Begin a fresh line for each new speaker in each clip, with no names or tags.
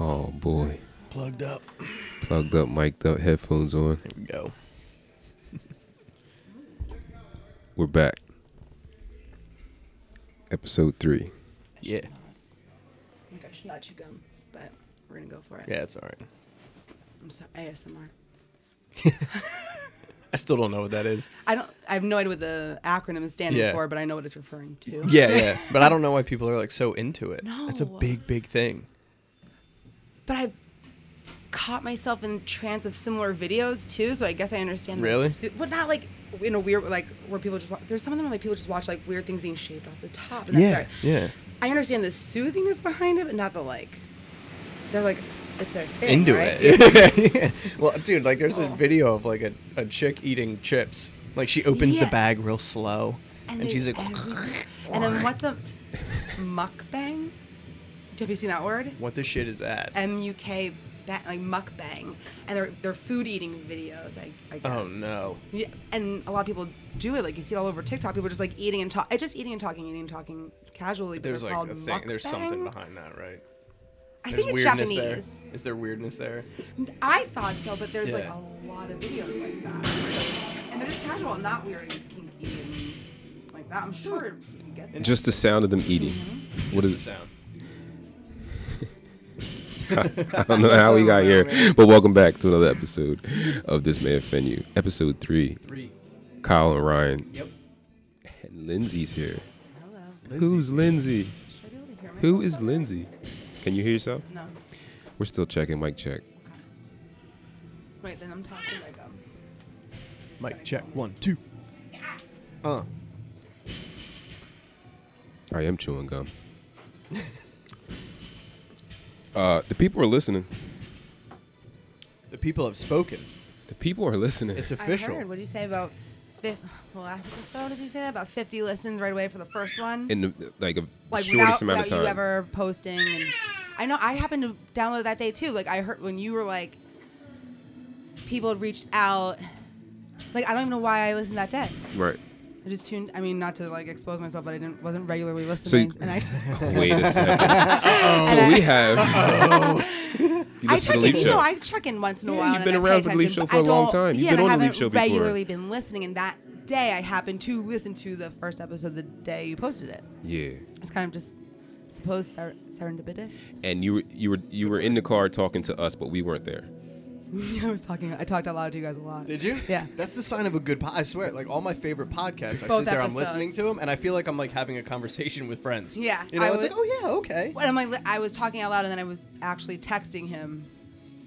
Oh boy.
Plugged up.
Plugged up, mic'd up, headphones on.
There we go.
We're back. Episode three.
Yeah.
I think I should not chew gum, but we're gonna go for it.
Yeah, it's all right.
I'm sorry, ASMR.
I still don't know what that is.
I don't. I have no idea what the acronym is standing
Yeah.
for, but I know what it's referring to.
Yeah, yeah. But I don't know why people are like so into it. It's a
No.
big, big thing.
But I've caught myself in trance of similar videos too, so I guess I understand. the
Really?
su- but not like in a weird like where people just wa- there's some of them where, like people just watch like weird things being shaved off the top. And
yeah.
That's all right.
Yeah.
I understand the soothingness behind it, but not the like. They're like, it's a thing,
into
right?
it. Yeah. Well, dude, like there's a
Oh.
video of like a, a chick eating chips. Like she opens the
Yeah.
bag real slow and,
they-
she's like
every- and then what's a mukbang? Have you seen that word?
what the shit is that?
MUK ba- like mukbang, and they're they're food eating videos. I, I guess.
Oh no.
Yeah, and a lot of people do it. Like you see it all over TikTok. People are just like eating and talk. It's just eating and talking, eating and talking casually. But
There's
they're
like
called
a thing. There's something
mukbang.
behind that, right?
I
There's
think it's
weirdness
Japanese.
there. Is there weirdness there?
I thought so, but there's like
Yeah.
a lot of videos like that, and they're just casual, not weird and kinky and like that. I'm sure you can get that.
Just the sound of them eating. What
Just
is
the sound?
I don't know how we got here. But welcome back to another episode of This May Offend You. Episode three.
Three.
Kyle and Ryan.
Yep.
And Lindsay's here.
Hello.
Who's Lindsay?
Should I be able to hear
Who
myself
is
better?
Lindsay? Can you hear yourself?
No.
We're still checking, mic check.
Wait, then I'm um, tossing my gum.
Mic check. One, two. Uh.
I am chewing gum. Uh, the people are listening.
The people have spoken.
The people are listening.
It's
I
official.
heard. What did you say about fif- the last episode? Did you say that about 50 listens right away for the first one?
in the, like a
like
shortest
without,
amount
without
of time.
you ever posting. And I know I happened to download that day too. Like I heard when you were like, people had reached out. Like I don't even know why I listened that day.
right.
I just tuned. I mean, not to like expose myself, but I didn't wasn't regularly
So you-
listening. and I,
Wait a second.
and
so
I,
we have. You
I
listen to
check
the Leap
in. You
Show.
know, I check in once in a
Yeah,
while.
you've
and
been
I pay
around for the Leap
attention,
Show
but
for a
I
long
don't-
time. You've
yeah,
been
and I
on the Leap
haven't
Show before.
regularly been listening, and that day I happened to listen to the first episode the day you posted it.
yeah.
It's kind of just supposed ser- serendipitous.
And you were you were you were in the car talking to us, but we weren't there.
I was talking. I talked out loud to you guys a lot.
Did you?
Yeah.
That's the sign of a good pod. I swear, like all my favorite podcasts, I
Both
sit there, I'm
episodes.
listening to them, and I feel like I'm like having a conversation with friends.
Yeah,
You know,
I
it's like,
would-
oh yeah, okay.
And I'm like, li- I was talking out loud, and then I was actually texting him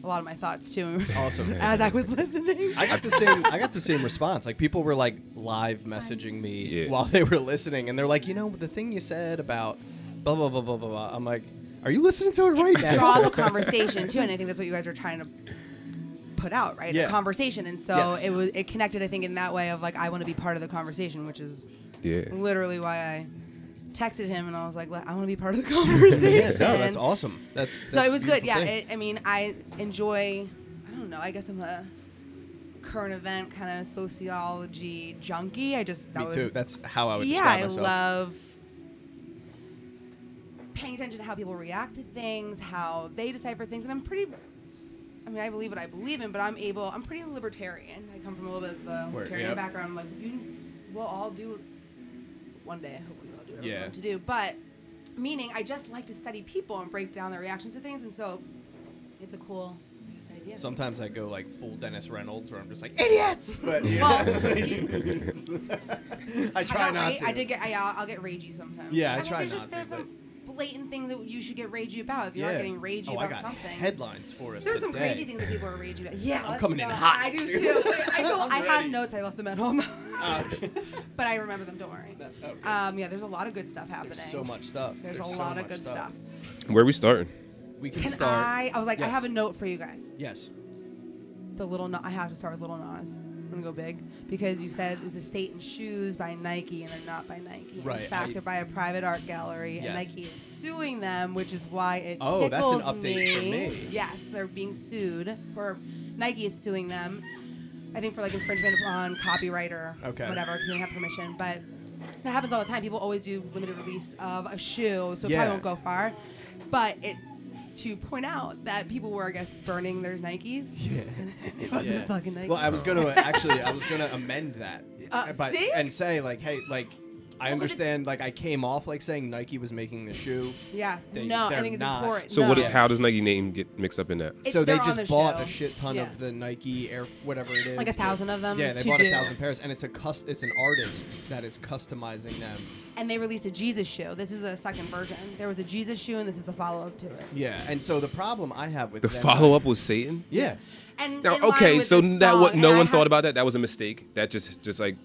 a lot of my thoughts too,
Oh.
Awesome.
as I was listening.
I got the same. I got the same response. Like people were like live messaging me
Yeah.
while they were listening, and they're like, you know, the thing you said about blah blah blah blah blah. blah. I'm like, are you listening to it right
draw
now?
the conversation too, and I think that's what you guys are trying to put out, right?
Yeah.
A conversation, and so
Yes.
it was it connected, I think, in that way of like I want to be part of the conversation, which is
Yeah.
literally why I texted him, and I was like, well, I want to be part of the conversation.
yeah, no, that's awesome. That's,
So
that's a
it was good.
beautiful
Yeah,
thing.
it, I mean, I enjoy. I don't know. I guess I'm a current event kind of sociology junkie. I just that
Me
was
too. That's how I would
yeah.
describe
I
myself.
love paying attention to how people react to things, how they decipher things, and I'm pretty. I mean, I believe what I believe in, but I'm able. I'm pretty libertarian. I come from a little bit of a
Word,
libertarian
yep.
background. I'm like, you, we'll all do one day. I hope we all do what
Yeah.
we want to do, but meaning I just like to study people and break down their reactions to things, and so it's a cool I guess, idea.
Sometimes I go like full Dennis Reynolds, where I'm just like idiots. But yeah. I
I
try
got
not
ra-
to.
I did get. I, I'll, I'll get ragey sometimes.
Yeah, I
mean,
try
there's
not to,
Just, there's some blatant things that you should get ragey about if you are
Yeah.
getting ragey
oh,
about
I got
something.
Headlines for us.
there's some
today.
crazy things that people are ragey about. Yeah,
I'm
let's
coming in
go.
hot,
I do
dude.
too. I, know-
I'm
I
ready.
had notes. I left them at home,
Uh,
but I remember them. Don't worry.
that's okay.
Um, yeah, there's a lot of good stuff happening.
There's so much stuff.
There's a
so
lot of
much
good stuff.
Where are we starting?
We can,
Can
start.
I? I was like, I
Yes.
have a note for you guys.
Yes.
the little Na- I have to start with little Nas. I'm gonna go big because you said it's a Satan shoes by Nike and they're not by Nike.
Right,
In fact,
I-
they're by a private art gallery
Yes.
and Nike is suing them, which is why it
Oh, that's an
tickles
update for me.
Yes, they're being sued or Nike is suing them. I think for like infringement on copyright or
Okay.
whatever because they didn't have permission, but. That happens all the time. People always do limited release of a shoe, so it
Yeah.
probably won't go far. But it to point out that people were, I guess, burning their Nikes.
Yeah.
it wasn't
Yeah.
fucking Nike.
Well, I was gonna actually, I was gonna amend that,
Uh,
but,
see?
and say like, hey, like, I
Well, but it's-
understand, like, I came off like saying Nike was making the shoe,
yeah.
They-
no, I
they're
think it's
not.
important.
So
no.
what? How does Nike name get mixed up in that?
It-
so they
they're on
just
the
bought
show.
a shit ton
Yeah.
of the Nike Air, whatever it is,
Like a
the-
thousand of them.
Yeah, they
to
bought
do.
a thousand pairs, and it's a cust, it's an artist that is customizing them.
And they released a Jesus shoe. This is a second version. There was a Jesus shoe, and this is the follow up to it.
Yeah, and so the problem I have with
The
them-
follow up was Satan.
yeah,
And
Now,
in line
okay,
with
so
this
that
song,
what
and
no
I
one
ha-
thought about that. That was a mistake. That just just like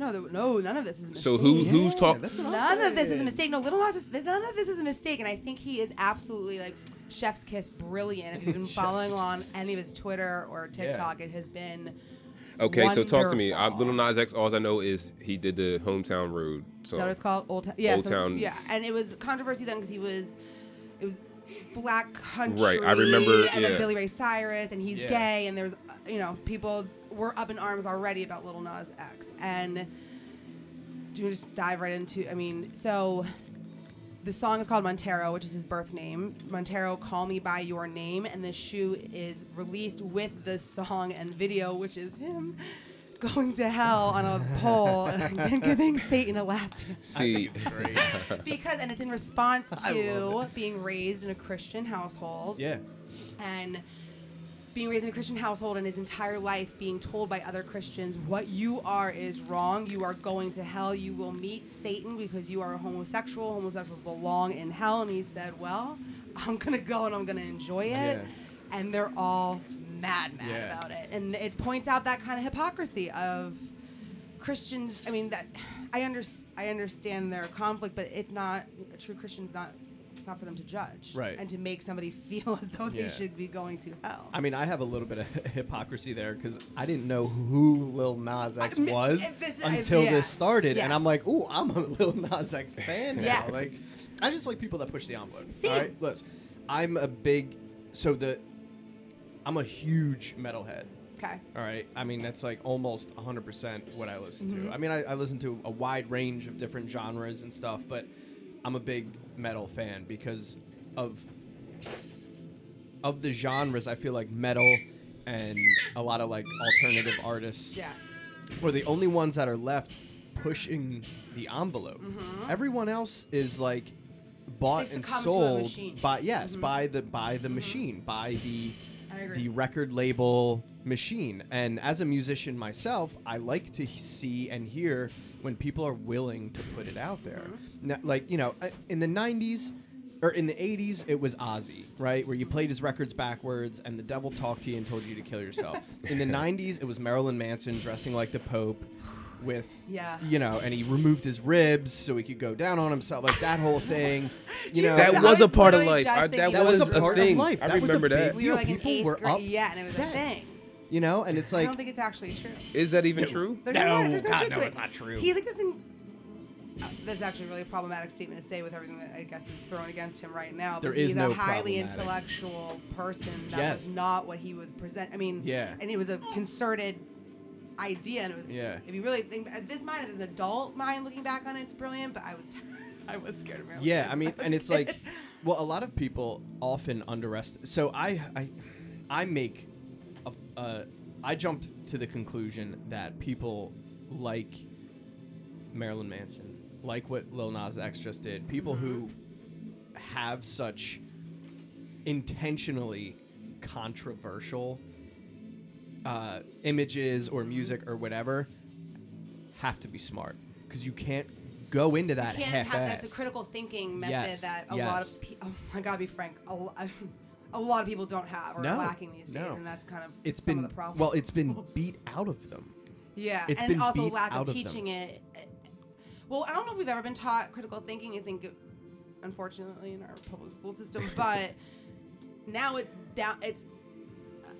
No, the, no, none of this is. A
so
mistake.
who who's
Yeah,
talking?
that's what I'm
None of this is a
saying.
mistake. No, Little Nas, is, this, none of this is a mistake, and I think he is absolutely like Chef's Kiss, brilliant. If you've been
Chef's
following
kiss.
on any of his Twitter or
Yeah.
TikTok, it has been.
Okay, so talk to me. I,
wonderful.
Little Nas X. All I know is he did the hometown road.
Is that what
So
it's called? Old Town. Yeah,
Old
so-
Town.
Yeah, and it was controversy then because he was, it was black country.
I remember-
And
yeah.
then Billy Ray Cyrus, and he's
Yeah.
gay, and there's, uh, you know, people were up in arms already about Little Nas X, and do you wanna just dive right into? I mean, so. The song is called Montero, which is his birth name. Montero, call me by your name, and the shoe is released with the song and video, which is him going to hell on a pole and giving Satan a lap dance
see,
great.
because and it's in response
I love
to being raised in a Christian household
yeah,
and being raised in a Christian household and his entire life being told by other Christians what you are is wrong. You are going to hell. You will meet Satan because you are a homosexual. Homosexuals belong in hell. And he said, "Well, I'm gonna go and I'm gonna enjoy it."
Yeah.
And they're all mad, mad
Yeah.
about it. And it points out that kind of hypocrisy of Christians. I mean, that I under, I understand their conflict, but it's not a true Christian's not. It's not for them to judge
Right.
and to make somebody feel as though
Yeah.
they should be going to hell.
I mean, I have a little bit of hypocrisy there because I didn't know who Lil Nas X
I mean,
was
if this- if-
until
yeah.
this started, and
Yes.
I'm like, "Ooh, I'm a Lil Nas X fan now."
Yes.
Like, I just like people that push the envelope.
Same.
All right, look, I'm a big, so the, I'm a huge metalhead.
okay.
All right, I mean that's like almost 100% what I listen to.
Mm-hmm.
I mean, I, I listen to a wide range of different genres and stuff, but I'm a big metal fan because of of the genres. I feel like metal and a lot of like alternative artists
Yeah.
were the only ones that are left pushing the envelope. Everyone else is like bought
They've
and
succumbed Mm-hmm. to a
sold
machine. Mm-hmm.
by yes, by the by the machine, by the
I agree.
the record label machine. And as a musician myself, I like to h- see and hear when people are willing to put it out there.
Mm-hmm.
Now, like, you know, I- in the 90s or in the 80s, it was Ozzy, right? Where you played his records backwards and the devil talked to you and told you to kill yourself. in the 90s, it was Marilyn Manson dressing like the Pope with,
Yeah.
you know, and he removed his ribs so he could go down on himself, like that whole thing. You know,
that
I
was a
was
part of life.
literally just
I, that,
thinking
that was, a part
thing.
of life.
I
That was a
remember that.
big
We were
deal.
like in
People
eighth
were
grade. Yeah, and it was a
upset,
thing.
You know, and it's
I
like
don't think it's actually true.
Is that even true?
There's
No,
no, there's no
God,
truth
no,
to it.
it's not true.
He's like this. In, uh, that's actually a really problematic statement to say with everything that I guess is thrown against him right now.
There
but
is
he's
no
a highly
problematic.
intellectual person. That
Yes.
was not what he was present. I mean,
Yeah.
and it was a concerted idea, and it was.
Yeah.
If you really think uh, this mind is an adult mind looking back on it, it's brilliant. But I was, I was scared of Marilyn
yeah
Manson
i mean
when was
and
a
it's like
kid.
well a lot of people often underestimate so i i i make a, uh, i jumped to the conclusion that people like marilyn manson like what lil nas x just did people who
Mm-hmm.
have such intentionally controversial uh, images or music or whatever have to be smart because you can't go into that
can't
half-assed.
have that's a critical thinking method
Yes,
that a lot
yes.
of pe- oh my god, be frank, a, lo- a lot of people don't have or
No,
are lacking these days,
no.
and that's kind of
it's
some
been
of the problem.
well it's been beat out of them
yeah,
it's
and
been
also
beat
lack
out
of
of them.
teaching it. Well, I don't know if we've ever been taught critical thinking. I think, unfortunately, in our public school system, but now it's down. It's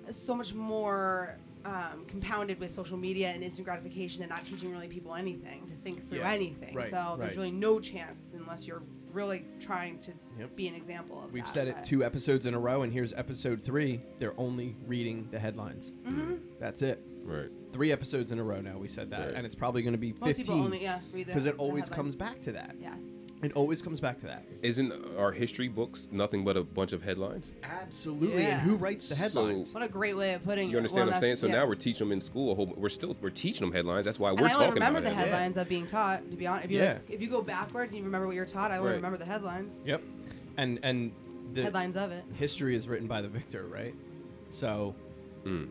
uh, so much more. Um, compounded with social media and instant gratification, and not teaching really people anything to think through
Yeah,
anything.
right,
so
right.
there's really no chance unless you're really trying to
Yep.
be an example of
we've
that,
said it
but-
two episodes in a row and here's episode three they're only reading the headlines
Mm-hmm.
that's it
Right.
three episodes in a row now we said that
Right.
and it's probably going to be
Most people
15
only yeah read the-
because it
the
always
headlines.
comes back to that
Yes.
It always comes back to that.
Isn't our history books nothing but a bunch of headlines?
Absolutely.
Yeah.
And who writes the
So-
headlines?
What a great way of putting it.
You understand
Well,
what I'm saying?
that's-
So
yeah.
now we're teaching them in school. A whole, we're still we're teaching them headlines. That's why we're
and I only
talking
remember
about
the
headlines.
headlines of being taught. To be honest, if you
Yeah.
if you go backwards and you remember what you're taught, I only
Right.
remember the headlines.
Yep. And and the
headlines of it.
history is written by the victor, right? So
Mm,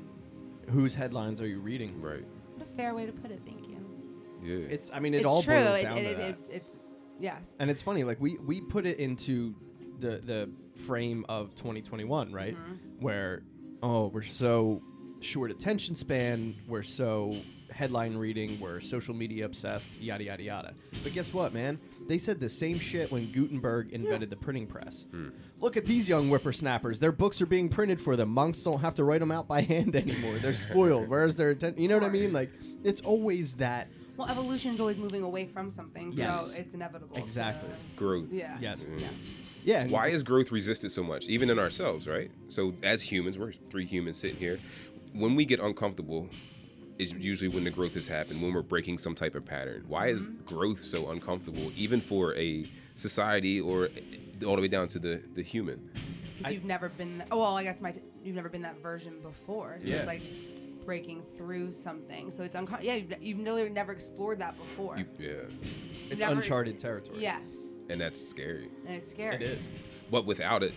whose headlines are you reading?
right.
What a fair way to put it. Thank you.
Yeah.
It's I mean it
it's
all
true.
boils
It-
down
it-
to
it-
that.
it- it's yes.
and it's funny like we we put it into the the frame of 2021 right where oh we're so short attention span we're so headline reading we're social media obsessed yada yada yada but guess what man they said the same shit when gutenberg invented the printing press look at these young whippersnappers their books are being printed for them monks don't have to write them out by hand anymore they're spoiled where's their attention you know what i mean like it's always that
Well, evolution's always moving away from something,
Yes.
so it's inevitable.
Exactly.
to-
growth.
yeah.
Yes. Mm.
Yes.
yeah and-
Why is growth resisted so much, even in ourselves, right? So as humans, we're three humans sitting here. When we get uncomfortable, is usually when the growth has happened, when we're breaking some type of pattern. Why is
Mm-hmm.
growth so uncomfortable, even for a society or all the way down to the, the human?
Because you've never been. Th- oh, well, I guess my t- you've never been that version before. So
Yeah.
it's like breaking through something. So it's uncom- Yeah, you've, you've literally never explored that before.
You, yeah,
it's
never-
uncharted territory
yes,
and that's scary.
and it's scary.
it is
But without it,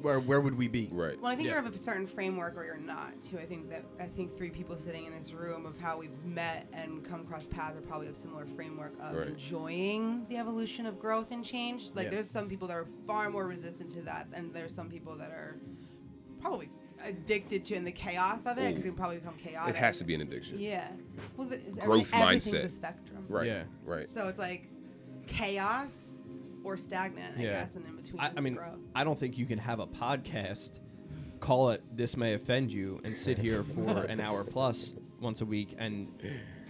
where where would we be?
right?
Well, I think
Yeah.
you're of a certain framework or you're not too. I think that I think three people sitting in this room of how we've met and come across paths are probably of similar framework of
Right.
enjoying the evolution of growth and change. Like
Yeah.
there's some people that are far more resistant to that, and there's some people that are probably addicted to in the chaos of it because
Ooh.
it can probably become chaotic.
It has to be an addiction,
Yeah. Well, the, is
Growth
everything- everything's
mindset.
a spectrum.
right?
Yeah.
Right.
So it's like chaos or stagnant, I
Yeah.
guess, and in between
I,
is
I mean,
growth.
I don't think you can have a podcast, call it "This May Offend You," and sit here for an hour plus once a week and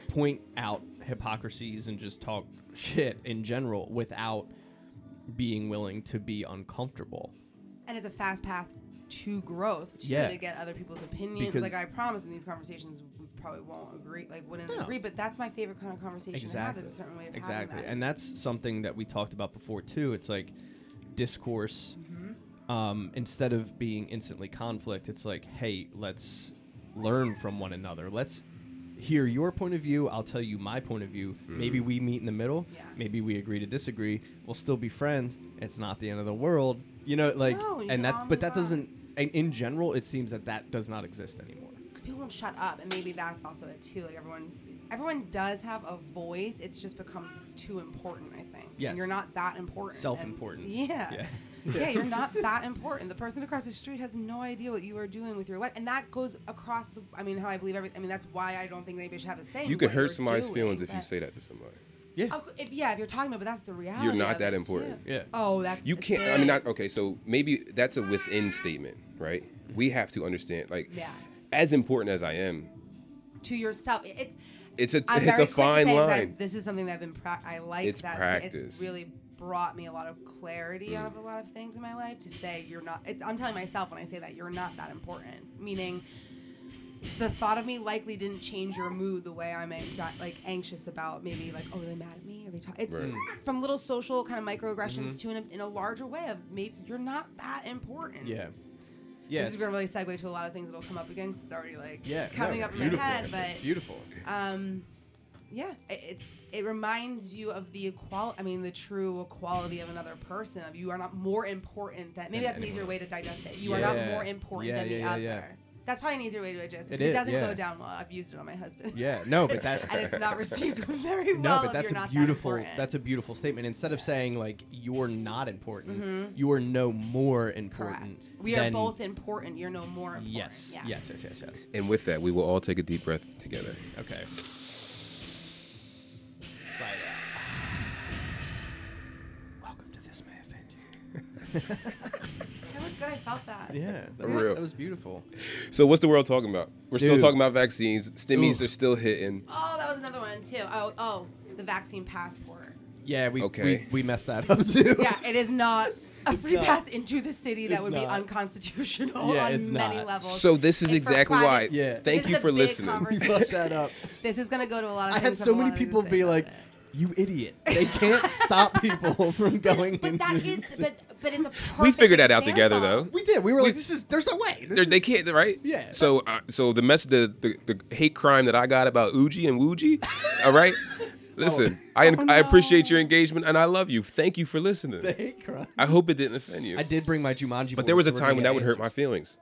point out hypocrisies and just talk shit in general without being willing to be uncomfortable.
and it's a fast path to growth to,
Yeah.
to get other people's opinions
Because-
like i promise in these conversations we probably won't agree like wouldn't
No.
agree but that's my favorite kind of conversation to have
Exactly.
there's a certain way of
exactly.
having that.
And that's something that we talked about before too. It's like discourse.
Mm-hmm.
Um, instead of being instantly conflict, it's like, hey, let's learn from one another. Let's hear your point of view. I'll tell you my point of view. Maybe we meet in the middle.
Yeah.
Maybe we agree to disagree. We'll still be friends. It's not the end of the world. You know, like,
No, you can
and
all
that, but
move
that
on.
doesn't. And in general, it seems that that does not exist anymore.
because people won't shut up and maybe that's also it too like everyone everyone does have a voice it's just become too important i think
Yes.
and you're not that important and-
Self-importance.
yeah
Yeah.
yeah. you're not that important. The person across the street has no idea what you are doing with your life, and that goes across the. I mean, how I believe everything. I mean, that's why I don't think anybody should have a say. in
You can
what you're
hurt somebody's
doing,
feelings if you
but-
say that to somebody.
Yeah.
Oh, if, yeah, if you're talking about, but that's the reality.
You're not
of
that
it,
important.
too.
Yeah.
Oh, that's
You
it's
can't. I
very-
mean, not okay. So maybe that's a within statement, right? We have to understand, like,
Yeah.
as important as I am,
to yourself. It- It's
it's a
I'm
it's
very
a
quick to
fine
say 'cause I-
line.
this is something that I've been. Pra- I like
It's
that.
practice. Mm.
It's really brought me a lot of clarity out of a lot of things in my life. To say you're not. It's, I'm telling myself when I say that you're not that important. Meaning, the thought of me likely didn't change your mood the way I'm anxi- like anxious about maybe like oh are they mad at me are they ta-? it's
Right.
Mm.
Mm-hmm.
from little social kind of microaggressions to in a, in a larger way of maybe you're not that important
Yeah. Yeah.
This is
it's-
gonna really segue to a lot of things that'll come up again 'cause it's already like
Yeah,
coming
no,
up in my head.
beautiful. Beautiful.
But um, yeah, i- it's it reminds you of the equality. I mean, the true equality of another person. Of you are not more important than
Than
maybe that's an easier
anyone.
way to digest it. You are not
Yeah.
more important
Yeah,
than
yeah, yeah,
the
yeah.
other. That's probably an easier way to digest
It
it. 'cause It,
is,
doesn't
yeah.
go down well. I've used it on my husband.
Yeah, no, but that's-
and it's not received very
No,
well.
but that's
if you're
a
not
beautiful.
That important.
that's a beautiful statement. Instead of saying like you're not important, you are no more important.
Mm-hmm. correct. We are
than-
both important. You're no more important.
Yes, yes. Yes. Yes. Yes.
And with that, we will all take a deep breath together.
Okay. Sigh it out. Welcome to this may offend you.
That was good. I felt that.
Yeah, that,
For real.
that was beautiful.
So what's the world talking about? We're still
Dude.
talking about vaccines. Stimmies
Oof.
are still hitting.
Oh, that was another one too. Oh, oh, the vaccine passport.
Yeah, we
Okay.
we, we messed that up too.
Yeah, it is not a free
not.
pass into the city. That
It's
would be
not.
unconstitutional
Yeah,
on
it's
many
not.
levels.
So this is
It's for
exactly why.
private-
Yeah.
Thank
This
you
is a
for
big
listening.
we
conversation.
fucked that up.
This is gonna go to a lot of.
I had
things
so
I'm
many
wanting to
people
say
be
about
like,
it.
You idiot. They can't stop people from going
But
into
that is,
these-
but but it's a.
we
perfect
figured that out
example.
together though.
We did. We were
We-
like, this is, there's no way. This
They're- they
is-
can't, right?
Yeah.
So, uh, so the mess, the, the the hate crime that I got about Uji and Wuji, all right.
Oh.
Listen, I
Oh,
I appreciate
no.
your engagement and I love you. Thank you for listening.
They hate crime.
I hope it didn't offend you.
I did bring my Jumanji.
But there was a time when that would hurt my feelings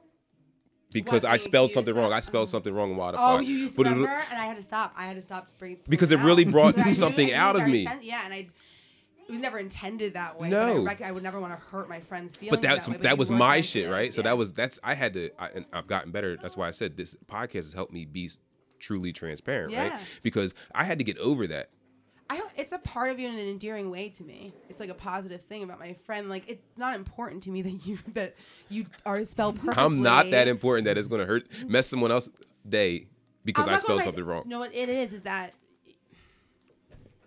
because
What,
I
when
spelled
you
something
used
wrong.
that-
I spelled something wrong in Water
Oh,
Park.
you used to
But it-
remember, and I had to stop. I had to stop bring
Because
bring
it
out.
really brought
Because I knew
something
it was
out of
very
me.
sen- yeah, and I. It was never intended that way.
No.
but I, rec- I would never want to hurt my friend's feelings.
but that's
that, way,
that
you
was
were
my
trying to
shit,
do it,
right? So
yeah.
that was that's I had to I, and I've gotten better. That's why I said this podcast has helped me be s- truly transparent, right?
Yeah.
Because I had to get over that.
I don't, it's a part of you in an endearing way to me. It's like a positive thing about my friend. Like it's not important to me that you that you are spelled perfectly.
I'm not that important that it's going to hurt mess someone else's day because
I'm
I
not gonna
spelled
write-
something wrong.
No, what it is is that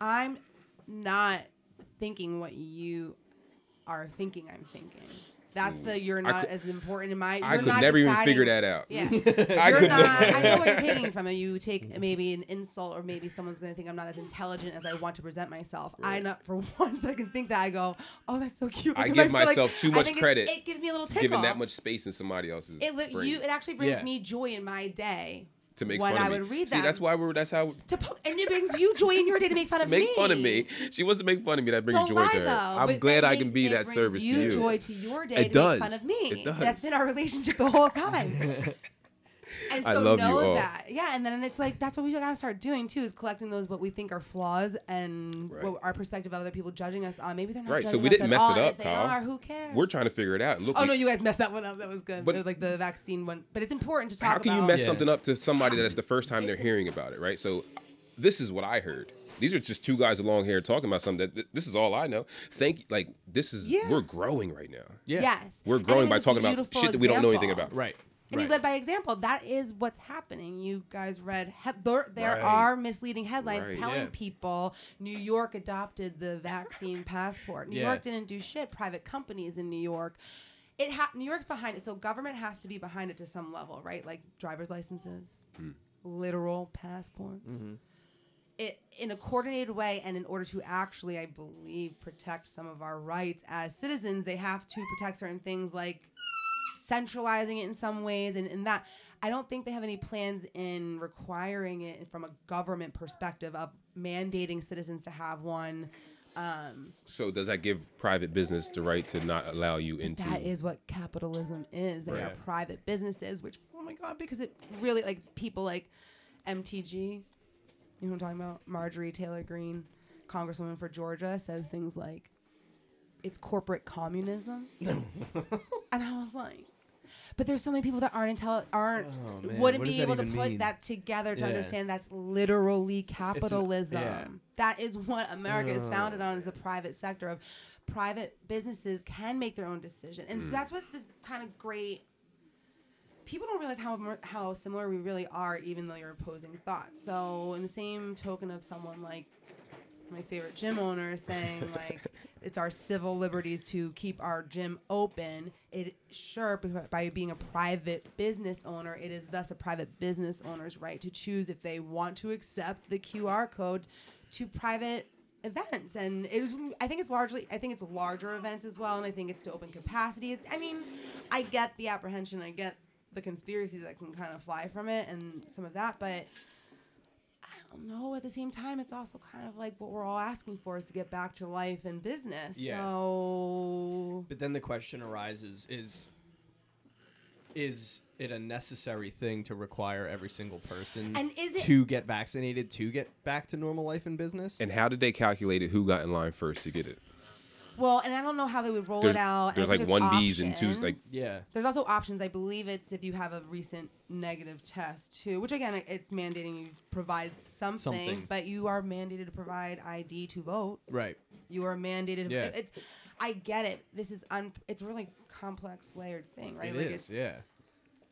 I'm not thinking what you are thinking. I'm thinking. That's the you're
I
not
cou-
as important in my.
I
you're
could
not
never even
deciding-
figure that out.
Yeah.
I
you're
could
not. I know what you're taking from it. You take maybe an insult, or maybe someone's going to think I'm not as intelligent as I want to present myself. I not for one second think that I go, oh, that's so cute.
I
Look at
give
my- like,
myself too
I
much
think it-
credit
It, gives me a little tickle.
Giving that much space in somebody else's
It li-
brain
you. It actually brings
Yeah.
me joy in my day.
to make
when
fun
I
of me.
would read
See, that's
them-
why we're that's how
To po- and it brings you joy in your day to make fun
to
of
make
me.
fun of me. She wants to make fun of me. That brings
Don't
joy
lie,
to her.
though.
I'm
but
glad I
that makes-
can be
it
that
brings
service
you
to you.
joy to your day
It
to
does.
make fun of me.
It does.
That's been our relationship the whole time. and so
I love you
know
all.
that. Yeah, and then it's like that's what we gotta start doing too is collecting those what we think are flaws and
Right.
what our perspective of other people judging us on. Maybe they're not
Right, so
judging
we
us
didn't
at
mess it
all, and
up,
If they
Kyle.
are, who cares?
We're trying to figure it out. And look,
Oh
we-
no, you guys messed that one up. That was good.
But-
it was like the vaccine one, but it's important to talk
how can you
about-
mess
Yeah.
something up to somebody that's the first time they're hearing about it, right? So, this is what I heard. These are just two guys along here talking about something that th- this is all I know. Thank like this is
Yeah.
we're growing right now.
Yeah.
Yes.
We're
And it
growing
was
by
a
talking about
beautiful
shit that we don't know anything
example.
about.
Right.
And
right.
you led by example. That is what's happening. You guys read he- there, there
Right.
are misleading headlines
Right.
telling
Yeah.
people New York adopted the vaccine passport. New
Yeah.
York didn't do shit. Private companies in New York. It ha- New York's behind it, so government has to be behind it to some level, right? Like driver's licenses,
Hmm.
literal passports.
Mm-hmm.
It in a coordinated way, and in order to actually, I believe, protect some of our rights as citizens, they have to protect certain things like centralizing it in some ways and, and that i don't think they have any plans in requiring it from a government perspective of mandating citizens to have one um,
So, does that give private business the right to not allow you into?
that is what capitalism is they are
Right.
private businesses which oh my god because it really like people like mtg you know what i'm talking about marjorie taylor green congresswoman for georgia says things like it's corporate communism and i was like but there's so many people that aren't intelli- aren't
Oh, man.
wouldn't
What does
be
that
able to
even
put
mean?
that together to
Yeah.
understand that's literally capitalism.
yeah.
That is what America is founded on is the private sector of private businesses can make their own decision. And so that's what this kind of great people don't realize how mer- how similar we really are even though you're opposing thoughts. So in the same token of someone like my favorite gym owner saying like it's our civil liberties to keep our gym open it sure b- by being a private business owner it is thus a private business owner's right to choose if they want to accept the qr code to private events and it was i think it's largely i think it's larger events as well and i think it's to open capacity i mean i get the apprehension i get the conspiracies that can kind of fly from it and some of that but I don't know. At the same time, it's also kind of like what we're all asking for is to get back to life and business.
Yeah.
So
But then the question arises: Is is it a necessary thing to require every single person
And is it-
to get vaccinated to get back to normal life and business?
and how did they calculate it? Who got in line first to get it?
well, and I don't know how they would roll
There's-
it out. and
there's
I think
like one Bs and twos, like-
options.
yeah,
There's also options. I believe it's if you have a recent negative test too, which again it's mandating you provide something,
Something.
but you are mandated to provide ID to vote.
right.
You are mandated.
Yeah.
It's I get it. This is un. It's a really complex layered thing, right?
It
like
is,
it's
yeah.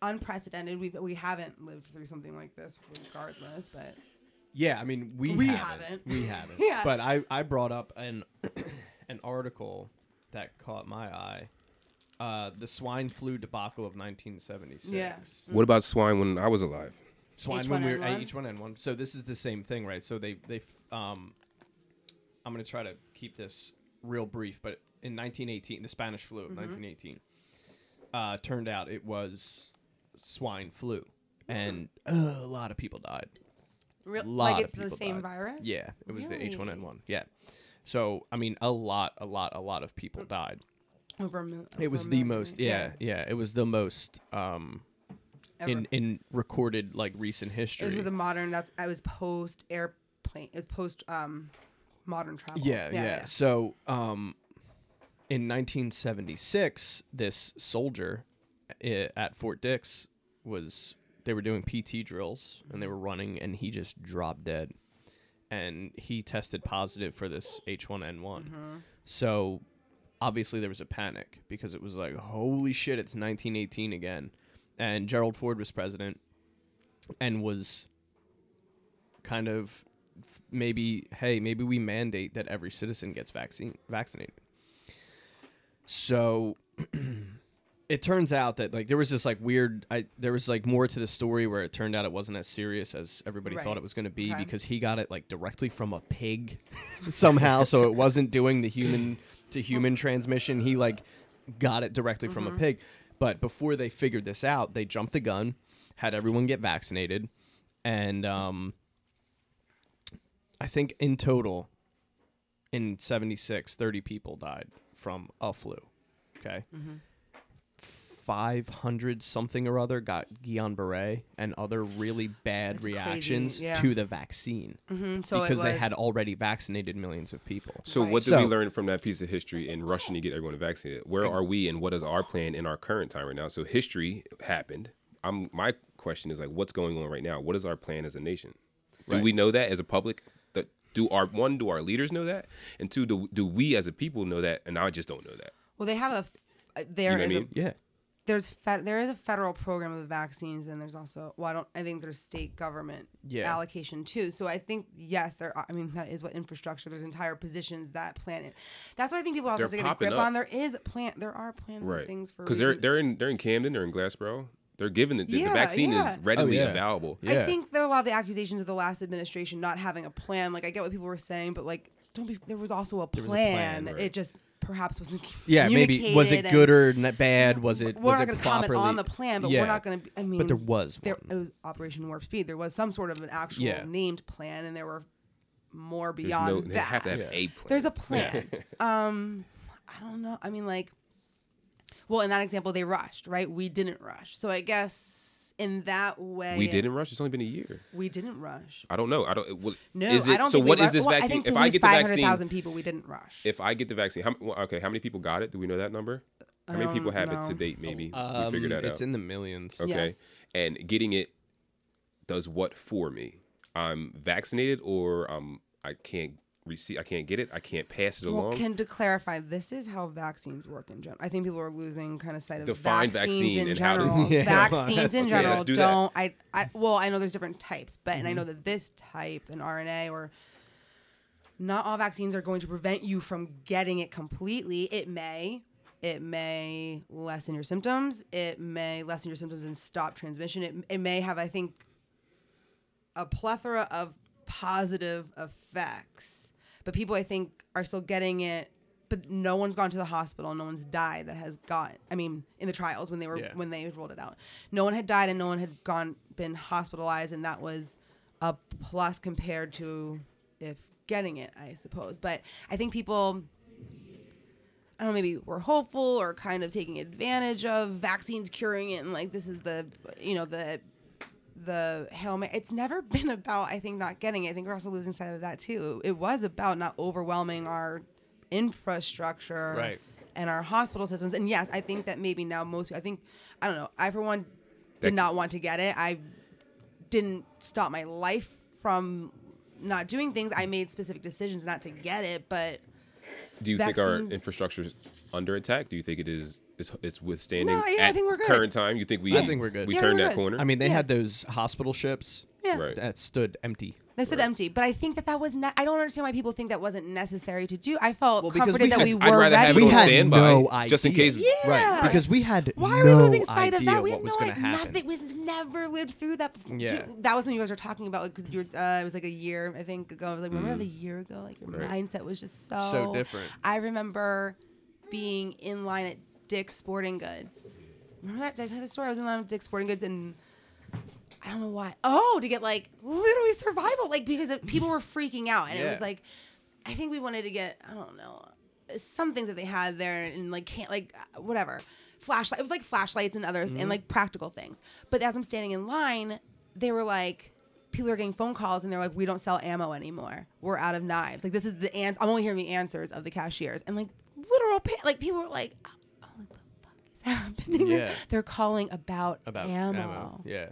unprecedented. We we haven't lived through something like this regardless, but
Yeah, I mean we
We
haven't,
haven't.
we haven't.
Yeah.
But I I brought up an an article that caught my eye. Uh, the swine flu debacle of 1976.
Yeah.
What about swine when I was alive?
swine when we were
H1N1?
H one N one. So this is the same thing, right? So they they um I'm gonna try to keep this real brief, but in 1918, the Spanish flu of
Mm-hmm.
1918, uh, turned out it was swine flu,
Mm-hmm.
and uh, a lot of people died.
Real,
A lot
like
of
it's the
people
same
died.
virus?
Yeah, it was
Really?
the H1N1. Yeah, so I mean, a lot, a lot, a lot of people died.
Over a mil-
It was
over a
the
million,
most, yeah, yeah, it was the most um,
Ever.
in in recorded like recent history.
This was a modern. That's I was post airplane. It was post um, modern travel.
Yeah, yeah. So, um, in 1976, this soldier i at Fort Dix was they were doing PT drills and they were running, and he just dropped dead, and he tested positive for this H1N1.
Mm-hmm.
So, obviously, there was a panic because it was like, holy shit, it's 1918 again, and Gerald Ford was president, and was kind of f- maybe hey maybe we mandate that every citizen gets vaccine vaccinated so it turns out that like there was this like weird I, there was like more to the story where it turned out it wasn't as serious as everybody
Right.
thought it was going to be
Okay.
because he got it like directly from a pig somehow so it wasn't doing the human to human transmission he like got it directly from a pig but before they figured this out they jumped the gun had everyone get vaccinated and um I think in total, in 76, 30 people died from a flu. Okay.
Mm-hmm.
500 something or other got Guillain Barre and other really bad
That's crazy,
reactions
yeah.
to the vaccine
Mhm, So
because
it was,
they had already vaccinated millions of people.
So
Right.
what did we
So-
learn from that piece of history in rushing to get everyone vaccinated? Where are we, and what is our plan in our current time right now? So history happened. I'm my question is like, what's going on right now? What is our plan as a nation? Do
Right.
we know that as a public? That do our one? Do our leaders know that? And two, do, do we as a people know that? And I just don't know that.
Well, they have a.
You
There
know what I
is a
mean?
Yeah.
there's fed, there is a federal program of the vaccines and there's also well I don't I think there's state government
Yeah.
allocation too. So I think yes there are I mean that is what infrastructure there's entire positions that plan it. That's what I think people also
They're
have to
popping
get a grip
up.
on. There is plan there are plans and
Right.
things for
Because they're
reason-
they're in they're in Camden. They're in Glassboro. They're giving it. The, the
Yeah,
vaccine
yeah.
is readily
Oh, yeah.
available.
Yeah.
I think that a lot of the accusations of the last administration not having a plan like I get what people were saying but like don't be there was also a plan.
was a plan,
right.
It just perhaps wasn't
Yeah. Maybe was it
communicated
good
and
or n- bad? Was it
we're
was
not
it
going to comment
properly?
on the plan, but
Yeah.
we're not going to. I mean,
but there was
there
Um,
one.
it was Operation Warp Speed. There was some sort of an actual
Yeah.
named plan, and there were more
There's no,
beyond
they
that.
have to have
Yeah.
a plan.
There's a plan. um, I don't know. I mean, like, well, in that example, they rushed, right? We didn't rush, so I guess in that way,
we didn't rush. It's only been a year.
We didn't rush.
I don't know. I don't. Well,
No,
is it,
I don't.
So
think
what
we
is
ru-
this
well, I
vaccine?
think to
If I
lose
get the
five
vaccine,
hundred thousand people, we didn't rush.
if I get the vaccine, how, well, okay, how many people got it? Do we know that number? How many
I
people
don't
have it
know.
to date? Maybe we
Um,
figure that
it's
out.
in the millions.
okay,
Yes.
and getting it does what for me? I'm vaccinated, or um, I can't receive, I can't get it, I can't pass it
Well,
along.
can to clarify, this is how vaccines work in general. I think people are losing kind of sight of
Define
vaccines
vaccine
in
and how does-
general.
Yeah, well,
vaccines in
that's- okay,
general
let's do that. Mm-hmm.
don't. I, I well, I know there's different types, but and I know that this type, an RNA or not all vaccines are going to prevent you from getting it completely. It may. It may lessen your symptoms. It may lessen your symptoms and stop transmission. It, it may have, I think, a plethora of positive effects. But people, I think, are still getting it. But no one's gone to the hospital. No one's died that has got. I mean, in the trials when they were
Yeah.
when they rolled it out, no one had died and no one had gone been hospitalized, and that was a plus compared to if getting it, I suppose. But I think people. I don't know, maybe we're hopeful or kind of taking advantage of vaccines curing it and like this is the you know, the the Hail Ma- It's never been about, I think, not getting it. I think we're also losing sight of that too. It was about not overwhelming our infrastructure
Right.
and our hospital systems. And yes, I think that maybe now most, I think, I don't know, I for one
That-
did not want to get it. I didn't stop my life from not doing things. I made specific decisions not to get it, but
Do you think our
vaccines-
infrastructure is under attack? Do you think it is? It's, it's withstanding
No, yeah, I
at
think we're good.
current time. You think we?
I think we're good.
We
Yeah, I
turned
think
that
we're good.
corner.
I mean, they
Yeah.
had those hospital ships
yeah.
right.
that stood empty.
I said empty, but I think that that was. Ne- I don't understand why people think that wasn't necessary to do. I felt
Well, because
comforted
we
that
had-
we
I'd
I'd
were
rather have
ready.
it
We
on
had
standby
no
just in
idea.
case.
Yeah.
Right, because we had
Why
no
are we losing sight of
idea
that? We had
what was
no
going to
idea.
happen.
Nothing. We've never lived through that. before.
Yeah.
that was when you guys were talking about like because you were. Uh, it was like a year I think ago. I was like, remember the year ago? Like your
Right.
mindset was just so
Mm. So different.
I remember being in line at Dick's Sporting Goods. Remember that? Did I tell you the story? I was in line with Dick's Sporting Goods and. I don't know why. Oh, to get like literally survival, like because it, people were freaking out, and it was
Yeah.
like, I think we wanted to get I don't know some things that they had there and like can't like uh, whatever flashlight. It was like flashlights and other
Mm-hmm.
and like practical things. But as I'm standing in line, they were like. People are getting phone calls and they're like, "We don't sell ammo anymore. We're out of knives." Like this is the ans- I'm only hearing the answers of the cashiers and like literal pa- like people were like, "Oh, what the fuck is happening?"
Yeah.
They're calling about,
about
ammo.
Yeah,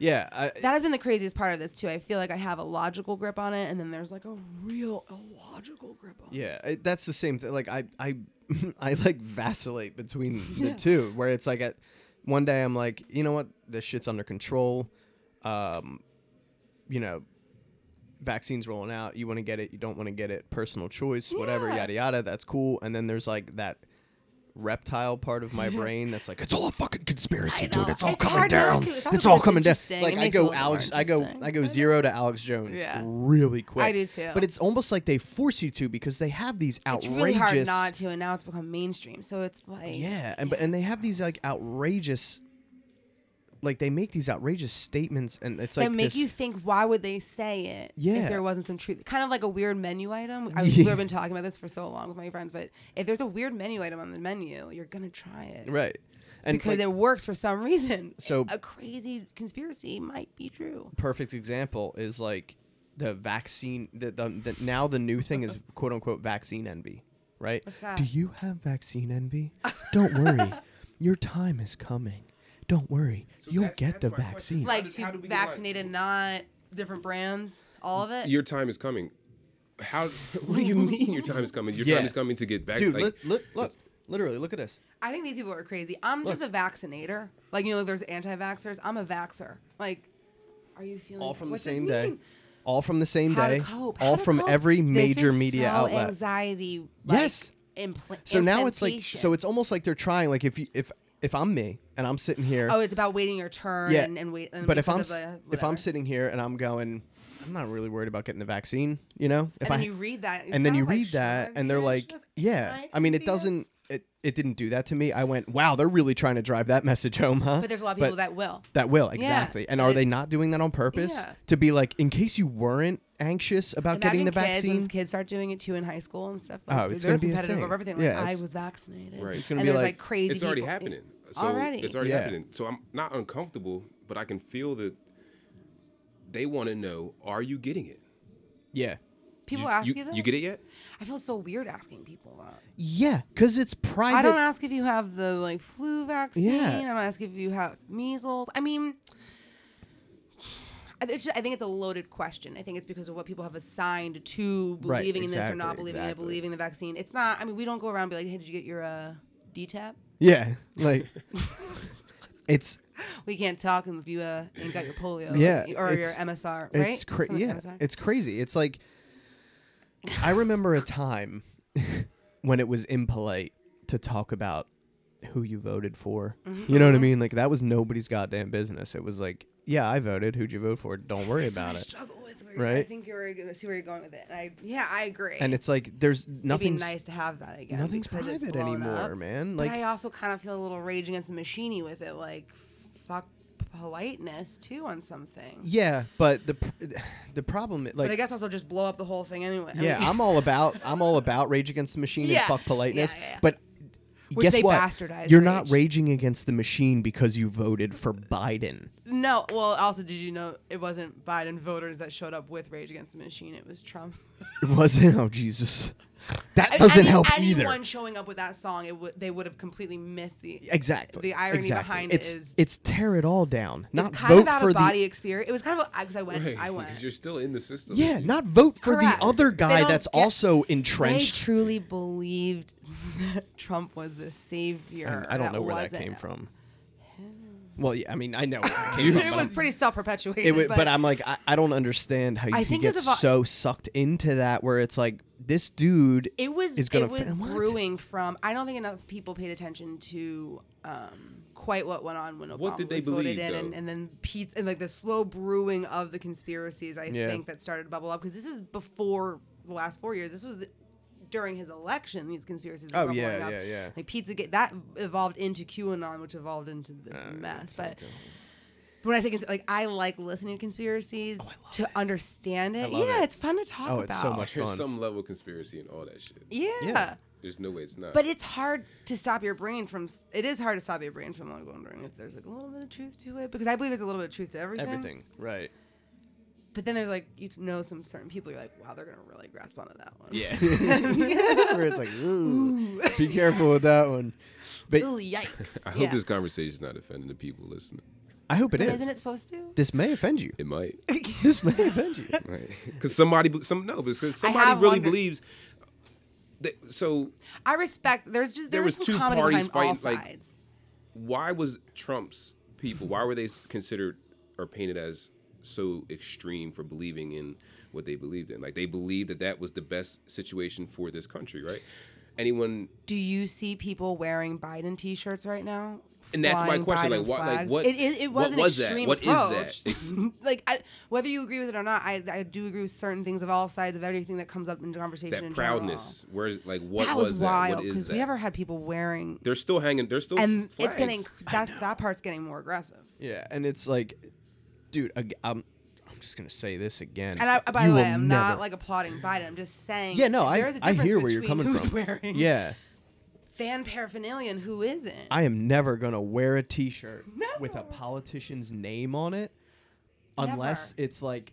yeah. I,
That has been the craziest part of this too. I feel like I have a logical grip on it, and then there's like a real illogical grip on it.
Yeah, I, that's the same thing. Like I, I, I like vacillate between the two, where it's like at one day I'm like, you know what, this shit's under control. Um, you know, vaccines rolling out. You want to get it, you don't want to get it. Personal choice, whatever,
Yeah.
yada yada. That's cool. And then there's like that reptile part of my brain that's like it's all a fucking conspiracy
I
dude
know.
it's all
It's
coming
hard not
down
to. It's
it's,
also
all
because
coming
it's
down
interesting.
like
It
i
makes it a
go
little more
alex i go
interesting.
i go zero to alex jones
Yeah.
really quick
I do too.
but it's almost like they force you to because they have these
It's
outrageous
really hard not to, and now it's become mainstream. So it's like
yeah and but and they have these like outrageous like they make these outrageous statements and it's
that
like
make
this,
you think why would they say it
Yeah.
if there wasn't some truth kind of like a weird menu item i've
Yeah.
literally been talking about this for so long with my friends but if there's a weird menu item on the menu you're gonna try it
right and
because
like,
it works for some reason
So-
a crazy conspiracy might be true
perfect example is like the vaccine the, the, the now the new thing is quote unquote vaccine envy right
What's that?
do you have vaccine envy don't worry your time is coming don't worry you'll
that's-
get
that's
the
my question.
vaccine
How
like
did- how
to
did we get like-
vaccinated not different brands all of it
Your time is coming. How? What do you mean your time is coming? Your
Yeah.
time is coming to get back.
dude
like,
look, look look literally look at this
I think these people are crazy. I'm just a vaccinator. Like you know, there's anti-vaxxers. I'm a vaxxer. Like, are you feeling
all from
what's
the
this
same day
mean?
all from the same
How
day
to cope?
all
How to
from
cope?
every
This
major
is
media
so
outlet
Anxiety. Like,
Yes.
impla-
so now it's like
implantation.
so it's almost like they're trying like if you if if i'm me and i'm sitting here
oh, it's about waiting your turn
Yeah,
and, and wait. And
but if I'm
because of
s-
the-
if I'm
whatever.
sitting here and I'm going, I'm not really worried about getting the vaccine, you know. If
and then
I
you read that,
and then
kinda
you
like,
read that,
should I
and they're
do it?
like,
Should
yeah.
I
I mean,
do
it
this?
doesn't. It, it didn't do that to me. I went, wow, they're really trying to drive that message home, huh?
But there's a lot of people that will.
that will exactly. And
and
are
it-
they not doing that on purpose
Yeah.
to be like, in case you weren't anxious about
Imagine
getting the
kids,
vaccine?
When kids start doing it too in high school and stuff.
Oh,
Like,
it's
they're
gonna be a
competitive
thing.
over everything. Like,
Yeah,
I
it's-
was vaccinated.
Right.
It's gonna
and
be
there's
like-
like crazy.
it's already
people-
happening. So
Already.
it's already
Yeah.
happening. So I'm not uncomfortable, but I can feel that they want to know: Are you getting it?
yeah.
People ask you, that.
You get it yet?
I feel so weird asking people that.
Yeah, because it's private.
I don't ask if you have the like flu vaccine.
Yeah.
I don't ask if you have measles. I mean, I- it's just- I think it's a loaded question. I think it's because of what people have assigned to believing
Right,
in this or
exactly,
not believing in it,
exactly.
believing the vaccine. It's not. I mean, we don't go around and be like, "Hey, did you get your uh, DTaP?"
Yeah, like it's
We can't talk if you uh, ain't got your polio.
Yeah,
or your
it's-
MSR. Right?
It's cra-
Something
yeah,
like MSR.
it's crazy. It's like I remember a time when it was impolite to talk about who you voted for.
Mm-hmm.
You know what I mean? Like that was nobody's goddamn business. It was like, yeah, I voted. Who'd you vote for? Don't worry
That's what
about
I
it.
struggle with. Where I
Right?
think you're going to see where you're going with it. And I, yeah, I agree.
And it's like there's
It'd be
nothing.
nice to have that again.
nothing's
because it's
private
blown
anymore,
up.
man.
but
Like
I also kind of feel a little rage against the machine with it. Like, fuck politeness too on something.
yeah, but the pr- the problem like
but I guess also just blow up the whole thing anyway. I
yeah,
mean,
I'm all about I'm all about Rage Against the Machine
Yeah.
and fuck politeness,
Yeah, yeah, yeah.
but
Which
guess
they
what?
bastardized
You're not
rage.
raging against the machine because you voted for Biden.
no. Well, also, did you know it wasn't Biden voters that showed up with Rage Against the Machine? It was Trump.
It wasn't. Oh Jesus, that
I-
doesn't
any-
help
anyone
either.
showing up with that song, it w- they would have completely missed the
Exactly.
The irony
exactly.
behind
it's,
it is
it's tear it all down. Not
it's
vote
kind of out
for
of body experience. It was kind of because I went.
Right,
I went.
Because you're still in the system.
the yeah. Not vote for
Correct.
the other
They
guy
don't
that's
get-
also
I
entrenched.
truly believed Trump was the savior.
I don't know
that
where that
wasn't.
came from. Well, yeah, I mean, I know. where it came
You-
from,
it
but
was
I'm-
pretty self-perpetuated.
it wa-
but,
but, I'm like, I, I don't understand how you
I
can
think
get
it's a vo-
so sucked into that where it's like this dude.
it was
is gonna
it was
fa- what?
brewing from. I don't think enough people paid attention to um, quite what went on when Obama
What did they
was voted
believe,
in,
though?
and, and then Pete and like the slow brewing of the conspiracies. I
Yeah.
think that started to bubble up because this is before the last four years. This was during his election. These conspiracies. Were
Oh,
bubbling
yeah,
up.
yeah, yeah.
Like pizza get that evolved into QAnon, which evolved into this
Ah,
mess. But But when I say cons- like I like listening to
Oh,
conspiracies to understand it.
love
yeah,
it.
it's fun to talk
Oh,
about.
it's so much
There's
fun.
some level of conspiracy and all that shit.
Yeah.
Yeah.
There's no way it's not.
But it's hard to stop your brain from. s- It is hard to stop your brain from like wondering if there's like a little bit of truth to it because I believe there's a little bit of truth to everything.
Everything. Right.
But then there's like you know some certain people you're like wow they're gonna really grasp onto that one.
Yeah. where it's like, ooh, be careful with that one. But
Ooh, yikes.
I hope
Yeah.
this conversation's not offending the people listening.
I hope it
But
is.
isn't it supposed to?
This may offend you.
It might,
This may offend you.
right? Because somebody, be- some no, because somebody
have
really
wondered-
believes. That, so
I respect. There's just
There
there,
was
some
two
comedy
parties
behind all
fighting, like-
sides.
why was Trump's people? Why were they considered or painted as so extreme for believing in what they believed in? Like they believed that that was the best situation for this country, right? Anyone
Do you see people wearing Biden T-shirts right now?
And that's my
Flying
question, like,
Biden
what- like,
flags?
what-
It, it, it
what
was an
was that?
extreme
What is that?
approach. like, I, whether you agree with it or not, I, I do agree with certain things of all sides of everything that comes up in conversation.
that
in
proudness? Where's like what
general. That
was,
was,
that?
wild
What is that?
we never had people wearing,
they're still hanging. They're still
and
flags.
it's getting that that part's getting more aggressive.
Yeah, and it's like, dude, ag- I'm, I'm just gonna say this again.
And I, by
You
the way,
will
I'm
never-
not like applauding Biden. I'm just saying.
Yeah, no,
there
I,
is a
I
difference
hear where you're
between
coming
who's
from.
Wearing
Yeah,
fan paraphernalia and who isn't.
I am never gonna wear a T-shirt
No.
with a politician's name on it, unless
Never.
it's like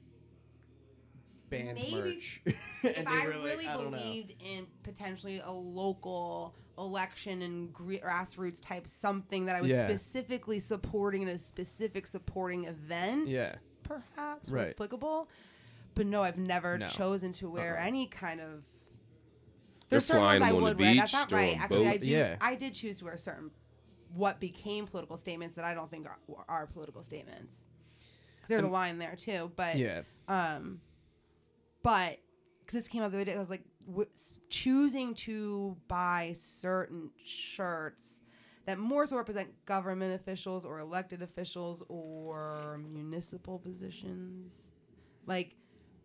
band
Maybe
merch.
if
and they
I
were like,
really
I don't know.
believed in potentially a local election and gre- grassroots type something that I was
Yeah.
specifically supporting in a specific supporting event,
Yeah.
perhaps
Right.
was applicable. But no, I've never
No.
chosen to wear
Uh-uh.
any kind of.
They're
There's certain ones
flying
I
them on
would
the
wear. That's
beach,
not
they're
right.
on
Actually, I
boats.
do.
Yeah.
I did choose to wear certain what became political statements that I don't think are, are political statements. 'Cause There's a line there too, but
Yeah,
um, but because this came out the other day, I was like, w- s- choosing to buy certain shirts that more so represent government officials or elected officials or municipal positions, like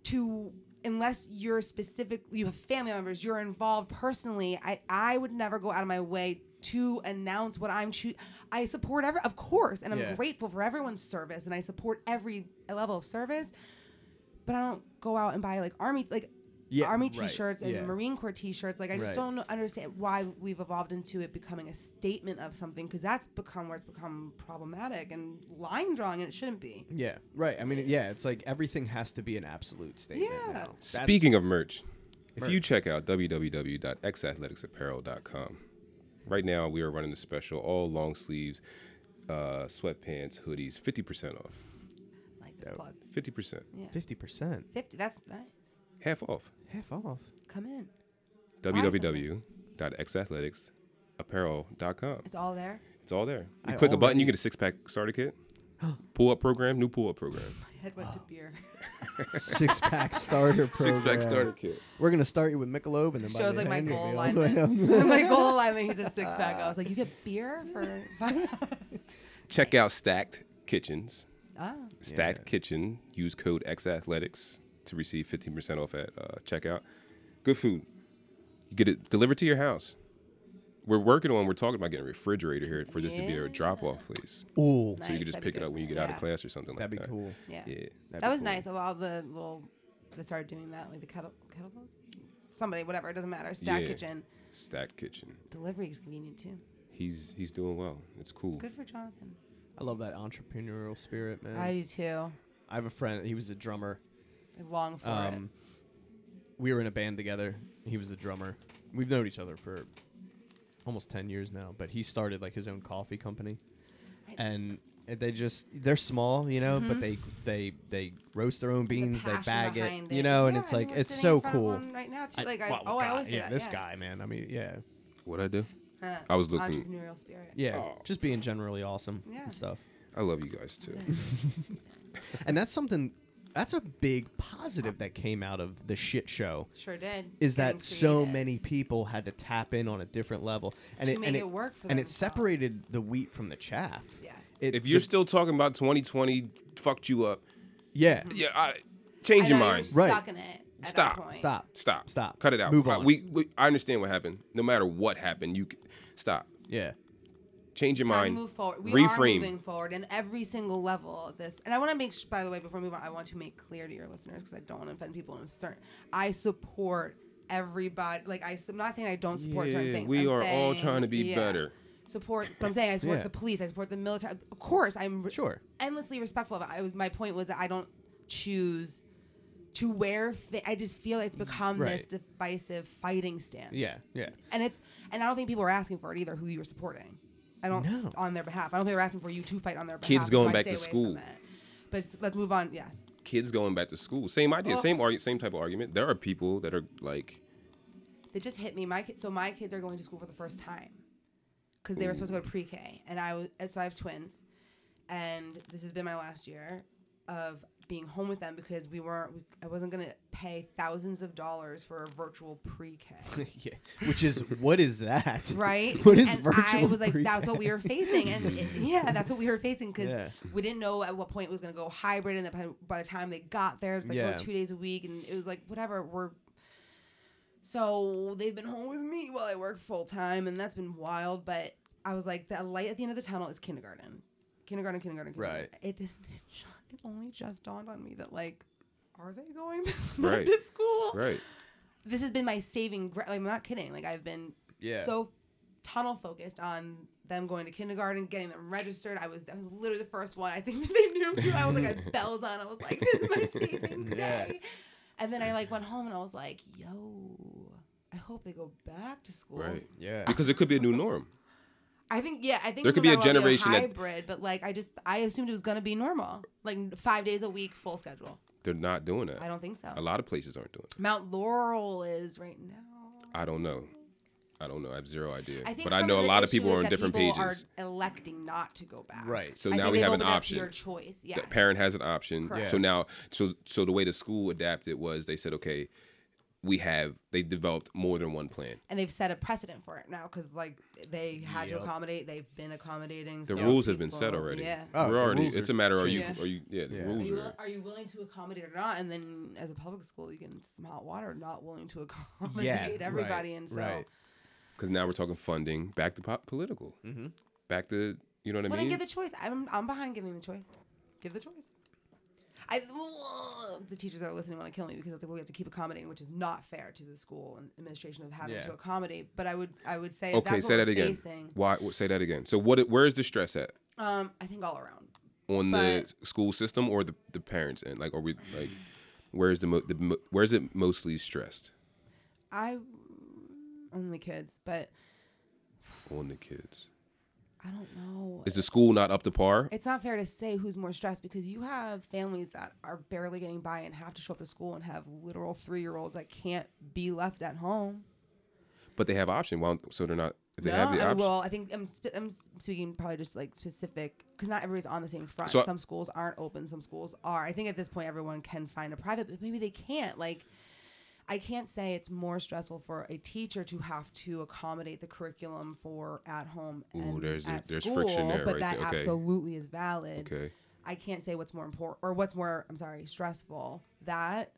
to unless you're specific, you have family members, you're involved personally. I I would never go out of my way to announce what I'm choosing. I support every, of course, and I'm
Yeah.
grateful for everyone's service, and I support every level of service but I don't go out and buy like army like
Yeah,
army
right,
t-shirts and
yeah.
marine corps t-shirts like I just
Right.
don't understand why we've evolved into it becoming a statement of something because that's become where it's become problematic and line drawing and it shouldn't be
yeah, right. I mean, yeah, it's like everything has to be an absolute statement.
Yeah.
now. That's-
Speaking of merch, if you check out www.xathleticsapparel.com, right now we are running a special all long sleeves, uh, sweatpants, hoodies, 50% off.
like this plug
50%.
yeah
50%
50 that's nice
Half off.
half off.
come in
www.xathleticsapparel.com.
it's all there
It's all there. You
I
click a button,
already-
you get a six pack starter kit, pull up program, new pull up program,
my head went to beer
Six pack starter.
six pack
program.
starter kit.
We're gonna start you with Michelob and then by
shows
the
like my
end, you'll
goal
be all the way up.
alignment my goal alignment he's a six pack I was like you get beer for
Check out Stacked Kitchens.
ah
Stacked Kitchen. Use code XAthletics to receive 15% off at uh, checkout. Good food. You get it delivered to your house. We're working on, we're talking about getting a refrigerator here for this to be a drop off place.
Ooh,
So you
Nice,
can just
that'd be
pick it
good
up when you
for-
get out of
yeah.
class or something
that'd be
like that.
cool.
yeah,
Yeah.
That'd
that
be
was
cool.
nice. Of all the little that started doing that, like the kettle, kettlebell, somebody, whatever, it doesn't matter. Stack
Yeah.
kitchen
Stacked Kitchen.
delivery is convenient too.
He's he's doing well. It's cool.
Good for Jonathan.
I love that entrepreneurial spirit, man.
I
I,
do too.
have a friend. He was a drummer.
I long for
Um, we were in a band together. He was the drummer. We've known each other for almost ten years now. But he started like his own coffee company, and they just they're small, you know. But they they they roast their own
it. Mm-hmm. The
beans. they
passion
bag it,
behind
you know. and
Yeah,
it's
I
like
mean, we're
it's
sitting
so
in front of
cool.
one Right now, too.
I-
like I,
wow,
oh, I
God,
always say
yeah,
that,
this
yeah.
guy, man. I mean, yeah,
What I do?
Huh.
I was looking-
entrepreneurial spirit.
yeah,
Oh.
just being generally awesome
Yeah.
and stuff.
I love you guys too.
and that's something that's a big positive that came out of the shit show
Sure did.
is
Getting
that so
creative.
many people had to tap in on a different level and
To
it
make
and
it work for
and it
themselves.
separated the wheat from the chaff
Yes.
It-
If you're
the-
still talking about 2020 fucked you up,
yeah
yeah, I,
I
change your
know you're
mind.
Right.
Stuck in it. at that
Stop.
point.
stop
Stop.
stop
Cut it out.
move
I-
on
We, we I understand what happened. No matter what happened, you c- stop.
yeah
Change your
It's time to
mind.
Move forward. We are
reframe.
moving forward in every single level of this. And I want to make, sh- by the way, before we move on, I want to make clear to your listeners because I don't want to offend people in a certain. I support everybody. Like I, am not saying I don't support certain
Yeah,
things.
we
I'm
are all
saying-
trying to be
yeah.
better.
Support. But I'm saying I support
Yeah.
the police. I support the military. Of course, I'm re-
sure
endlessly respectful of it. I was my point was that I don't choose to wear. Thi- I just feel it's become this
Right.
divisive fighting stance
yeah yeah
and it's and I don't think people are asking for it either. Who you're supporting, I don't
No.
on their behalf. I don't think they're asking for you to fight on their behalf.
Kids
so
going
I
back
stay
to
away
school.
from it. But s- let's move on. Yes,
Kids going back to school. Same idea.
Oh.
Same argument. Same type of argument. There are people that are like,
it just hit me. My kid, so my kids are going to school for the first time because they were supposed to go to pre-K, and I was and so I have twins, and this has been my last year of being home with them because we weren't. We, I wasn't gonna pay thousands of dollars for a virtual pre-K.
yeah which is what is that
right?
what is
and
virtual
I was like,
pre-
that's what we were facing, and it- yeah, that's what we were facing because
Yeah.
we didn't know at what point it was going to go hybrid, and then by the time they got there, it's like
Yeah.
oh, two days a week, and it was like whatever we're. So they've been home with me while I work full time, and that's been wild. But I was like, the light at the end of the tunnel is kindergarten, kindergarten, kindergarten, kindergarten. It didn't. It, ju- it only just dawned on me that like, are they going back
Right.
to school?
right.
This has been my saving. Gra- like, I'm not kidding. Like I've been
yeah
so tunnel focused on them going to kindergarten, getting them registered. I was I was literally the first one. I think that they knew too. I was like, I had bells on. I was like, this is my saving
Yeah.
day. And then I like went home and I was like, yo, I hope they go back to school.
Right.
yeah
Because it could be a new norm.
I think yeah, I think
There could be a
might well
generation that-
hybrid, but like I just I assumed it was gonna be normal, like five days a week, full schedule.
They're not doing
I
that.
don't think so.
A lot of places aren't doing it.
Mount Laurel is right now.
I don't know. I don't know. I have zero idea.
I think
but I
some
know
of
a
the
lot of
issue
people
is
are on
that
different
people
pages.
Are electing not to go back.
right
So
I
now
think
we
they've
have an
opened up to
option.
Your choice. Yes.
The parent has an option.
Correct.
So
Yeah.
now, so so the way the school adapted was they said, okay, we have they developed more than one plan.
and they've set a precedent for it now because like they had
Yep.
to accommodate. They've been accommodating.
The
so
rules have been
people-
set already.
Yeah.
Oh,
We're
the
already.
rules
It's
are
a matter. Are you?
changed.
Are you? Yeah. The
Yeah.
Are
rules
you,
are.
will, are you willing to accommodate or not? And then, as a public school, you can some hot water not willing to accommodate
right,
everybody. and so,
right.
Because now we're talking funding. Back to pop political.
Mm-hmm.
Back to you know what
well,
I
then
mean.
give the choice. I'm I'm behind giving the choice. Give the choice. I the teachers that are listening want to kill me because I think we have to keep accommodating, which is not fair to the school and administration of having
Yeah.
to accommodate. But I would I would say if
okay,
that's
say
what
that
we're
again.
facing,
Why? wh- Say that again. So what? Where is the stress at
Um, I think all around.
on the school system or the the parents end? Like, are we like? Where is the, mo- the mo- where is it mostly stressed
I on the kids, but
on the kids?
I don't know.
Is the school not up to par?
It's not fair to say who's more stressed because you have families that are barely getting by and have to show up to school and have literal three year olds that can't be left at home.
But they have option. Well, so they're not. If they have the
I-
option.
well, I think I'm, sp- I'm speaking probably just like specific because not everybody's on the same front.
So I-
some schools aren't open, some schools are. I think at this point everyone can find a private, but maybe they can't. Like, I can't say it's more stressful for a teacher to have to accommodate the curriculum for at home
Ooh,
and
there's a-
at
there's
school,
friction there
but
right
that
there. Okay.
absolutely is valid.
okay.
I can't say what's more important or what's more, I'm sorry, stressful that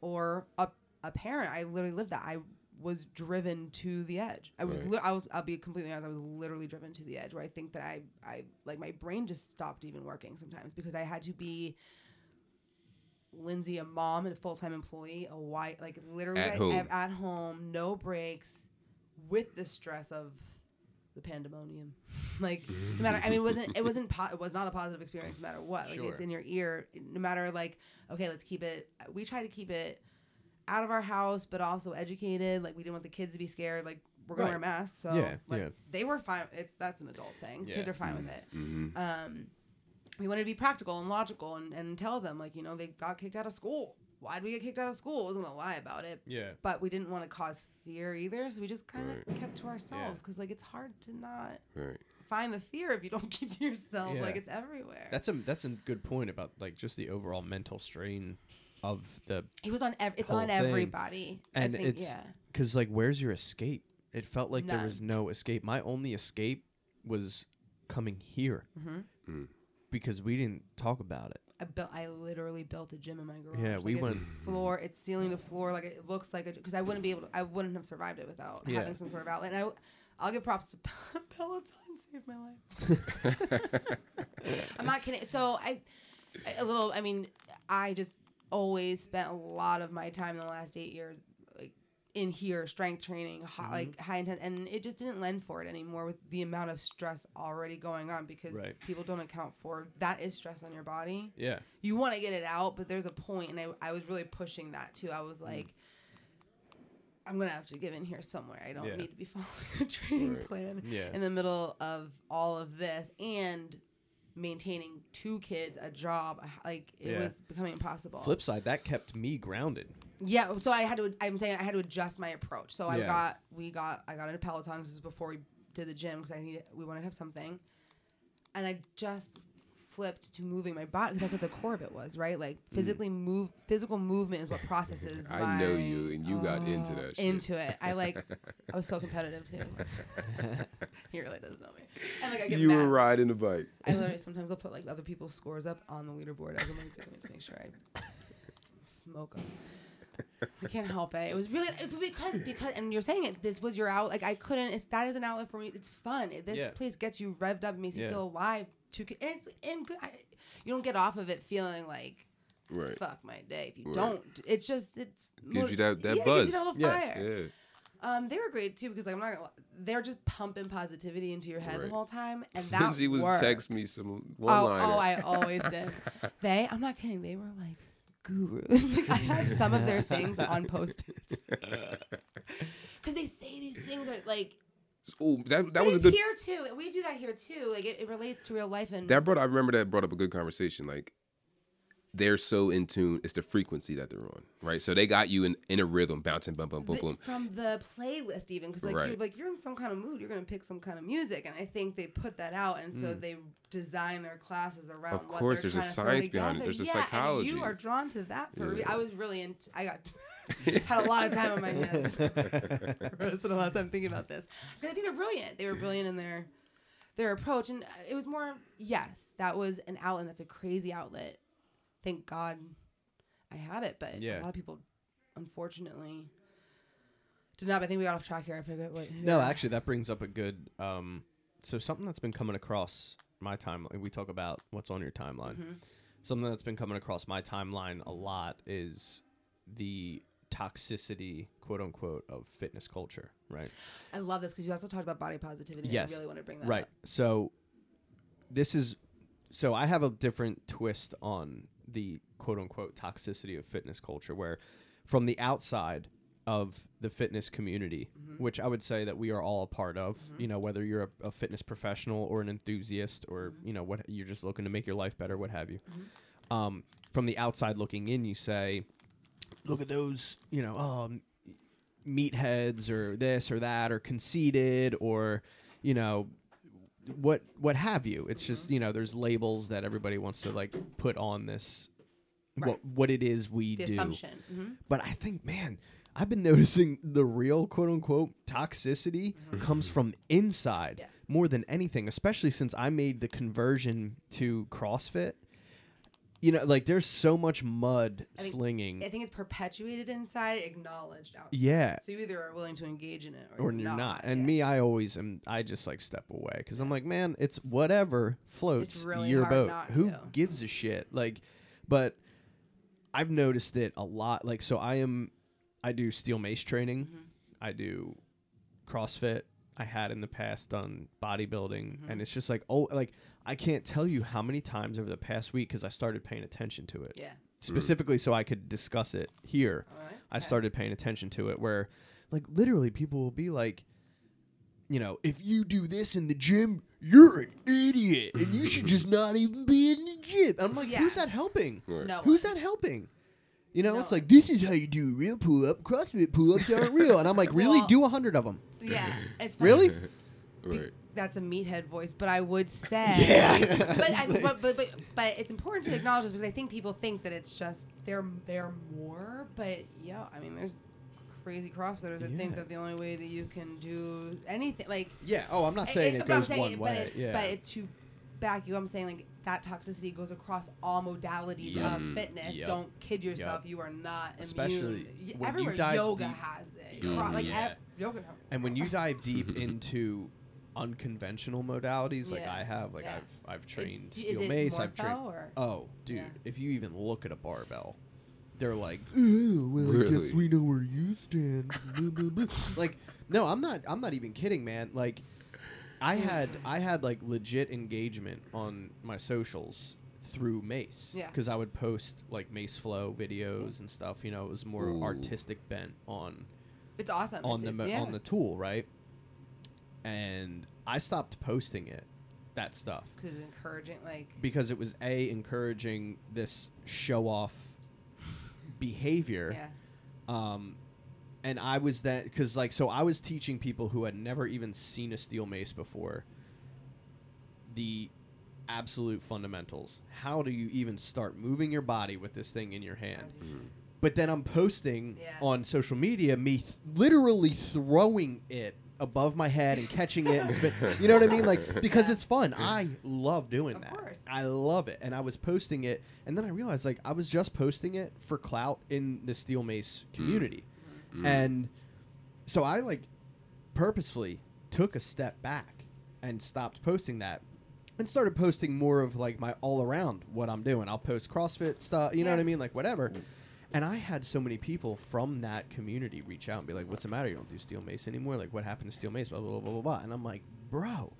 or a, a parent. I literally lived that. I was driven to the edge. I was,
Right.
li- I was, I'll be completely honest. I was literally driven to the edge where I think that I, I like my brain just stopped even working sometimes because I had to be Lindsay, a mom and a full-time employee, a wife, like literally
At
I-
home.
at home, no breaks with the stress of the pandemonium. Like no matter, I mean, it wasn't it wasn't po- it was not a positive experience no matter what. Like it's
Sure.
in your ear, no matter like okay, let's keep it. We try to keep it out of our house, but also educated. Like we didn't want the kids to be scared. Like we're gonna wear
Right.
masks, so
Yeah,
like,
yeah.
they were fine. It's that's an adult thing. Kids
Yeah. Mm.
are fine with it.
Mm-hmm.
Um, we wanted to be practical and logical and, and tell them like you know they got kicked out of school. Why did we get kicked out of school? I wasn't gonna lie about it,
yeah
but we didn't want to cause fear either, so we just kind of kept to ourselves
Yeah.
because like it's hard to not
Right.
find the fear if you don't keep to yourself.
Yeah.
Like it's everywhere.
That's a that's a good point about like just the overall mental strain of the
it was on. Ev- it's
whole
on
thing.
everybody.
and
I think,
it's
yeah.
because like where's your escape? It felt like there was no escape. My only escape was coming here
Mhm.
Mm.
because we didn't talk about it.
I built. I literally built a gym in my garage.
Yeah,
Like,
we
it's
went-
floor. It's ceiling to floor. Like it looks like a because I wouldn't be able. to I wouldn't have survived it without
Yeah.
having some sort of outlet. And I, I'll give props to Pel- Peloton. Saved my life. I'm not kidding. So I, a little. I mean, I just always spent a lot of my time in the last eight years, like in here, strength training, high, like high intense, and it just didn't lend for it anymore with the amount of stress already going on because
Right.
people don't account for that is stress on your body.
Yeah.
You want to get it out, but there's a point, and I, I was really pushing that too. I
Mm.
was like. I'm gonna have to give in here somewhere. I don't
Yeah.
need to be following a training
Right.
plan
Yeah.
in the middle of all of this and maintaining two kids, a job, a h- like it
Yeah.
was becoming impossible.
Flip side, that kept me grounded.
Yeah, so I had to. I'm saying I had to adjust my approach. So I
Yeah.
got we got I got into Peloton. This was before we did the gym because I needed we wanted to have something, and I just flipped to moving my body because that's what the core of it was, right? Like physically move, physical movement is what processes.
Mm. I know
my-
you, and you got into
Oh,
that shit.
Into it, I like. I was so competitive too. he really does know me. And like I get
you were
mad.
riding the bike.
I literally sometimes I'll put like other people's scores up on the leaderboard as I'm like doing it to make sure I smoke them. I can't help it. It was really it- because because and you're saying it. This was your out. Like I couldn't. It's that is an outlet for me. It's fun. It- This
Yeah.
place gets you revved up. It makes you
Yeah.
feel alive. To and it's and good. I, you don't get off of it feeling like
Right.
fuck my day. If you
Right.
don't, it's just it's
Gives you that- that
yeah, It gives
buzz.
you that little
Yeah.
fire.
Yeah.
Um, they were great too because like I'm not gonna, li- they're just pumping positivity into your head the
Right.
whole time, and that
Lindsay was text me
works.
some one liner.
Oh, oh, I always did. They, I'm not kidding. They were like gurus. like I have some of their things on post-its because they say these things that like.
Ooh, that that
but
was a
it's
good.
here too. We do that here too. Like it, it relates to real life and
That brought. I remember that brought up a good conversation. Like they're so in tune. It's the frequency that they're on, right? So they got you in in a rhythm, bouncing, boom, boom, boom,
the-
boom.
from the playlist even because like you're
Right.
like you're in some kind of mood you're gonna pick some kind of music and i think they put that out and so they design their classes around
Hmm. Of
what
course,
they're
there's a
trying to throw
science behind it.
together.
There's a
yeah, and
psychology.
you are drawn to that for re-
Yeah.
i was really in i got had a lot of time on my hands i spent a lot of time thinking about this because i think they're brilliant they were brilliant in their their approach and it was more yes that was an outlet that's a crazy outlet thank god i had it but
Yeah.
a lot of people unfortunately did not but i think we got off track here i forget what
No, actually, that brings up a good. Um, so something that's been coming across my timeline. We talk about what's on your timeline. Something that's been coming across my timeline a lot is the toxicity, quote unquote, of fitness culture. Right.
i love this because you also talked about body positivity
Yes.
and i really want to bring that
Right.
up.
So this is so I have a different twist on the quote unquote toxicity of fitness culture where from the outside of the fitness community, which I would say that we are all a part of, you know, whether you're a, a fitness professional or an enthusiast or, you know, what you're just looking to make your life better, what have you. Um, from the outside looking in, you say, look at those, you know, um, meatheads or this or that or conceited or, you know, what what have you. It's just you know, there's labels that everybody wants to like put on this what what it is we
the
do.
assumption hmm
But I think, man, I've been noticing the real quote unquote toxicity comes from inside
Yes.
more than anything, especially since I made the conversion to CrossFit. You know, like there's so much mud
I think-
slinging.
i think it's perpetuated inside acknowledged out
yeah.
so you either are willing to engage in it or,
Or you're not.
yeah.
And me, I always am. I just like step away because I'm like, man, it's whatever floats
really
your
hard
boat.
not
Who
to.
gives a shit? Like, but I've noticed it a lot. Like, so I am, I do steel mace training,
Mm-hmm.
I do CrossFit. I had in the past done bodybuilding,
Mm-hmm.
and it's just like, oh, like I can't tell you how many times over the past week because I started paying attention to it
yeah
specifically so I could discuss it here.
Alright,
I
okay.
started paying attention to it where like literally people will be like you know, if you do this in the gym, you're an idiot and you should just not even be in the gym. I'm like, who's that
Yes.
helping?
Right.
no
Who's that helping? You know,
No
it's like this is how you do a real pull up. CrossFit pull ups aren't real, and I'm like, really?
Well-
do a hundred of them?
yeah it's funny.
Really?
Right.
that's a meathead voice, but I would say,
Yeah.
but, I, but, but but but it's important to acknowledge this because I think people think that it's just they're they're more, but yeah, I mean, there's crazy CrossFitters that think
Yeah.
that the only way that you can do anything, like
Yeah. Oh, I'm not
I-
saying
I-
it
but I'm
goes
saying
one
it-
way.
But, it,
yeah.
but it, to back you, I'm saying like that toxicity goes across all modalities
Yup.
of fitness.
Mm, Yup.
Don't kid yourself. You are not
Especially
immune. Y-
when you
Everywhere
dive
yoga
deep-
has it.
Mhm.
Cro- like
Yeah.
ev- yoga.
and when you dive deep into unconventional modalities, like
Yeah.
I have, like
Yeah.
I've I've trained
d- is
steel
it
mace,
more
I've trained.
so, or-
Oh, dude,
Yeah.
if you even look at a barbell, they're like, "Ooh, well, I
Really?
guess we know where you stand. Blah, blah, blah." like, no, I'm not. I'm not even kidding, man. Like, I had I had like legit engagement on my socials through Mace
Yeah.
because I would post like Mace Flow videos and stuff. You know, it was more
Ooh.
artistic bent on
it's awesome.
on
It's-
the mo
yeah.
on the tool, right? And I stopped posting it, that stuff,
'Cause it's encouraging. Like
because it was a encouraging this show off behavior,
yeah,
um, and I was that because like so I was teaching people who had never even seen a steel mace before the absolute fundamentals. How do you even start moving your body with this thing in your hand? but then I'm posting
Yeah.
on social media me th- literally throwing it above my head and catching it and spit. You know what I mean? Like because
Yeah.
it's fun. I love doing
Of
that.
course.
I love it, and I was posting it, and then I realized like I was just posting it for clout in the steel mace community,
Mm.
and so I like purposefully took a step back and stopped posting that. And started posting more of like my all around what I'm doing. I'll post CrossFit stuff, you know what I
Yeah.
mean, like whatever. And I had so many people from that community reach out and be like, "What's the matter? You don't do steel mace anymore? Like, what happened to steel mace?" Blah blah blah blah blah. blah. And I'm like, "Bro,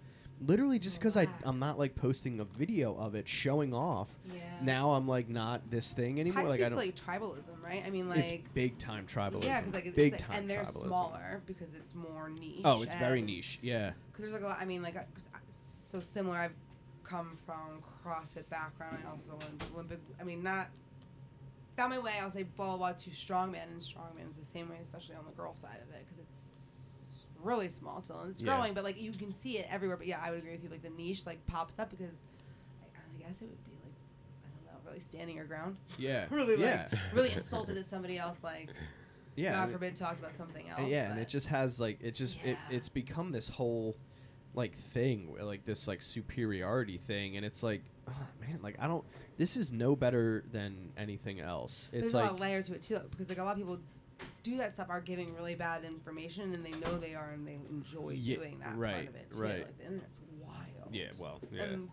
literally just because I I'm not like posting a video of it showing off.
yeah.
Now I'm like not this thing anymore.
High
Like I
speed's
don't.
like tribalism, right? I mean,
it's
like
big time tribalism.
yeah, because like it's
big
like,
time
and they're
tribalism.
smaller because it's more niche.
Oh, it's very
and-
niche. Yeah.
because there's like a lot. I mean, like I- 'cause I- so similar. I've come from CrossFit background. I also went to Olympic. I mean, not found my way. I'll say ball while to strongman, and strongman is the same way, especially on the girl side of it, because it's really small still and it's
Yeah.
growing. But like you can see it everywhere. But yeah, I would agree with you. Like the niche like pops up because like, I guess it would be like I don't know, really standing your ground,
Yeah.
really
yeah.
like really insulted that somebody else like
yeah.
God
and it-
forbid talked about something else.
and yeah, and
but-
it just has like it just it,
Yeah.
it's become this whole like thing where, like this like superiority thing and it's like oh, man like I don't this is no better than anything else. It's
there's a
like
lot of layers to it too, though, because like a lot of people do that stuff are giving really bad information, and they know they are, and they enjoy
Ye-
doing that
right,
part of it too.
right.
Like the internet's wild.
yeah, well, yeah.
And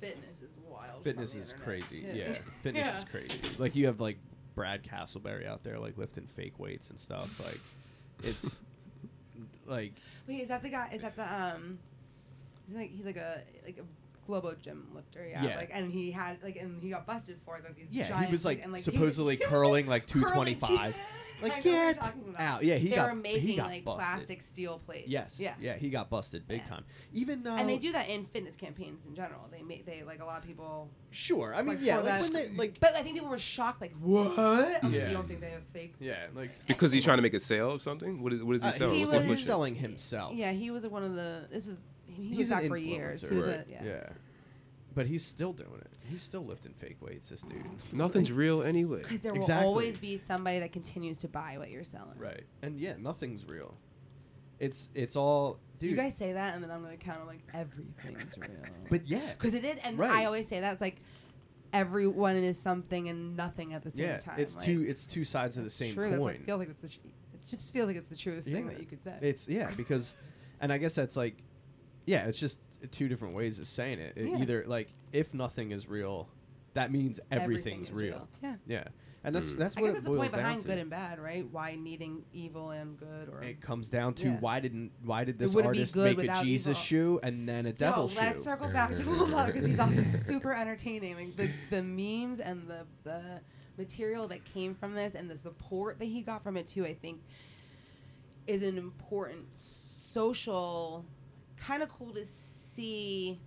fitness is wild. from
fitness
the
is
internet,
crazy.
too.
Yeah. Fitness
Yeah.
is crazy. Like you have like Brad Castleberry out there like lifting fake weights and stuff like it's like
Wait, is that the guy? Is that the um? Is he like he's like a like a globo gym lifter, yeah.
Yeah.
Like, and he had like, and he got busted for like these
yeah,
giant
he was like,
and, like he-
supposedly
he was, like,
curling like
curling
225.
cheese- I
Like
know what you're
get
talking about.
out. Yeah, he
they
got
were
he
making
got
like
busted.
plastic steel plates.
Yes.
Yeah.
Yeah, he got busted big
Yeah.
time. Even though
and they do that in fitness campaigns in general. They make they like a lot of people,
Sure. I mean,
Like,
yeah,
for
like
that-
when they like
but I think people were shocked. Like what? I was
Yeah.
Like, you don't think they have fake?
yeah, like
Because he's trying to make a sale of something. What is what is he
Uh,
selling?
he
What's
was
he
was-
pushing?
selling himself.
Yeah, he was one of the. This was he
He's
was
an
out for years.
influencer,
He was a,
right.
yeah.
But he's still doing it. He's still lifting fake weights, this dude.
Nothing's real anyway.
Because there will
Exactly.
always be somebody that continues to buy what you're selling.
Right. And yeah, nothing's real. It's it's all dude.
You guys say that, and then I'm gonna count. I'm like everything's real.
but yeah.
because it is, and
Right.
I always say that it's like everyone is something and nothing at the same
Yeah,
time.
it's
like,
two it's two sides of the same
true, That's
coin.
like, feels like it's the. tr- It just feels like it's the truest thing
Yeah.
that you could say.
It's yeah, because, and I guess that's like, yeah, it's just two different ways of saying it. It
Yeah.
Either like, if nothing is real, that means everything's
Everything is
real.
Yeah.
Yeah, and that's
Mm.
that's
I
what
guess
it
that's the
boils
point
down
behind
to.
good and bad, right? Why needing evil and good, or
it comes down to
Yeah.
why didn't why did this
wouldn't be
artist
good
make a
without
Jesus
evil.
shoe and then a devil
Yo, let's
shoe?
circle back to Lil Mother because he's also super entertaining. Like the the memes and the the material that came from this and the support that he got from it too, I think, is an important social. Kind of cool to see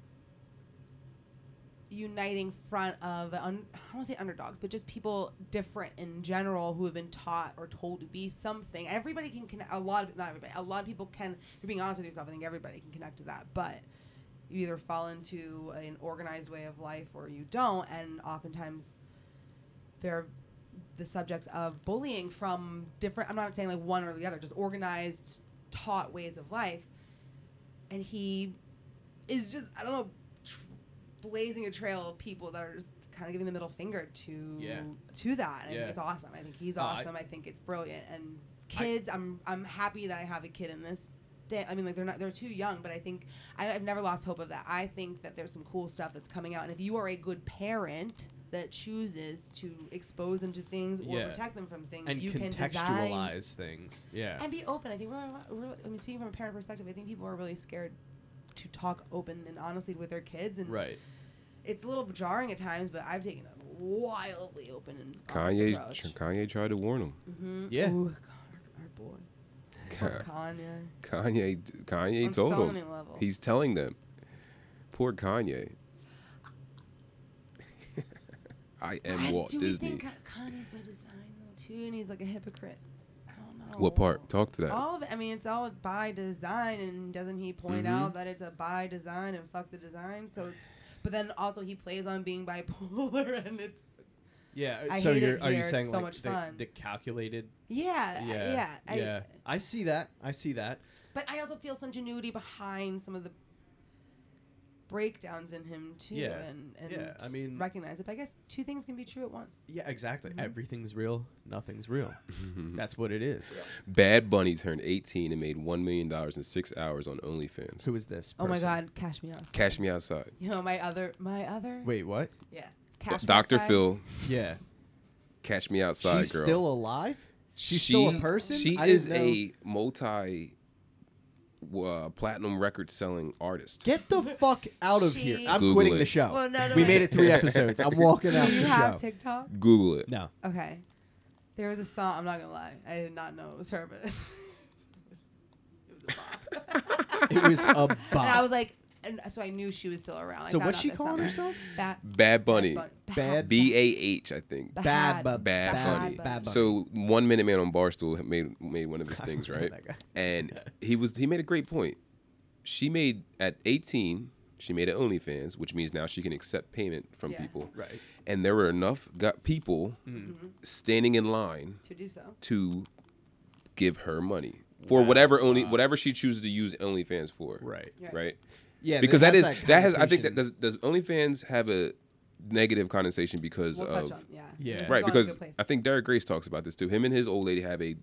uniting front of un, I don't want to say underdogs, but just people different in general who have been taught or told to be something. Everybody can connect. A lot of not everybody. A lot of people can. If you're being honest with yourself, I think everybody can connect to that. But you either fall into an organized way of life or you don't, and oftentimes they're the subjects of bullying from different. I'm not saying like one or the other. Just organized, taught ways of life. And he is just I don't know, tr- blazing a trail of people that are just kind of giving the middle finger to
Yeah.
to that. And I
Yeah.
think it's awesome. I think he's
No, I-
awesome. I, think it's brilliant. And
I-
kids, I, am I'm happy that I have a kid in this. Day. I mean, like they're not they're too young, but I think I, I've never lost hope of that. I think that there's some cool stuff that's coming out, and if you are a good parent that chooses to expose them to things or
Yeah.
protect them from things,
and
you can design
contextualize things. Yeah.
and be open. I think we're, a lot- we're. I mean, speaking from a parent perspective, I think people are really scared to talk open and honestly with their kids, and
right.
it's a little jarring at times. But I've taken a wildly open and honest
Kanye,
approach.
Kanye tried to warn him.
hmm
Yeah.
Ooh, God, our, our boy, Kanye.
Kanye, Kanye
on
told
so
him.
many levels.
He's telling them. Poor Kanye. I am
I-
Walt
do
Disney.
we think Ka- Kanye's by design though too, and he's like a hypocrite? I don't know.
what part? Talk to that.
All of it. I mean, it's all by design, and doesn't he point
Mhm.
out that it's a by design and fuck the design? So it's. But then also he plays on being bipolar, and it's
Yeah. uh,
I
so
hate it
you're are you
here, it's
saying
so
like
much
the,
fun.
the calculated?
yeah,
Yeah.
yeah, I-
yeah. I see that. I see that.
But I also feel some genuity behind some of the breakdowns in him too,
Yeah.
and and
Yeah, I mean-
recognize it. But I guess two things can be true at once.
Yeah. Exactly.
Mhm.
Everything's real. Nothing's real.
Mm-hmm.
That's what it is.
Bad Bunny turned 18 and made $1 million in six hours on OnlyFans.
Who is this?
Oh my
person?
God, cash me outside.
Cash Me Outside.
You know my other, my other.
Wait. What?
Yeah, cash. Me
Dr.
Outside.
Phil,
Yeah.
Cash Me Outside
She's
girl.
still alive. She's still a
She-
person.
She
I didn't
is
know-
a multi uh, platinum record selling artist.
Get the fuck out of here.
She-
I'm
Google
quitting
it.
the show.
Well, no, no,
we
wait.
made it three episodes. I'm walking out
Do you
the
have
show.
TikTok?
Google it.
no.
Okay. There was a song. I'm not gonna lie. I did not know it was her, but it was, it was a bop.
It was a bop.
And I was like, and so I knew she was still around. I
so
found
what's
out
she
this
calling
summer.
herself?
Bad,
Bad Bunny.
Bad
B A H, I think.
Bad,
Bad
bad,
Bunny.
Bad Bunny.
So one minute man on Barstool made made one of his
I
things,
remember
right?
that guy.
And he was he made a great point. She made at 18, she made an OnlyFans, which means now she can accept payment from
Yeah.
people.
Right.
And there were enough got people standing in line
to do so.
to give her money for whatever only whatever she chooses to use OnlyFans for.
Right.
Yeah.
Right.
Yeah.
because that
has
is that has I think that
connotation.
does does OnlyFans have a negative connotation because
We'll
of
touch on yeah.
Yeah.
This is
uh, right
going to a
because
place.
I think Derek Grace talks about this too. Him and his old lady have a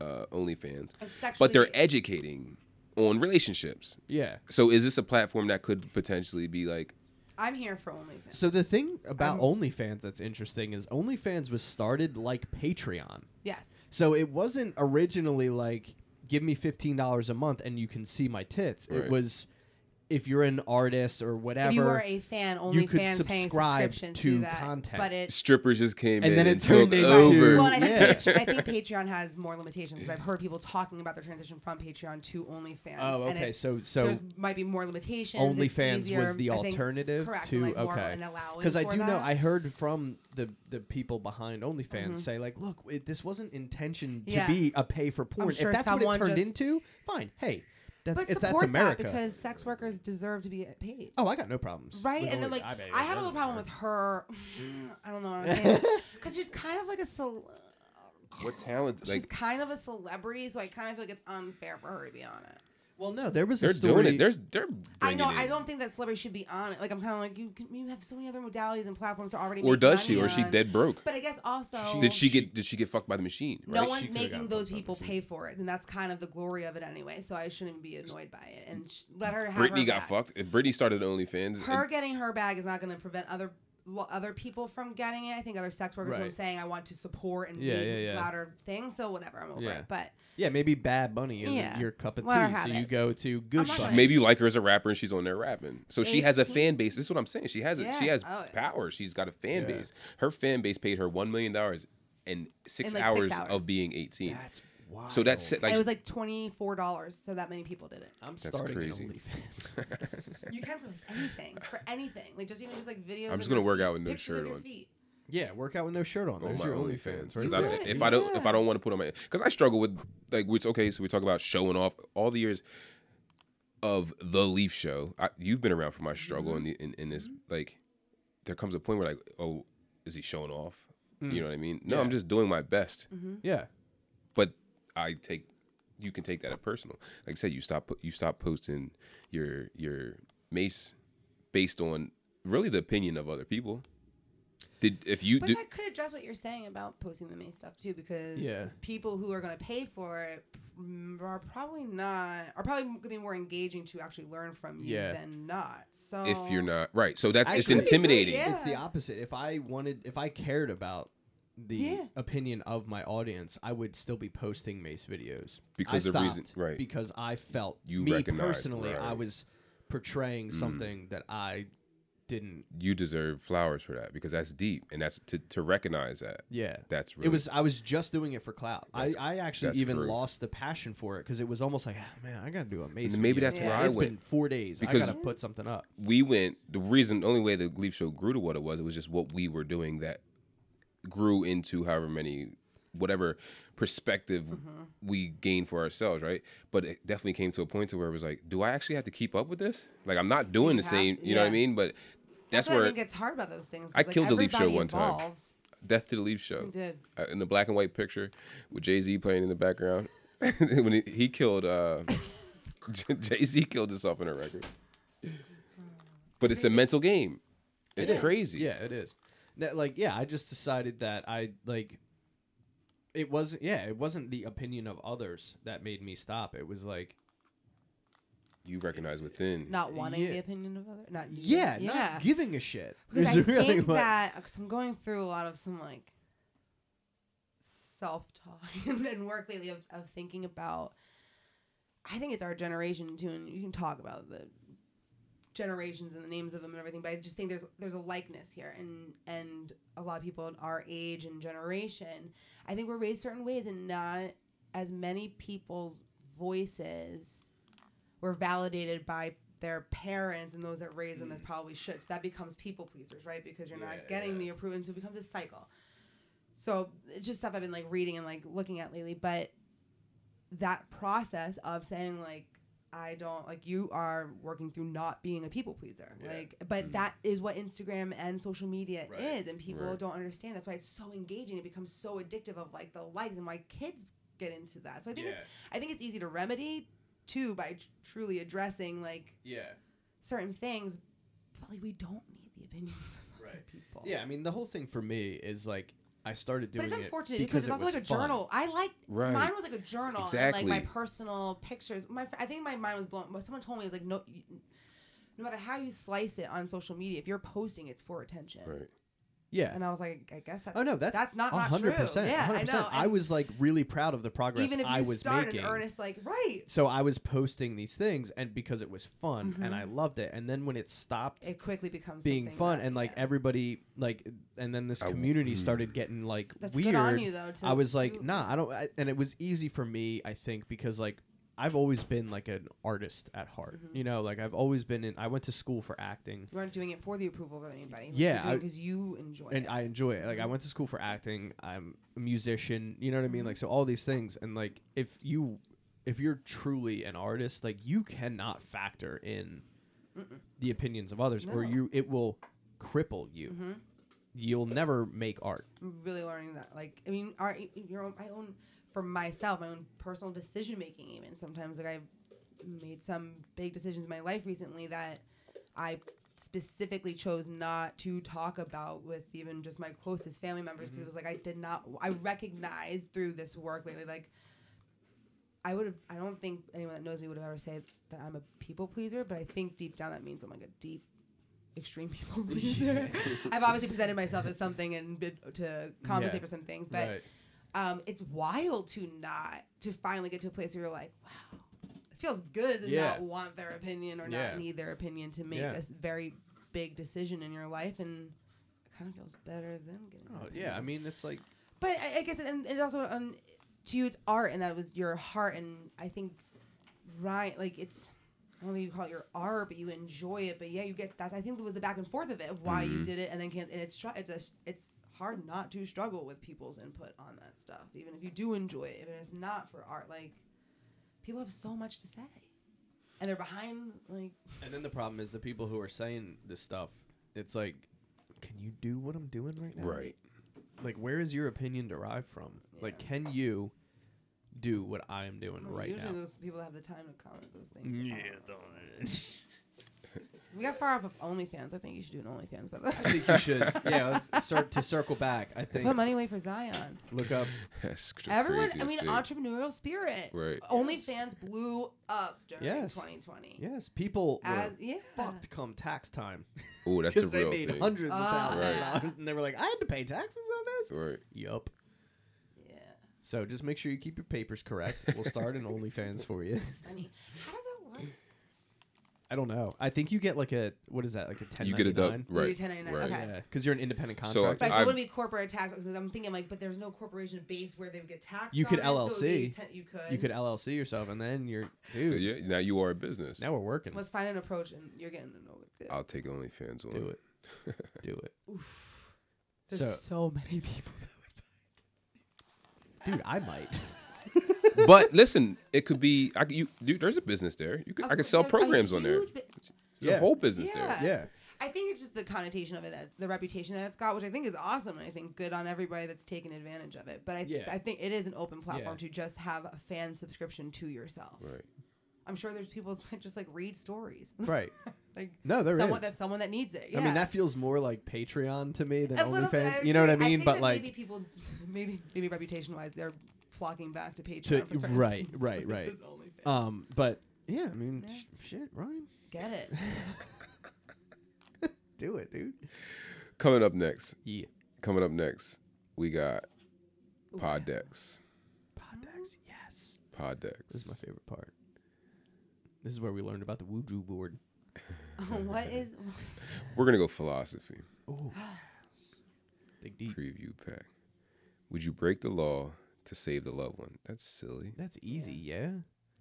uh, OnlyFans,
And sexually
but they're
based.
educating on relationships.
Yeah.
So is this a platform that could potentially be like
I'm here for OnlyFans.
So the thing about
I'm-
OnlyFans that's interesting is OnlyFans was started like Patreon.
yes.
So it wasn't originally like give me fifteen dollars a month and you can see my tits.
Right.
It was if you're an artist or whatever.
If you were a fan, OnlyFans
you could
paying
subscribe
subscription
to
that,
content.
but it
strippers just came
And
in
then it
and
turned
took
into-
over?
Well, and I,
Yeah.
think Patreon, I think Patreon has more limitations 'cause I've heard people talking about their transition from Patreon to OnlyFans.
Oh,
And
okay,
it's-
so- so
there's might be more limitations. it's
OnlyFans
easier,
was the
I think,
alternative
correct,
to
like more
okay
an allowing
I
for
do know
that. Mm-hmm.
I heard from the the people behind OnlyFans say like look it, this wasn't intention to
Yeah.
be a pay for porn
sure
if that's what it
someone
turned
just-
into fine hey that's
but
it's that's
support
America
that because sex workers deserve to be paid.
oh I got no problems
Right,
with
and then
Only-
like
I've had
I have a
no
little problem with her. I don't know what I'm saying because she's kind of like a cel-
what talent?
she's
Like
kind of a celebrity, so I kind of feel like it's unfair for her to be on it.
well no there was
they're
a story
doing it. There's they're.
I
bringing
know.
in-
I don't think that celebrities should be on it. Like I'm kind of like you. Can, you have so many other modalities and platforms that already.
Or
make
does she?
money
Or is she
on.
dead broke?
But I guess also.
Did she get did she get fucked by the machine?
No
right?
one- She
one's
could've gotten
making those
fucked up
people
if she-
pay for it, and that's kind of the glory of it anyway. So I shouldn't be annoyed by it, and sh- let her have.
Britney
her
got
bag.
fucked. If Britney started OnlyFans,
Her
and
getting her bag is not going to prevent other lo- other people from getting it. I think other sex workers. What I'm
Right.
saying, I want to support and
Yeah,
be
yeah, yeah.
louder things. So whatever, I'm over
Yeah.
it. But
yeah maybe Bad Bunny isn't
Yeah.
your cup of
Let her
tea
have
so you
it.
go to Good
not
Bunny
gonna-
maybe you like her as a rapper and she's on there rapping. So she has a
18.
fan base. This is what I'm saying. She has a, she
Yeah.
has
Oh, yeah.
power. She's got a fan
Yeah.
base. Her fan base paid her one million dollars in six,
In, like, six
hours
hours.
of being eighteen.
that's Wow.
So that's set, like,
and it was like twenty four dollars, so that many people did it.
I'm
That's
starting
crazy.
an OnlyFans.
You can for like anything, for anything, like just even just like videos.
I'm just
of
gonna
your-
work out with no
pictures of
shirt
your
on.
feet.
yeah, work out with no shirt on.
on
There's
Oh, my
Oh, your
OnlyFans.
OnlyFans. right
'Cause I-
there.
if I don't, if I
Yeah.
don't want to put on my, because I struggle with like, it's okay. So we talk about showing off all the years of the Leaf Show. I, you've been around for my struggle
Mm-hmm.
in the in, in this. Like, there comes a point where like, oh, is he showing off? You know what I mean? No, I'm
Mm. Yeah. Mm.
just doing my best.
yeah.
But I take, you can take that as personal. Like I said, you stop you stop posting your your mace based on really the opinion of other people. Did if you
But
did,
that could address what you're saying about posting the main stuff too, because
Yeah.
people who are going to pay for it mm, are probably not are probably going to be more engaging to actually learn from you
Yeah.
than not. So
if you're not right, so that's
Actually,
it's intimidating.
yeah.
It's the opposite. If I wanted, if I cared about the
Yeah.
opinion of my audience, I would still be posting Mace videos.
Because
I
the reason-
stopped
right.
Because I felt
You
me
recognize,
personally, I
right. Mm.
was portraying something that I didn't.
you deserve flowers for that because that's deep and that's to, to recognize that
Yeah.
that's really
It was I was just doing it for clout. I,
That's-
I actually
that's
even
growth.
lost the passion for it because it was almost like, "Ah, man, I gotta do a Mace.
maybe
video.
that's
where I
It's
went.
been four days.
Because-
I gotta put something up.
we went the reason the only way the leaf show grew to what it was it was just what we were doing that grew into however many whatever perspective
Mm-hmm.
we gained for ourselves right but it definitely came to a point to where it was like do i actually have to keep up with this like i'm not doing the
have-
same you know what i
yeah.
mean but that's,
that's why I
where
think it's hard about those things. 'cause,
I killed the Leaf Show
everybody
one time.
evolves.
death to the leaf show
You did.
uh, in the black and white picture with jay-z playing in the background when he, he killed uh jay-z killed himself in a record but it's a mental game it's
It is.
crazy
Yeah, it is. That, like, yeah, I just decided that I like. It wasn't. Yeah, it wasn't the opinion of others that made me stop. It was like,
you recognize within.
Not wanting
Yeah.
the opinion of others. Not you.
yeah,
Uh, yeah.
not giving a shit.
because I
is really
think
what-
that because I'm going through a lot of some like self-talk and, and work lately of, of thinking about. I think it's our generation too, and you can talk about the generations and the names of them and everything, but I just think there's there's a likeness here, and and a lot of people in our age and generation, I think we're raised certain ways, and not as many people's voices were validated by their parents and those that raised them as probably should. So that becomes people pleasers, right? Because you're
Mm. Yeah,
not getting the approval, and so it becomes a cycle. So it's just stuff I've been like reading and like looking at lately, but that process of saying like I don't like you are working through not being a people pleaser.
Yeah.
Like but
Mm.
that is what Instagram and social media
Right.
is and people
Right.
don't understand. That's why it's so engaging. It becomes so addictive of like the likes and why kids get into that. So I think it's I think it's easy to remedy too by tr- truly addressing like
yeah,
certain things, but like we don't need the opinions of other
Right.
people.
yeah. I mean, the whole thing for me is like, I started
But
doing
it's
it
unfortunate
because
because
it
it's also
was
like a
fun.
journal. I like
Right.
mine was like a journal and like
Exactly.
my personal pictures. My fr- I think my mind was blown. But someone told me it's like no, you, no matter how you slice it on social media, if you're posting, it's for attention.
Right.
Yeah.
And I was like, I guess that's
Oh no, that's
that's not not true.
hundred percent.
Yeah,
hundred
I know.
percent. I
And
was like really proud of the progress
even if you
I was
started
making.
in earnest, like right,
so I was posting these things, and because it was fun, and
Mhm.
I loved it. And then when it stopped,
it quickly becomes
being
something
fun
that-
and like
yeah.
everybody like and then this
I w-
community
mm.
started getting like
that's
weird
Good on you, though, to,
i was
to-
like nah i don't I, and it was easy for me i think because like i've always been like an artist at heart
Mhm.
you know like i've always been in i went to school for acting
You aren't doing it for the approval of anybody. Like,
Yeah,
you're
I-
because you enjoy
and
it.
i enjoy it like
Mm-hmm.
i went to school for acting i'm a musician you know what i mean like so all these things and like if you if you're truly an artist like you cannot factor in
Mm-mm.
the opinions of others or
No.
you it will cripple you
Mhm.
you'll never make art
I'm really learning that. Like, I mean, our your own, my own for myself, my own personal decision making. Even sometimes, like I've made some big decisions in my life recently that I specifically chose not to talk about with even just my closest family members because it was like I did not. I recognized through this work lately, like. I would have. I don't think anyone that knows me would have ever said that I'm a people pleaser, but I think deep down that means I'm like a deep, extreme people pleaser. I've obviously presented myself as something and bid to
Yeah.
compensate for some things, but um, it's wild to not to finally get to a place where you're like, wow, it feels good to
Yeah.
not want their opinion or
Yeah.
not need their opinion to make
Yeah.
a s- very big decision in your life, and it kind of feels better than getting. their
Oh, yeah, I
opinions.
mean it's like
But I, I guess, and it also, um, to you it's art and that was your heart and I think right like it's I don't think you call it your art, but you enjoy it. But yeah, you get that. I think it was the back and forth of it, of why
Mm-hmm.
you
Mhm.
did it, and then can't. And it's str- it's a it's hard not to struggle with people's input on that stuff, even if you do enjoy it. Even if it's not for art, like people have so much to say, and they're behind like
And then the problem is the people who are saying this stuff. It's like, can you do what I'm doing right now?
Right.
Like, where is your opinion derived from? Like, can you do what I am doing
Well,
right
usually
now?
those people that have the time to comment those things.
Yeah,
are.
don't.
We got far off of OnlyFans. I think you should do an OnlyFans, but
I think you should. yeah. Let's start to circle back. I think.
put money away for Zion.
Look up.
That's the
Everyone, I
craziest
mean,
thing.
entrepreneurial spirit.
Right.
OnlyFans blew up during
Yes.
2020.
Yes, people were
As, yeah.
fucked come tax time
Oh, that's a
because they
real
made
thing.
hundreds of
Ah.
thousands of
Right.
dollars, and they were like, "I had to pay taxes on this."
Right.
Yup.
Yeah.
So just make sure you keep your papers correct. We'll start an OnlyFans for you.
It's funny. How does it work?
I don't know. I think you get like a what is that like a ten?
You get it up.
You do
Right.
1099,
Right.
okay.
Yeah, because you're an independent
So,
contractor.
But I
I've-
still would be corporate tax because I'm thinking like, but there's no corporation base where they would get taxed.
You could
on it, so it would be
LLC.
ten- you could.
you could LLC yourself, and then you're dude.
Yeah. Now you are a business.
Now we're working.
Let's find an approach, and you're getting to know like this.
I'll take OnlyFans on.
do it. Do it,
Oof. There's
So-
so many people.
dude. I might.
But listen, it could be. I could, you, dude, there's a business there. You could, I could sell
There's a
programs on there.
huge bi-
There's
Yeah.
a whole business
Yeah.
there.
Yeah.
I think it's just the connotation of it, that the reputation that it's got, which I think is awesome, and I think good on everybody that's taken advantage of it. But I,
Yeah.
I think it is an open platform
Yeah.
to just have a fan subscription to yourself.
Right.
I'm sure there's people that just like read stories,
Right.
like
No, there is.
someone that's someone that needs it.
I mean,
Yeah.
that feels more like Patreon to me than
A little bit,
OnlyFans. You know what I
agree.
mean?
think
but
that
like,
maybe people, maybe maybe reputation wise, they're flocking back to Patreon.
To-
for certain
right,
things
right, right.
versus OnlyFans.
um, but yeah, I mean,
Yeah.
sh- shit, Ryan,
Get it?
do it, dude.
Coming up next.
Yeah.
Coming up next, we got
Ooh,
Pod Decks.
Poddex, yes.
Pod Decks.
This is my favorite part. This is where we learned about the Wuju board.
yeah. what is?
We're gonna go philosophy
Oh, dig deep.
preview pack. Would you break the law to save the loved one? That's silly.
That's easy, yeah.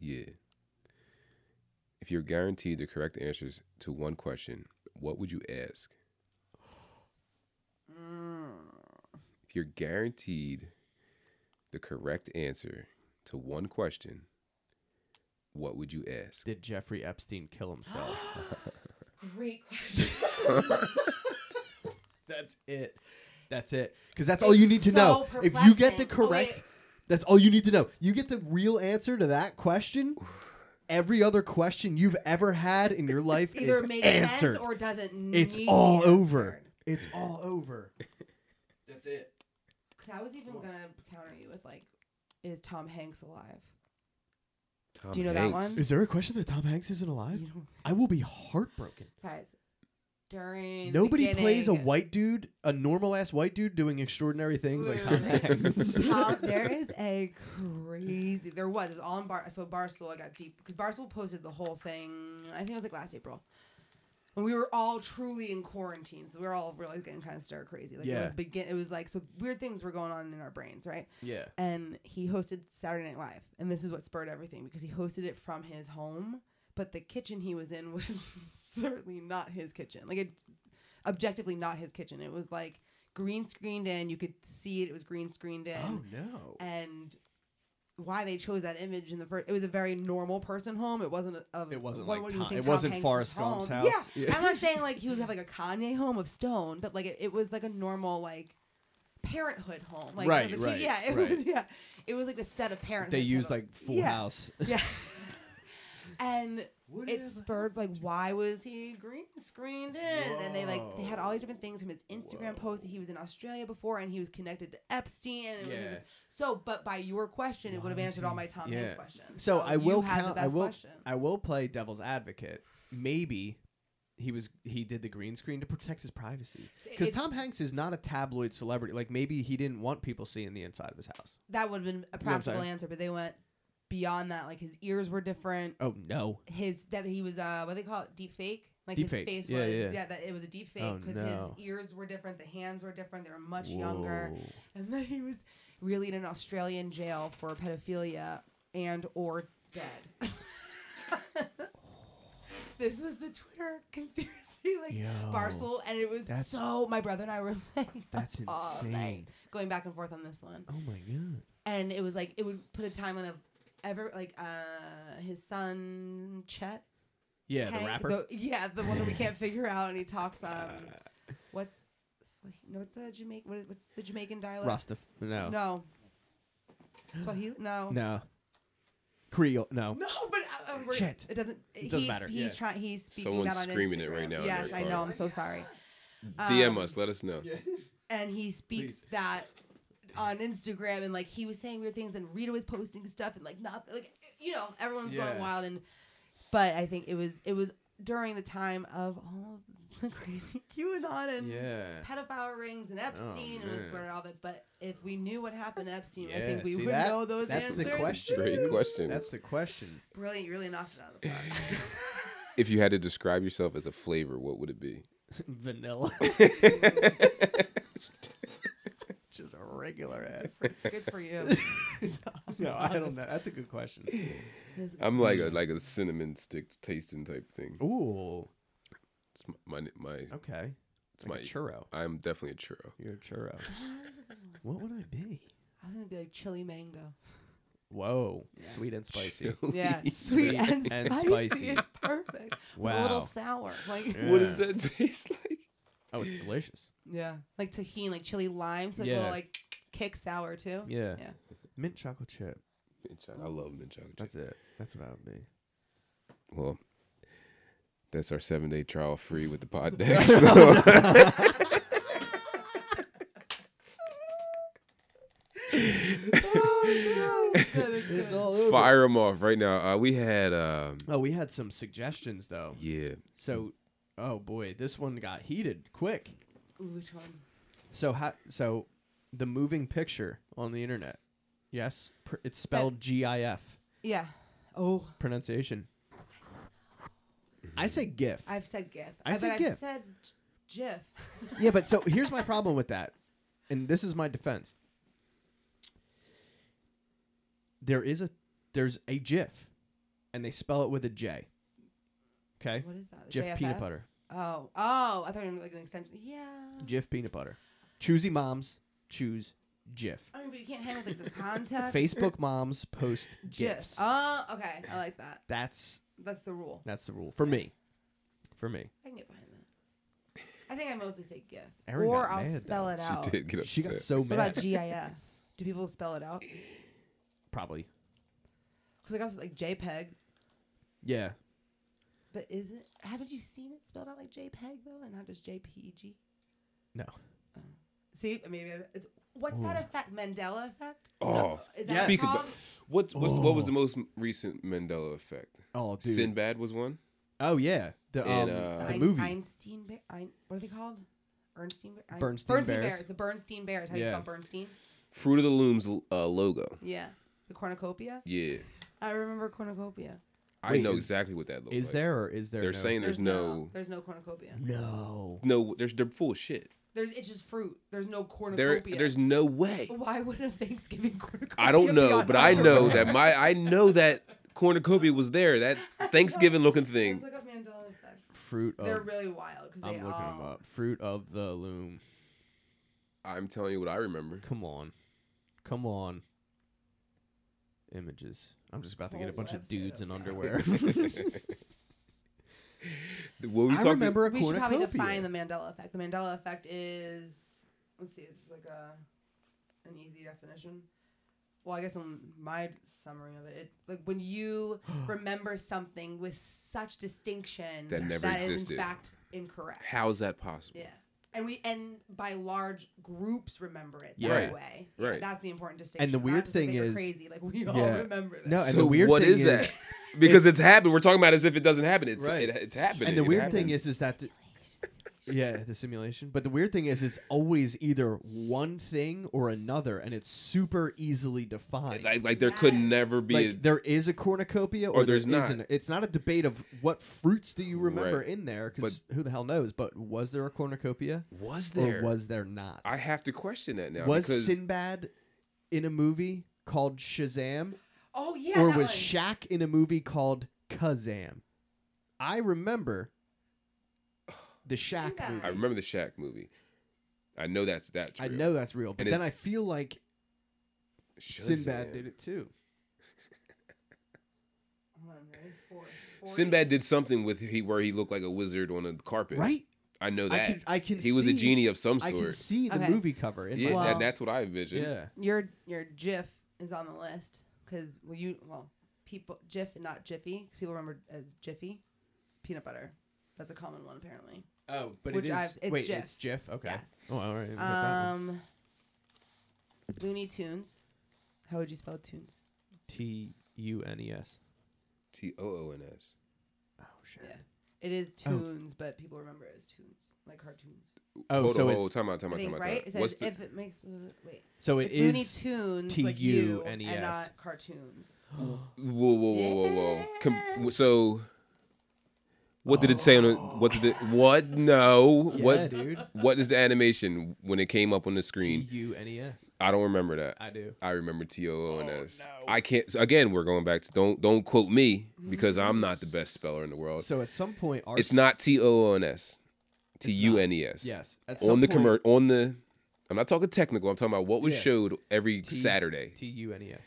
Yeah. If you're guaranteed the correct answers to one question, what would you ask? If you're guaranteed the correct answer to one question, what would you ask?
Did Jeffrey Epstein kill himself?
Great question.
that's it. That's it. Because that's all you
It's
need to
so
know. If you get the
perplexing. Oh,
correct,
wait.
that's all you need to know. You get the real answer to that question. Every other question you've ever had in your life
Either
is
makes
answered.
sense or doesn't.
it's
need to be
all over.
answered.
It's all over. That's it.
Because I was even gonna counter you with like, is Tom Hanks alive?
Tom
Do you know that one?
Is there a question that Tom Hanks isn't alive?
You don't,
I will be heartbroken.
guys. During the
Nobody plays a
beginning-
white dude, a normal ass white dude, doing extraordinary things like Tom
Wait, wait, wait.
Hanks.
Tom- there is a crazy. There was. It was all on Bar. So Barstool, I got deep because Barstool posted the whole thing. I think it was like last April. When we were all truly in quarantine, so we were all really getting kind of stir crazy. Like it
Yeah.
was begin. It was like so weird things were going on in our brains, right?
yeah.
and he hosted Saturday Night Live, and this is what spurred everything because he hosted it from his home, but the kitchen he was in was certainly not his kitchen. Like it, objectively not his kitchen. It was like green screened in. You could see it. It was green screened in,
Oh no.
and why they chose that image in the first. It was a very normal person home. It wasn't a. a-
It wasn't
what
like
would you
Tom-
think
it wasn't
Hanks'
Forrest Gump's
home-
house.
Yeah,
Yeah.
I'm not saying like he would have like a Kanye home of stone, but like it, it was like a normal like parenthood home. Like
Right,
the two-
right,
yeah, it
right.
was yeah. It was like the set of parenthood.
They
type
use
of-
like Full
yeah,
House.
Yeah. and it spurred like why was he green screened in and they like they had all these different things from his instagram posts that he was in australia before and he was connected to epstein and it was like
Yeah.
this- so but by your question it would have
Why is
answered all
he-
my tom
Yeah.
hanks questions
So I will
you had
count-
the
I
best
will-
question.
I will play devil's advocate. Maybe he was he did the green screen to protect his privacy because
It-
Tom Hanks is not a tabloid celebrity. Like maybe he didn't want people seeing the inside of his house.
that would have been a
what I'm
practical
saying?
answer but they went beyond that like his ears were different
Oh no.
his that he was uh what do they call it deep fake Like
Deep
his
fake.
face
Yeah,
was
yeah.
yeah. that it was a deep fake
Oh,
because
no.
his ears were different, the hands were different, they were much younger.
Whoa.
And then he was really in an Australian jail for pedophilia and or dead. this was the Twitter conspiracy like
Yo,
Barstool and it was
Oh, that's-
so my brother and I were Oh, like
That's
all night
insane.
going back and forth on this one
Oh my god.
and it was like it would put a timeline of ever like uh his son Chet.
Yeah, the
Hank,
rapper.
the- yeah, the one that we can't figure out, and he talks um, what's Swa- no, what's a Jamaican? What, what's the Jamaican dialect?
Rasta. No.
No. Swahili? No.
No. Creole. No.
No, but uh, uh, we're-
Chet.
it doesn't.
doesn't
he's,
matter,
He's
yeah.
trying. He's speaking
Someone's
that on
screaming it
Instagram.
right now in
Yes,
their
I
car.
know. I'm so sorry.
DM
Um,
us. Let us know.
and he speaks
Please.
that on Instagram and like he was saying weird things and Rita was posting stuff and like not like you know everyone's
Yeah.
going wild and but I think it was it was during the time of all of the crazy QAnon and
Yeah. Oh,
pedophile rings and Epstein and it was
man.
going all that but if we knew what happened to Epstein
Yeah,
I think we
see
would
that?
know those
That's the
answers.
question.
Great question.
That's the question.
Brilliant, you really knocked it out of the park.
if you had to describe yourself as a flavor, what would it be?
Vanilla. Just a regular ass.
Good for you.
No, I don't know. That's a good question.
I'm like a like a cinnamon stick tasting type thing.
Ooh.
It's my my.
Okay.
It's
It's
my-
like a churro.
I'm definitely a churro.
You're a churro.
I
What would I be?
was gonna be like chili mango.
Whoa. Sweet and spicy.
Yeah,
Chili.
sweet and,
and
spicy.
spicy.
Perfect. With a
Wow.
little sour. Like
Yeah.
What does that taste like?
Oh, it's delicious.
yeah, like tahini, like chili lime, so like
Yeah.
little like kick sour too.
Yeah.
Oh, Yeah.
Mint chocolate chip.
Mint chocolate. I love mint chocolate.
That's it. That's what I would be.
Well, that's our seven day trial free with the pod deck. So.
Oh, it's good, it's good.
over.
Fire them off right now. Uh, we had, um,
Oh, we had some suggestions though.
yeah,
So, oh boy, this one got heated quick.
Ooh, which one?
So how? So, the moving picture on the internet. Yes, pr- it's spelled GIF
Yeah. Oh,
pronunciation. I say GIF.
I've said GIF.
I said
but
gif.
I've said GIF.
yeah, but so here's my problem with that, and this is my defense. There is a there's a GIF, and they spell it with a J. Okay,
What is that?
GIF peanut
JFF?
butter.
Oh, oh, I thought it was like an extension. Yeah.
GIF peanut butter. Choosy moms choose GIF.
I mean, but you can't handle like, the context.
Facebook moms post
GIF.
GIFs.
Oh, okay. I like that.
That's
That's the rule.
that's the rule for me. For me,
I can get behind that. I think I mostly say GIF.
Erin
or
got
I'll
mad,
spell
though.
it out.
she did get upset.
she got so
What about
mad.
GIF? Do people spell it out?
Probably,
Because like also like JPEG,
yeah.
but is it? Haven't you seen it spelled out like JPEG though, and not just JPEG?
No,
See, maybe I- it's what's that effect? Mandela effect?
oh,
Is
Yeah.
that
Speak
called?
about- what what's, what was
Oh.
the most recent Mandela effect?
oh dude.
Sinbad was one.
oh yeah, the um,
And, uh,
the
Ein-
movie.
Einstein Bear. Ein, what are they called? Bernstein Bear. Ein-
Bernstein Bears.
The Bernstein Bears. How do
Yeah.
you spell Bernstein?
Fruit of the Looms uh, logo.
Yeah. The cornucopia.
Yeah,
I remember cornucopia.
I
Wait,
know
is-
exactly what that looks
is
like.
there or is there?
They're
no?
saying there's, no,
There's no cornucopia.
no.
no. There's they're full of shit.
There's it's just fruit. There's no cornucopia. Oh
There, there's no way.
Why would a Thanksgiving cornucopia?
I don't
be
know,
on
but I
Upper
know
Rock?
that my I know that cornucopia was there. That Thanksgiving looking
Let's
thing.
look up Mandela effects.
Fruit of.
They're really wild because
Oh, I'm
they
looking
all.
them up. Fruit of the loom.
I'm telling you what I remember.
Come on, come on. Images. I'm just about to get a
Whole
bunch of
website
dudes in
of-
underwear.
What we
I
talking?
remember a
We should probably
cornucopia.
define the Mandela effect. The Mandela effect is let's see, it's like a an easy definition. Well, I guess in my summary of it, it like when you remember something with such distinction
That never
that is
existed.
in fact incorrect.
How's that possible?
Yeah. And we and by large groups remember it
Yeah.
that
Right.
way.
Right.
That's the important distinction.
the
Not
weird
just that
thing
they were
is-
crazy. Like we all
Yeah.
remember this.
No, and
so
the weird
what
thing
is,
is-
that? Because it's happened. We're talking about as if it doesn't happen. It's
Right.
it, it's happening.
and the
It
weird
happens.
thing is, is that the, yeah, the simulation. But the weird thing is, it's always either one thing or another, and it's super easily defined.
Like, like there could
Yes.
never be.
like there is a cornucopia, or,
Or there's
there
not.
isn't. It's not a debate of what fruits do you remember
Right.
in there, because who the hell knows? But was there a cornucopia,
a, was
or
there?
was there not?
I have to question that now.
was
because
Sinbad in a movie called Shazam,
Oh yeah.
or
that
was
one.
Shaq in a movie called Kazam? I remember the Shaq
Sinbad.
movie.
I remember the Shaq movie. I know that's that's.
I
real.
know that's real, but
it's-
then I feel like Sinbad
Shazam.
did it too.
Hold on, ready? Four- four-
Sinbad did something with he where he looked like a wizard on a carpet.
Right?
I know
I
that.
can- I can
He was a
see-
genie of some
I can
sort.
see the
Okay.
movie cover. In
Yeah,
my
Wow.
that, that's what I envisioned.
yeah.
Your your GIF is on the list because well, you well people GIF and not Jiffy 'cause people remember as Jiffy, peanut butter. That's a common one apparently.
Oh, but
it Which is- I've- it's wait,
wait,
Jif.
it's
it's
Jiff. Okay.
Yes.
Oh, all right. we got that one.
Um, Looney Tunes. How would you spell Tunes?
T U N E S.
T O O N S.
Oh shit.
Yeah. It is
Oh.
Tunes, but people remember it as Tunes, like cartoons.
Oh,
hold
so
on,
it's
hold on, time out, time
I
out, time
think,
out,
right?
time
It
out. What's
says
the,
if it makes wait.
so it
it's Looney
is.
Tunes,
T
like
U
you,
N E
and
S.
Um,
not cartoons.
whoa, whoa, whoa, whoa, whoa. Com- so, what did it say on the, what did it, what? No.
Yeah,
what?
dude?
What is the animation when it came up on the
T
screen?
U N E S.
I don't remember that.
I do.
I remember T O O N S. I can't. So again, we're going back to don't don't quote me because I'm not the best speller in the world.
Mm-hmm. So at some point, our
it's
s-
not T O O N S. T U N E S.
Yes. At some
On the
point,
commer- on the. I'm not talking technical. I'm talking about what was
Yeah.
showed every Saturday.
T U N E S.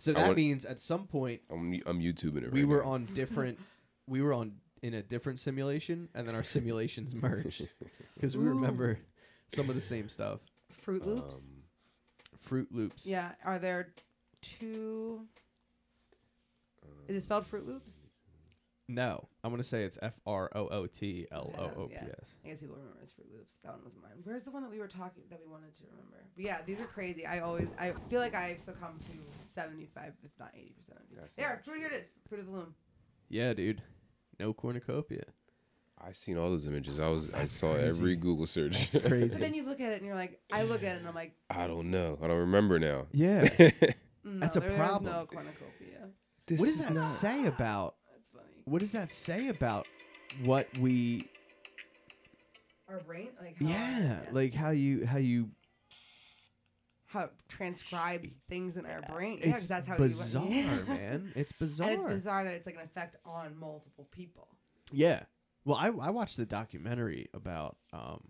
So
I
that
want-
means at some point
I'm, I'm YouTubing it. Right
we were
now.
on different. We were on in a different simulation, and then our simulations merged because we
Ooh.
remember some of the same stuff.
Fruit Loops.
Um,
Fruit Loops.
yeah. Are there two?
Um,
Is it spelled Fruit Loops?
No, I'm gonna say it's F R O O T L O O P
Yeah, yeah.
S.
I guess people remember as Fruit Loops. That one was mine. Where's the one that we were talking that we wanted to remember? But yeah, these are crazy. I always I feel like I've succumbed to seventy five, if not eighty percent of these.
That's
There, fruit here it is. Fruit of the loom.
Yeah, dude. No cornucopia.
I've um, seen all those images. I was I
That's
saw every
crazy.
Google search.
That's
But then
crazy.
you look at it and you're like, I look at it and I'm like,
I don't know. I don't remember now.
yeah.
mm, no,
That's a
there is
problem.
no cornucopia.
what does that say about?
That's funny.
What does that say about what we?
Our brain, like how,
Yeah, like how you how you.
how it transcribes things in our brain. Yeah,
It's
because that's how
bizarre,
you, yeah.
man. It's bizarre.
And it's bizarre that it's like an effect on multiple people.
Yeah. Well, I I watched the documentary about um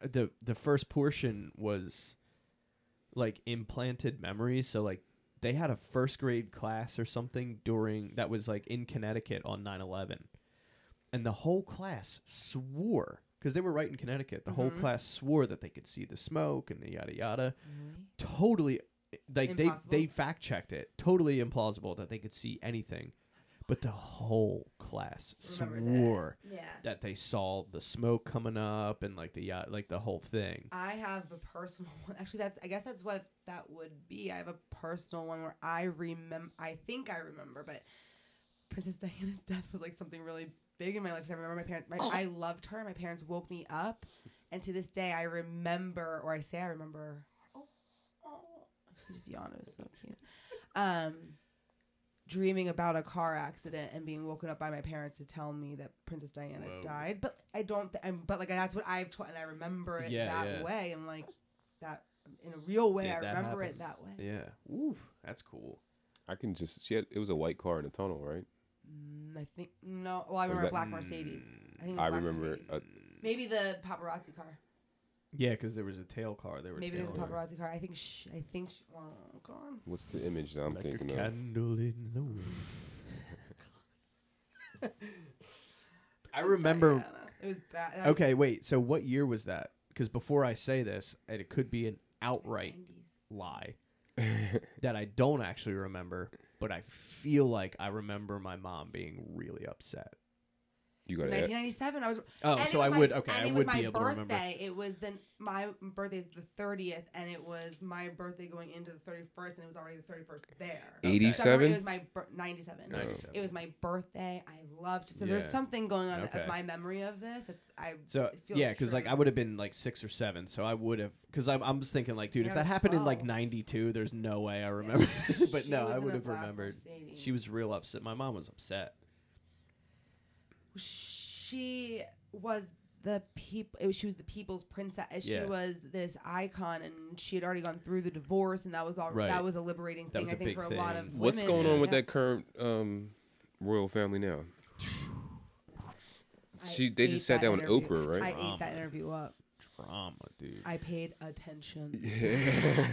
the the first portion was like implanted memory, so like they had a first grade class or something during that was like in Connecticut on 9/11. And the whole class swore cuz they were right in Connecticut. The whole
Mhm.
class swore that they could see the smoke and the yada yada. Totally like
Impossible?
they they fact checked it. Totally implausible that they could see anything. But the whole class
Remembers it.
swore
Yeah.
that they saw the smoke coming up and like the yacht, like the whole thing.
I have a personal one. Actually, that's I guess that's what that would be. I have a personal one where I remember. I think I remember, but Princess Diana's death was like something really big in my life. 'cause I remember my parents. My, I loved her. My parents woke me up, and to this day, I remember, or I say I remember. Oh, oh, she just yawned. It was so cute. Um, dreaming about a car accident and being woken up by my parents to tell me that Princess Diana
Whoa.
died. But I don't. Th- I'm, but like that's what I've told, and I remember it
Yeah,
that
yeah.
way, and like that in a real way.
Did
I
that
remember
happen?
it that way.
Yeah. Ooh, that's cool.
I can just. She had. It was a white car in a tunnel, right?
Mm, I think no. Well, I
Or was
remember
that-
a black Mercedes.
Mm,
I think it was a
I
black
remember. uh,
Mercedes.
A,
Maybe the paparazzi car.
Yeah, because there was a tail car. There were
Maybe there's a
tail
Taylor.
paparazzi car. I think. Sh- I think. Sh- oh, well, go on.
what's the image that I'm
like a
thinking of?
candle in the wind. I remember.
Diana. It was bad. That was
Okay, wait. So what year was that? Because before I say this, and it could be an outright
90s.
lie that I don't actually remember, but I feel like I remember my mom being really upset.
You got it.
1997. I was.
Oh,
and it
so
was
I
my-
would- okay,
and
I
it
would
was
be
my
able to remember.
birthday. It was then my birthday is the 30th, and it was my birthday going into the 31st, and it was already the 31st there.
Okay. 87?
It was my bir-
Oh.
97.
Nice.
It was my birthday. I loved. So there's
Yeah.
something going on
Okay.
of my memory of this. It's I.
So
it feels
yeah, because like
true.
I would have been like six or seven, so I would have. Because I'm, I'm just thinking like, dude,
Yeah,
if
I
that
was
happened in like
12.
'92, there's no way I remember. but
She
no,
was
I
in
would
a
have
black
remembered.
Mercedes.
She was real upset. My mom was upset.
she was the people she was the people's princess she
Yeah.
was this icon and she had already gone through the divorce and that was all
Right.
that was a liberating
That
thing
was
i
a
think
big
for a lot of
thing.
women.
What's going on with
Yeah.
that current um, royal family now?
I
She- they
ate
just sat
that
down with
interview-
Oprah, right?
i
Drama.
Um.
ate that interview up
Drama, dude.
i paid attention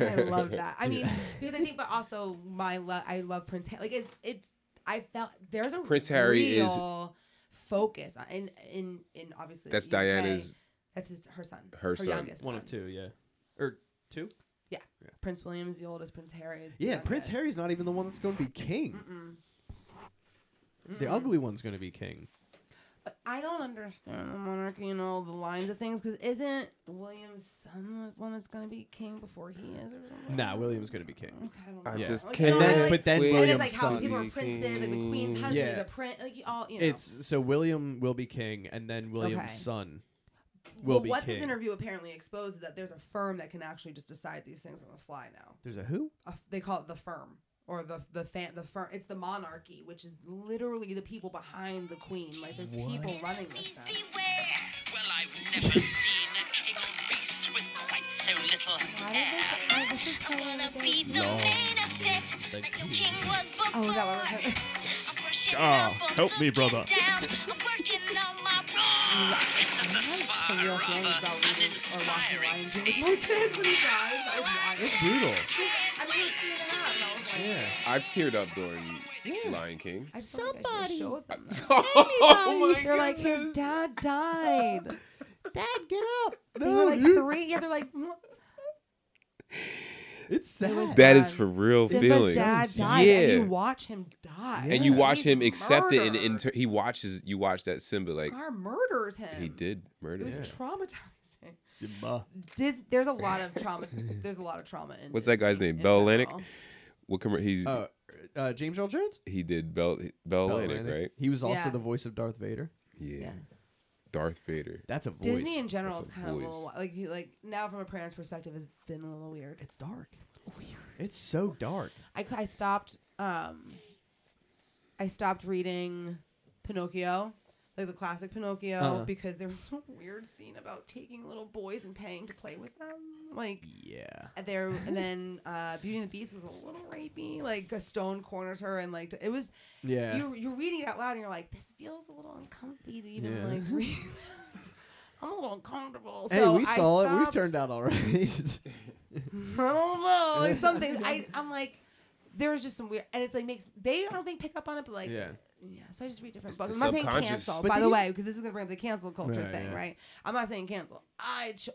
i love that i mean because i think but also my love i love prince harry like it's it's i felt there's a
Prince Harry is-
real focus on- in in in obviously
That's
UK.
Diana's.
that's his, her son
her son.
youngest
One
son.
of two, yeah, or two.
Prince William is the oldest. Prince Harry. Is the
Yeah, Prince
youngest.
Harry's not even the one that's going to be king.
Mm-mm.
The ugly one's going to be king.
But I don't understand the monarchy and all the lines of things because isn't William's son the one that's going to be king before he is or something?
Nah, William's going to be king.
Okay, I don't
I
know.
just
Like, you
can't.
know,
And then-
like-
but then
and
wait.
William's
it's like how
son-
people are princes and the
Mm.
queen's husband is
Yeah.
a prince. Like you all, you know.
It's so William will be king, and then William's
Okay.
son. will
well,
be
what
king.
this interview apparently exposes is that there's a firm that can actually just decide these things on the fly now.
There's a who?
A f they call it the firm or the the fan the firm. It's the monarchy, which is literally the people behind the queen. Like there's people running this
Enemies
stuff.
beware! Well, I've never seen a king raised with quite so little hair. I'm gonna be the main event like no king was before.
Oh, is that what we're-
I'm brushing up on
Ah, help me,
the
brother.
down. I'm working on my
I had some real feelings about losing or watching Lion King with my kids when he died. I was watching.
It's brutal.
I mean, it's seen it out, and I was like,
Yeah.
I've teared up during Lion King.
I just don't think I should show it them.
oh my
They're like,
goodness.
his dad died.
Dad, get up!
They were
No,
like
dude.
three. Yeah, they're like, "Mm,
it's sad.
was
That is
Um,
for real
Simba's
feelings.
dad
Yeah.
died, and you watch him die.
And you
Yeah.
watch
He's
him accept it, and in
murdered.
tur he watches you watch that Simba like
Scar murders him.
he did
It
murder.
was
him.
traumatizing.
Simba.
Dis- there's a lot of trauma. There's a lot of trauma in.
What's that guy's
Disney
name?
in
Bell Atlantic?
general.
What commer he's
Uh, uh, James Earl Jones.
he did Bell Bell
Bell
Atlantic,
Atlantic.
right?
He was also
Yeah.
the voice of Darth Vader.
Yeah.
Yes.
Darth Vader.
That's a voice.
Disney in general
That's
is
a
kind of a
voice.
little like you- like now from a parent's perspective has been a little weird. It's dark. Weird.
It's so dark.
I, cou- I stopped um I stopped reading Pinocchio, like the classic Pinocchio,
Uh-huh.
because there was a weird scene about taking little boys and paying to play with them. Like
Yeah.
and there and then uh Beauty and the Beast was a little rapey. Like Gaston corners her and like it was
Yeah.
you you're reading it out loud and you're like, this feels a little uncomfy to even
Yeah.
like read. I'm a little uncomfortable.
hey,
so
we
I
saw it. We
stopped-
turned out all right.
I don't know. Like some things, I I'm like, there's just some weird, and it's like makes they I don't think pick up on it, but like yeah.
yeah.
so I just read different
It's
books.
the
I'm not saying
subconscious.
cancel,
But
by the
then you-
way, because this is gonna bring up the cancel culture
Right,
thing,
yeah.
right? I'm not saying cancel. I cho-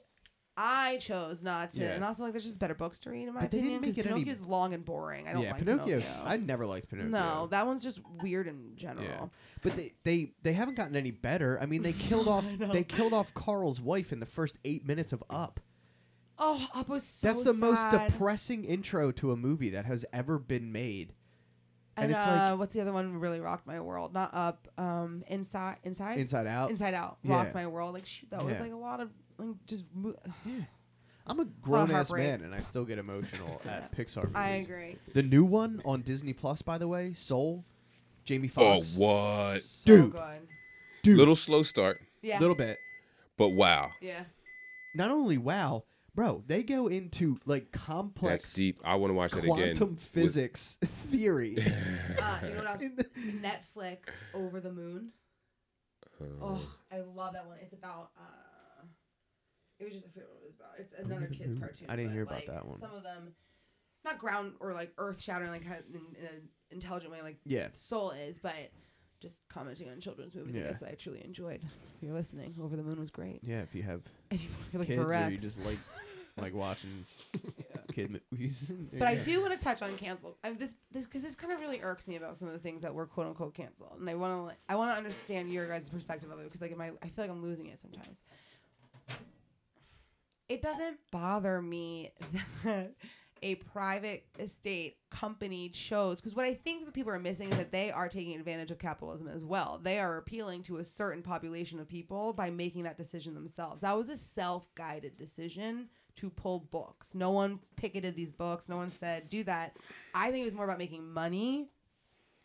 I chose not to,
Yeah.
and also like there's just better books to read in my
But they didn't
opinion. Because
make it any-
Pinocchio's long and boring. I don't
yeah.
like
Pinocchio's.
Pinocchio.
I never liked Pinocchio.
no, that one's just weird in general.
Yeah. But they, they they haven't gotten any better. I mean, they killed off
I know.
they killed off Carl's wife in the first eight minutes of Up.
Oh, Up was so
That's the most
sad.
depressing intro to a movie that has ever been made.
And,
and it's
uh,
like-
what's the other one really rocked my world? Not Up. Um, Inside. Inside.
Inside Out.
Inside Out
Oh. Yeah.
rocked my world. Like shoot, that was
Yeah.
like a lot of like just. Mo-
I'm a grown ass
heartbreak.
man and I still get emotional at Pixar movies.
I agree.
The new one on Disney Plus, by the way, Soul, Jamie
Oh
Foxx.
what?
So
Dude.
good.
Dude.
Little slow start,
Yeah.
little bit.
but wow.
Yeah.
Not only wow, bro, they go into like complex
That's deep. I want to watch that again.
quantum
with-
physics theory.
Uh, you know what else?
In the-
Netflix Over the Moon.
uh,
Oh, I love that one. It's about. uh It was just I forget what it was about. It's another
the
kids
Moon.
cartoon.
I didn't
but,
hear about
like,
that one.
Some of them, not ground or like earth shattering, like kind of in, in an intelligent way, like
yeah.
Soul is, but just commenting on children's movies,
Yeah.
I guess that I truly enjoyed. If you're listening, Over the Moon was great.
Yeah, if you have
If you're like
kids or you
Varex.
just like like watching
kid movies.
But I do want to touch on cancel. I, this this because this kind of really irks me about some of the things that were quote unquote canceled, and I want to like, I want to understand your guys' perspective of it because like am I I feel like I'm losing it sometimes. It doesn't bother me that a private estate company chose because what I think that people are missing is that they are taking advantage of capitalism as well. They are appealing to a certain population of people by making that decision themselves. That was a self-guided decision to pull books. No one picketed these books. No one said do that. I think it was more about making money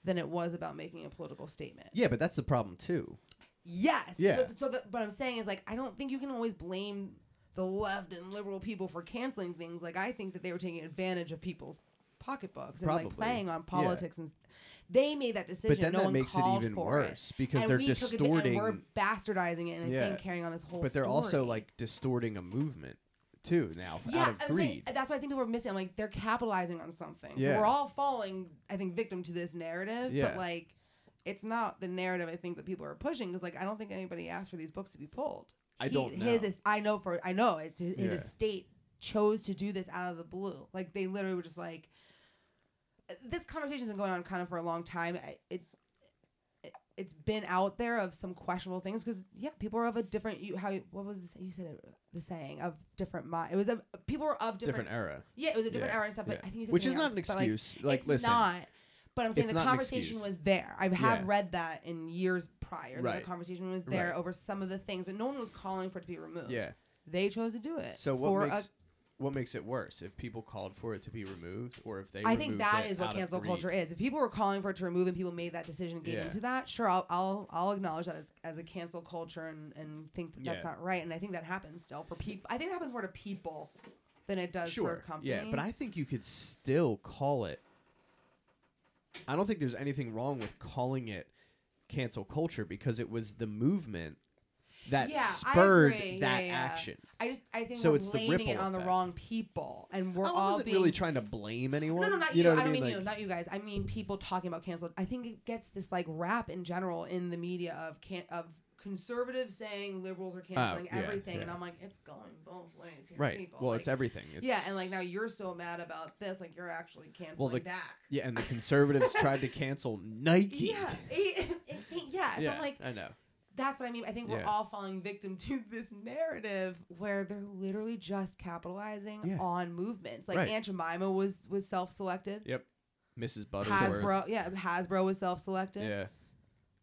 than it was about making a political statement.
Yeah, but that's the problem too.
Yes.
Yeah.
But, so the, what I'm saying is like I don't think you can always blame the left and liberal people for canceling things. Like I think that they were taking advantage of people's pocketbooks and like
Probably.
playing on
Yeah.
politics and s- they made that decision.
but then
no
that
one
makes it
called
even
for
worse because
And
they're
we took adva- and
distorting.
we're bastardizing it and I
Yeah.
think carrying on this whole.
but they're also
story.
like distorting a movement too now f- out of
I'm saying-
greed.
that's what I think people are missing. I'm like, they're capitalizing on something. So
Yeah.
we're all falling, I think, victim to this narrative. But
Yeah.
like, it's not the narrative I think that people are pushing because like I don't think anybody asked for these books to be pulled.
I don't
His
know.
is, I know for I know it's his, his
Yeah.
estate chose to do this out of the blue. Like they literally were just like, this conversation's been going on kind of for a long time. I- It, it it's been out there of some questionable things because yeah, people are of a different you how you- what was the, you said it, the saying of different mind. It was a people were of different,
different era.
yeah, it was a different
Yeah,
era and stuff. But
yeah.
I think you said
Which is
something
not an
else, but, like,
excuse. Like,
it's
listen.
not. But I'm saying
It's
the
not an
conversation
excuse.
was there. I have
Yeah.
read that in years prior. That
Right.
the conversation was there
Right.
over some of the things, but no one was calling for it to be removed.
Yeah.
They chose to do it.
So
for
what
a-
makes what makes it worse if people called for it to be removed or if they?
I think
removed
that
it
is what
out of
cancel
greed?
culture is. If people were calling for it to remove and people made that decision, and gave
Yeah.
into that, sure, I'll, I'll I'll acknowledge that as, as a cancel culture and, and think that that's
Yeah.
not right. And I think that happens still for people. I think it happens more to people than it does
Sure.
for companies.
Yeah, but I think you could still call it. I don't think there's anything wrong with calling it cancel culture because it was the movement that
Yeah, I
spurred
agree.
that
Yeah, yeah.
action.
I just I think
So
we're
it's the
blaming it
ripple
on the
effect.
wrong people, and we're
I
all
wasn't
being
really trying to blame anyone.
No, no, not you.
you. Know
I
what
don't
I
mean,
mean?
you,
Like,
not you guys. I mean people talking about canceled. I think it gets this like rap in general in the media of can of conservatives saying liberals are canceling
Oh, yeah,
everything, and
yeah.
I'm like, it's going both ways. Here,
right.
People.
Well,
like,
it's everything. It's,
yeah, and like now you're so mad about this, like you're actually canceling
the-
back.
yeah, and the conservatives tried to cancel Nike.
Yeah, it- it- it- yeah. So
Yeah,
I'm like,
I know.
that's what I mean. I think we're
Yeah.
all falling victim to this narrative where they're literally just capitalizing
Yeah.
on movements. Like
Right.
Aunt Jemima was was self selected.
Yep. Mrs. Butterworth.
Hasbro, yeah, Hasbro was self selected.
Yeah.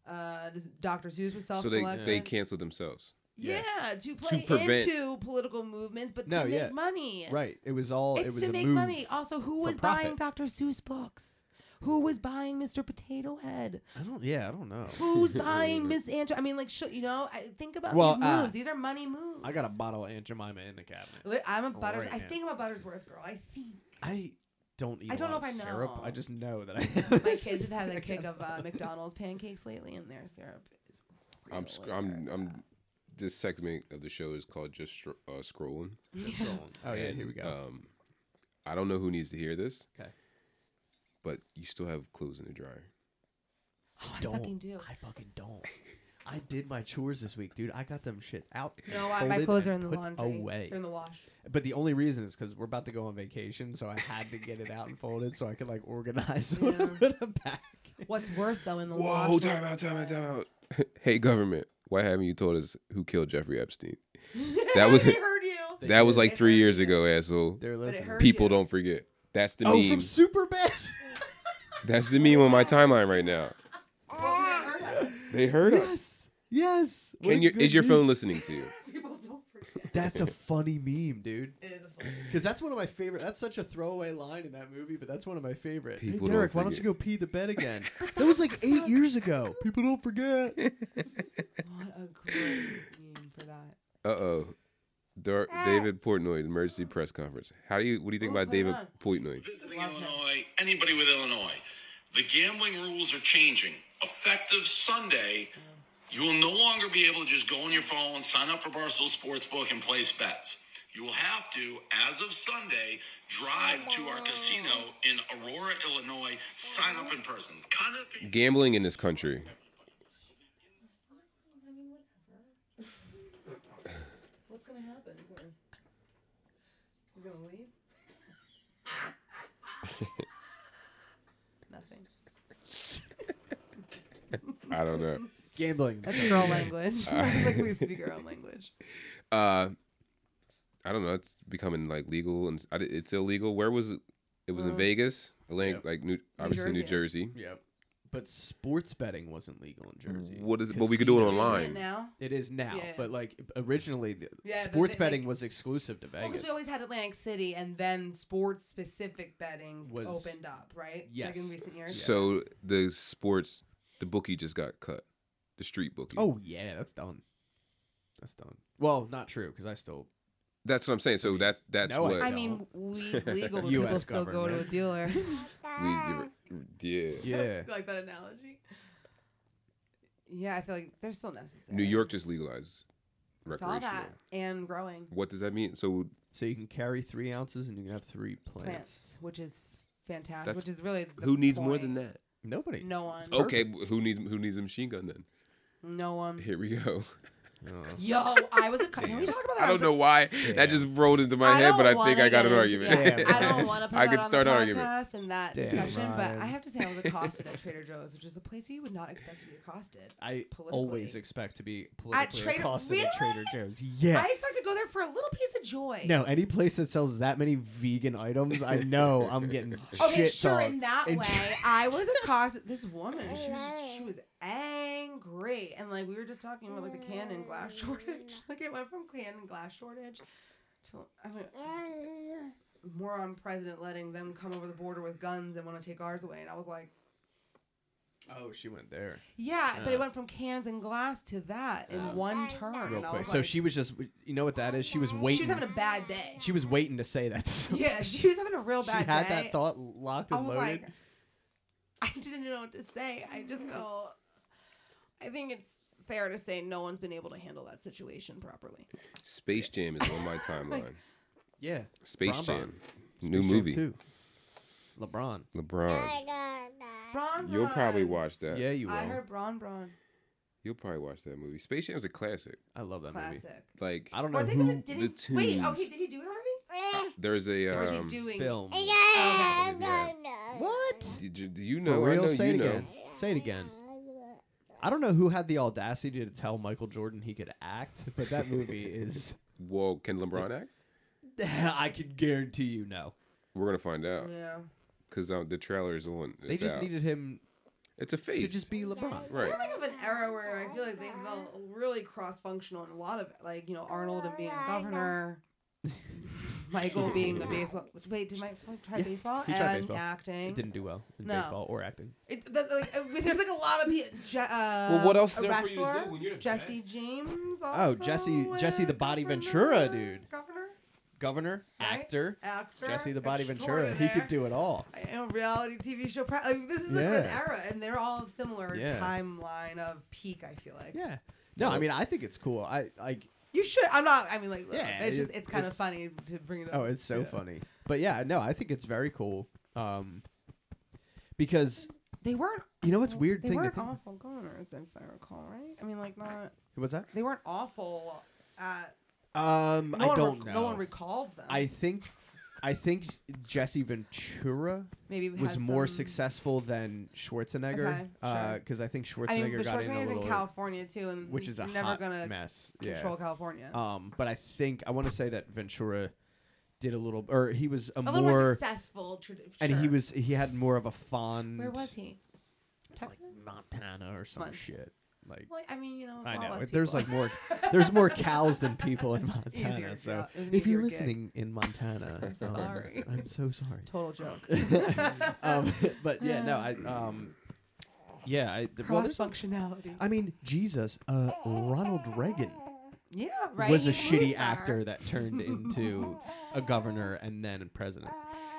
uh, this- Dr. Seuss was
So they
self-selected.
they canceled themselves.
yeah.
yeah.
to play
prevent-
into political movements, but
No,
to make
yeah.
money.
Right. It was all.
It's
it was
to
a
make
move.
money. Also, who
for
was buying Dr. Seuss books? Who was buying Mr. Potato Head?
I don't. Yeah, I don't know.
Who's buying Miss Angela? I mean, like, sh- you know, I, think about
Well,
these
uh,
moves. these are money moves.
I got a bottle of Aunt Jemima in the cabinet.
Li- I'm a Butters.
Right
I
now.
think I'm a Buttersworth girl. I think
I don't eat.
I
a
don't
lot
know
of
if I
syrup.
know.
I just know that I.
my kids have had a kick of uh, McDonald's pancakes lately, and their syrup is.
I'm
really
sc- I'm
bad.
I'm. This segment of the show is called just Stro- uh, scrolling.
oh yeah,
And,
here we
uh,
go.
Um, I don't know who needs to hear this.
'Kay.
But you still have clothes in the dryer.
Oh, I
don't.
fucking do.
I fucking don't. I did my chores this week, dude. I got them shit out. and
No, I, my
folded
clothes are in
and
the
put
laundry.
Away.
They're in the wash.
But the only reason is because we're about to go on vacation, so I had to get it out and folded so I could like organize when I
Yeah.
put them back.
What's worse though in the wash?
Whoa! Time out! Time out! Time out! hey, government! Why haven't you told us who killed Jeffrey Epstein? That was-
they heard you.
That was
did.
like
It
three
hurt
years
you.
ago, asshole.
They're
it
listening.
hurt
People
you.
don't forget. That's the
Oh,
meme.
from Superbad.
That's the meme on my timeline right now.
Oh, they heard us.
They heard us.
yes. Yes. What
Can
a
your
good
is your
meme.
phone listening to you?
People don't forget.
That's a funny meme, dude.
It is a funny.
Because that's one of my favorite. That's such a throwaway line in that movie, but that's one of my favorite. Hey,
People
Derek,
don't
why don't you
forget.
go pee the bed again? that was like eight years ago. People don't forget.
What a great meme for that.
Uh oh. Dar- David Portnoy, emergency press conference. How do you? What do you think
Ooh,
about
hold
David
on.
Portnoy?
visiting
Love that.
Illinois, anybody with Illinois, the gambling rules are changing. Effective Sunday, you will no longer be able to just go on your phone, sign up for Barstool Sportsbook, and place bets. You will have to, as of Sunday, drive to our casino in Aurora, Illinois, sign up in person. Kind of
Gambling in this country.
What's gonna happen? We're- We're gonna leave. Nothing.
I don't know.
Gambling.
That's girl language. like we speak our own language.
Uh, I don't know. It's becoming like legal and I di- it's illegal. Where was it? It was in Vegas, Atlantic,
Yep.
like New, obviously New Jersey.
Yep. But sports betting wasn't legal in Jersey.
What is? But we could do it
Casinos-
online.
Now.
It is now,
Yeah.
but like originally, the
Yeah, the
sports
bit-
betting
like-
was exclusive to Vegas.
Because we always had Atlantic City, and then sports-specific betting
Was-
opened up, right?
Yes.
Like in recent years.
So the sports, the bookie just got cut. The street bookie.
oh yeah, that's done. That's done. Well, not true because I still
that's what I'm saying. So that's that's
No, I-
what
I
we
mean, weed's legal, but
US
people still go to a
government.
dealer.
Ah.
yeah.
yeah.
like that analogy. Yeah, I feel like they're still necessary.
New York just legalized
saw
recreational.
that and growing
What does that mean? So
so you can carry three ounces and you can have three plants.
plants, which is fantastic.
That's-
which is really the
who needs more
point.
than that?
Nobody.
No one.
Okay, who needs who needs a machine gun then?
No one.
Here we go.
Yo, I was a. cu- Can we talk about that?
I don't know why that just rolled into my
I
head, but
don't
I think
wanna
I got an
get into
argument.
that. I don't want to put
I
that
could
on
start
the
an
podcast
argument.
and that
Damn,
discussion, but I
Ryan.
have to say I was accosted at Trader Joe's, which is a place you would not expect to be accosted.
I
Politically.
always expect to be politically
Trader-
accosted at
Really?
Trader Joe's. Yeah.
I expect to go there for a little piece of joy.
no, any place that sells that many vegan items, I know I'm getting
Okay,
shit
sure.
talked.
In Oh, that
And-
way, I was accosted. This woman, she was she was angry, and like we were just talking about like the can and glass shortage.
Mm.
Like it went from can and glass shortage to I mean, moron president letting them come over the border with guns and want to take ours away. And I was like,
Oh, she went there.
yeah,
Uh.
but it went from cans and glass to that in one turn.
Oh, Real
and I
quick.
was
So
like,
she was just, you know what that is? She was
she
waiting.
was having a bad day.
she was waiting to say that. to someone.
yeah, she was having a real
she
bad
had
day.
that thought locked
I
and
was
loaded.
like, I didn't know what to say. I just go, I think it's fair to say no one's been able to handle that situation properly.
Space Jam is on my timeline.
yeah.
Space
Bravo.
Jam, new
Space Jam
movie.
2. LeBron.
LeBron,
Braun,
you'll probably
Braun.
watch that.
Yeah, you will.
I heard Braun Braun.
you'll probably watch that movie. Space Jam's a classic.
I love that
Classic.
movie.
Like
I don't know
Are they
who
gonna did
the
he, Wait, oh, he,
tunes-
did he do it already?
there's a
Or
um,
is he doing?
film.
What?
Did you, do you know?
For
I
real?
know
Say
you
it
know.
again. Say it again. I don't know who had the audacity to tell Michael Jordan he could act, but that movie is.
Well, can LeBron act?
I can guarantee you no.
We're gonna find out
Yeah.
because um, the trailer's on. It's
They just
out.
needed him
It's a face.
to just be LeBron.
right.
I'm like of an era where I feel like they felt really cross functional in a lot of it. Like, you know, Arnold and being a governor, Michael being a baseball. Wait, did Michael try
Yeah,
baseball?
he tried
and
baseball. It
acting.
It didn't do well in
No.
baseball or acting.
It, that's like, uh, there's like a lot of people. Je- uh,
Well, what else
a
is there for you to do
wrestler,
when you're the
Jesse
best?
James.
Oh,
Also
Jesse- Jesse
uh,
the Body
governor-
Ventura, dude.
Governor,
Governor,
Right?
actor,
actor,
Jesse the Body Ventura. He could do it all.
I know reality TV show. Pro- like, this is like an
Yeah.
era, and they're all of similar
Yeah.
timeline of peak. I feel like.
Yeah. No, I
Well-
mean I think it's cool. I like.
You should. I'm not. I mean, like,
Yeah,
it's just
it-
it's kind of
it's-
funny to bring it up.
Oh, it's so funny. But yeah, no, I think it's very cool. Um, because
they weren't.
you know what's weird
They
thing to
weren't
think.
awful governors, if I recall, right? I mean, like, not.
What's that?
They weren't awful. At,
Um,
no
I
one
don't
rec-
know.
No one recalled them.
I think, I think Jesse Ventura
maybe we
was
had
more
some-
successful than Schwarzenegger
Okay,
because I think Schwarzenegger
I mean, but
got in a
Schwarzenegger's in,
little,
California too, and
which is a
you're never
hot
gonna
mess.
control
Yeah.
California.
Um, but I think I want to say that Ventura did a little, or he was a,
a
more,
little more successful, trad-
and he
sure.
was he had more of a fond.
Where was he? Texas.
Montana or some
Mon-
shit. Like
well, I mean, you know, it's
I
a lot
know
less
there's
people.
like more there's more cows than people in Montana.
Easier
so
job. It was an
if you're
easier gig.
listening in Montana,
I'm
um,
sorry.
I'm so sorry.
total joke.
um, but yeah, no, I um, yeah, I the, well,
Cross
there's like,
functionality.
I mean, Jesus, uh, Ronald Reagan
yeah, right.
was a
He's movie
shitty
star.
actor that turned into a governor and then a president.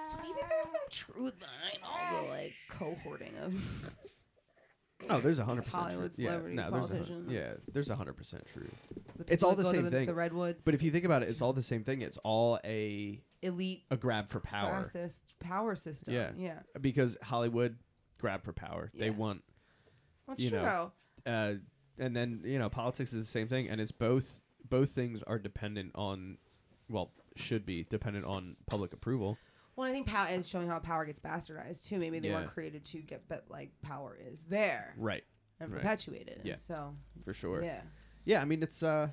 So maybe there's some truth behind all the like cohorting of.
Oh, there's a hundred percent.
Hollywood
truth. Yeah,
celebrities,
no, there's a hun- yeah,
politicians.
there's a hundred percent true.
The
It's
people
all the
that go to
same
the,
thing.
The redwoods,
But if you think about it, it's all the same thing. It's all a
elite
a grab for power.
classist power system.
Yeah.
yeah.
because Hollywood grab for power. They
Yeah.
want,
That's
You
true.
know, uh, and then you know politics is the same thing, and it's both both things are dependent on, well, should be dependent on public approval.
Well, I think power and showing how power gets bastardized too. Maybe they
Yeah.
weren't created to get, but like power is there
Right.
and
right.
perpetuated.
Yeah.
And so
For sure.
yeah,
Yeah, I mean it's uh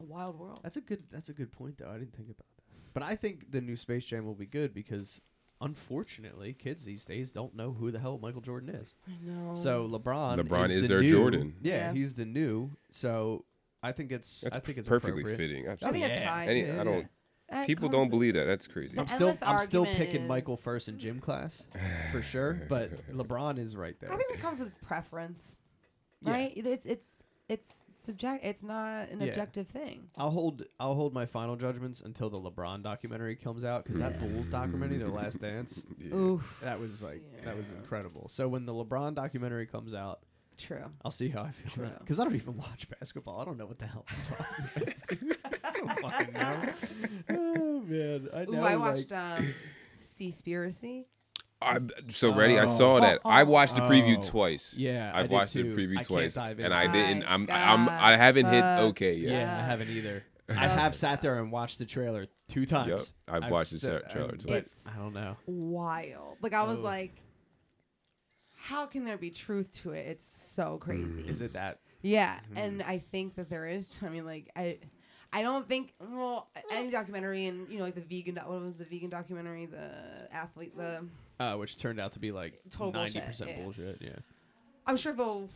a wild world.
That's a good. That's a good point, though. I didn't think about that.
but I think the new Space Jam will be good because
Unfortunately, kids these days don't know who the hell Michael Jordan is.
I know.
so LeBron
LeBron is
the
their
new-
Jordan.
Yeah,
Yeah.
he's the new. So I think it's
That's
I think it's
perfectly
appropriate.
fitting.
I
Absolutely.
think that's
yeah.
fine.
Any,
yeah,
I don't.
That
People
comes
don't
with-
believe that. That's crazy.
The
I'm still
endless
I'm still
argument
picking Michael
is-
first in gym class for sure, but LeBron is right there.
I think it comes with preference,
Yeah.
right? It's it's it's subject. It's not an
Yeah.
objective thing.
I'll hold I'll hold my final judgments until the LeBron documentary comes out because that Bulls documentary, The Last Dance,
Yeah.
Oof.
that was like that was incredible. So when the LeBron documentary comes out,
True.
I'll see how I feel
True.
because I don't even watch basketball. I don't know what the hell. I'm talking about, dude. I don't fucking know. Oh man, I know.
Ooh, I
like-
watched um, Seaspiracy.
I, so ready. I saw that. I watched the preview
Oh.
twice.
Yeah, I
I've
did
watched the
too. I
preview
can't
twice,
dive
and
in.
I
My
didn't. I'm, I'm, I haven't hit
God.
okay yet.
Yeah, I
Yeah.
haven't either. I have sat there and watched the trailer two times.
I've watched the
sat-
tra- trailer
I'm-
twice.
It's-
I don't know.
Wild. Like I was
Oh.
like, how can there be truth to it? It's so crazy.
Is it that?
Yeah,
Mm-hmm.
and I think that there is. I mean, like I, I don't think well any documentary and you know like the vegan doc- what was the vegan documentary the athlete the
Uh, which turned out to be like
Total
ninety
bullshit,
percent
yeah.
bullshit. Yeah.
I'm sure they'll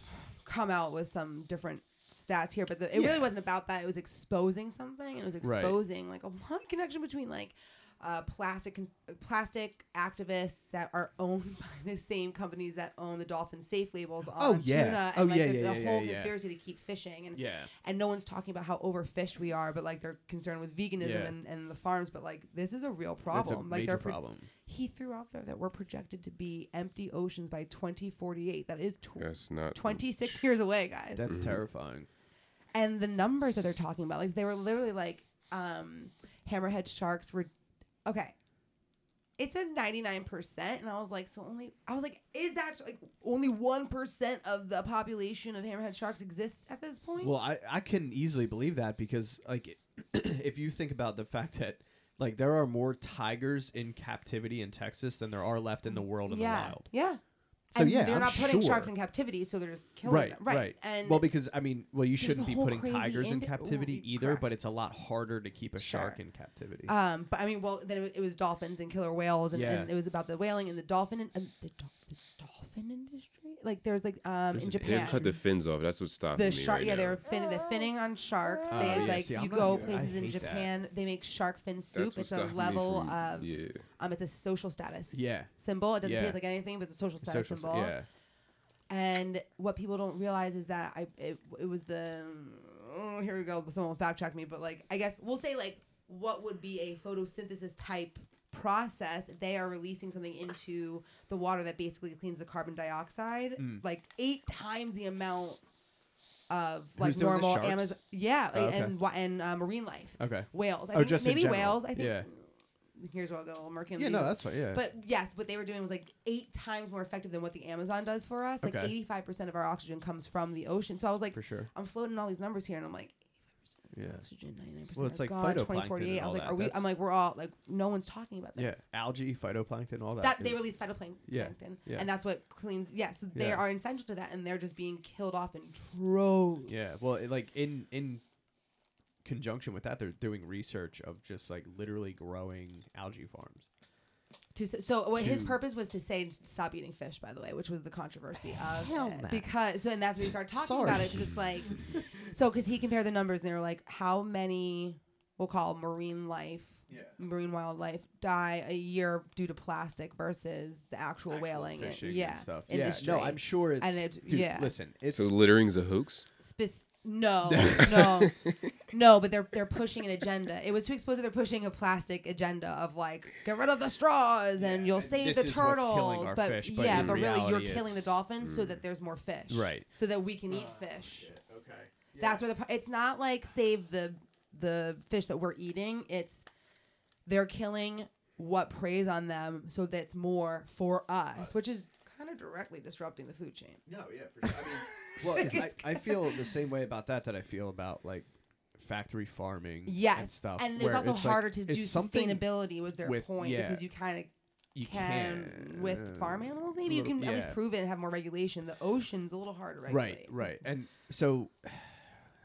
come out with some different stats here, but the, it
Yeah.
really wasn't about that. It was exposing something. and It was
Right.
exposing like a lot of connection between like uh, plastic cons- plastic activists that are owned by the same companies that own the dolphin safe labels on
Oh, yeah.
tuna,
Oh,
and like
yeah,
there's
yeah,
a
yeah,
whole
yeah, yeah.
conspiracy to keep fishing, and
Yeah.
and no one's talking about how overfished we are, but like they're concerned with veganism
Yeah.
and, and the farms, but like this is a real
That's a
problem. like
major
they're pro-
problem.
he threw out there that we're projected to be empty oceans by 2048. That is tw-
That's not
26 years away, guys.
That's
Mm-hmm.
terrifying.
and the numbers that they're talking about, like they were literally like um, hammerhead sharks were okay. It said 99%, and I was like, so only, I was like, is that like only 1% of the population of hammerhead sharks exists at this point?
Well, I I can easily believe that because like if you think about the fact that like there are more tigers in captivity in Texas than there are left in the world in
yeah.
the wild.
Yeah.
So,
and
yeah,
they're
I'm
not putting sharks
sure.
in captivity, so they're just killing
Right,
them.
right,
And
well, because I mean, well, you
there's
shouldn't
a
be
whole
putting
crazy
tigers in
ind-
captivity
Ooh,
either,
correct.
but it's a lot harder to keep a shark
Sure.
in captivity.
Um, but I mean, well, then it, it was dolphins and killer whales, and,
Yeah.
and it was about the whaling and the dolphin and, and the, dol the dolphin industry. Like there's like um
There's
in
an
They
Japan,
didn't cut the fins off. That's what's stopping me
the shark.
right
yeah,
now.
they're fin- the finning on sharks.
Ah,
they
yeah,
like
see, I'm
you
not
go
good. I
places in
hate that.
Japan. They make shark fin soup.
That's what's
It's a
stopping me
level
from-
of
yeah.
um, it's a social status.
Yeah.
Symbol. It doesn't
Yeah.
taste like anything, but it's a social status
Social-
symbol.
yeah.
And what people don't realize is that I it, it was the oh, here we go. Someone will fact check me, but like I guess we'll say like what would be a photosynthesis type process. They are releasing something into the water that basically cleans the carbon dioxide
Hmm.
like eight times the amount of like
Who's doing this,
normal
sharks?
Amazon. Yeah,
Oh,
like,
okay.
and wa- and uh, marine life.
Okay.
Whales. I
Oh,
think
just in
maybe
general.
whales. I think.
Yeah.
Here's what I'll go. a little murky on the
Yeah, no,
details.
that's fine. Yeah.
But yes, what they were doing was like eight times more effective than what the Amazon does for us. Like
Okay.
eighty-five percent of our oxygen comes from the ocean. So I was like,
for sure.
I'm floating all these numbers here, and I'm like,
Yeah.
oxygen, ninety-nine percent.
Well, it's like phytoplankton and
I was
all
like,
that.
are we?
That's-
I'm like, we're all like, no one's talking about this.
Yeah. Algae, phytoplankton, all that.
That they
is-
release phytoplankton,
Yeah, yeah.
and that's what cleans. Yeah, so they
Yeah.
are essential to that, and they're just being killed off in troves.
Yeah, well, it, like in in conjunction with that, they're doing research of just like literally growing algae farms.
To, s- so what his
To-
purpose was to say stop eating fish, by the way, which was the controversy of
Hell
it.
no.
because so and that's when we started talking about
Sorry.
it because it's like so because he compared the numbers and they were like how many we'll call marine life, marine wildlife die a year due to plastic versus the actual,
Actual
whaling and-
fishing
yeah
and stuff.
industry.
Yeah, no, I'm sure it's.
And it-
dude,
yeah.
listen, it's
So littering's a hoax.
Spec- no, no, no. But they're they're pushing an agenda. It was to expose that they're pushing a plastic agenda of like get rid of the straws and you'll
and
save
this
the
is what's killing
turtles.
our
but,
fish, but
yeah,
in
but really you're
reality,
killing the
it's- mm.
dolphins so that there's more fish,
Right.
So that we can eat fish.
okay.
That's where the pro- it's not like save the the fish that we're eating. It's they're killing what preys on them so that's more for us, which is kind of directly disrupting the food chain.
No, yeah, for sure. I mean, well, I, I feel the same way about that that I feel about like factory farming
yes
and stuff.
And it was
where
also
it's like-
harder to
it's
do
something
sustainability was their
with-
point
yeah.
because you kind of
You
can
can uh,
with farm animals maybe you
little-
can at least
yeah.
prove it and have more regulation. The ocean's a little harder,
Right, right, and so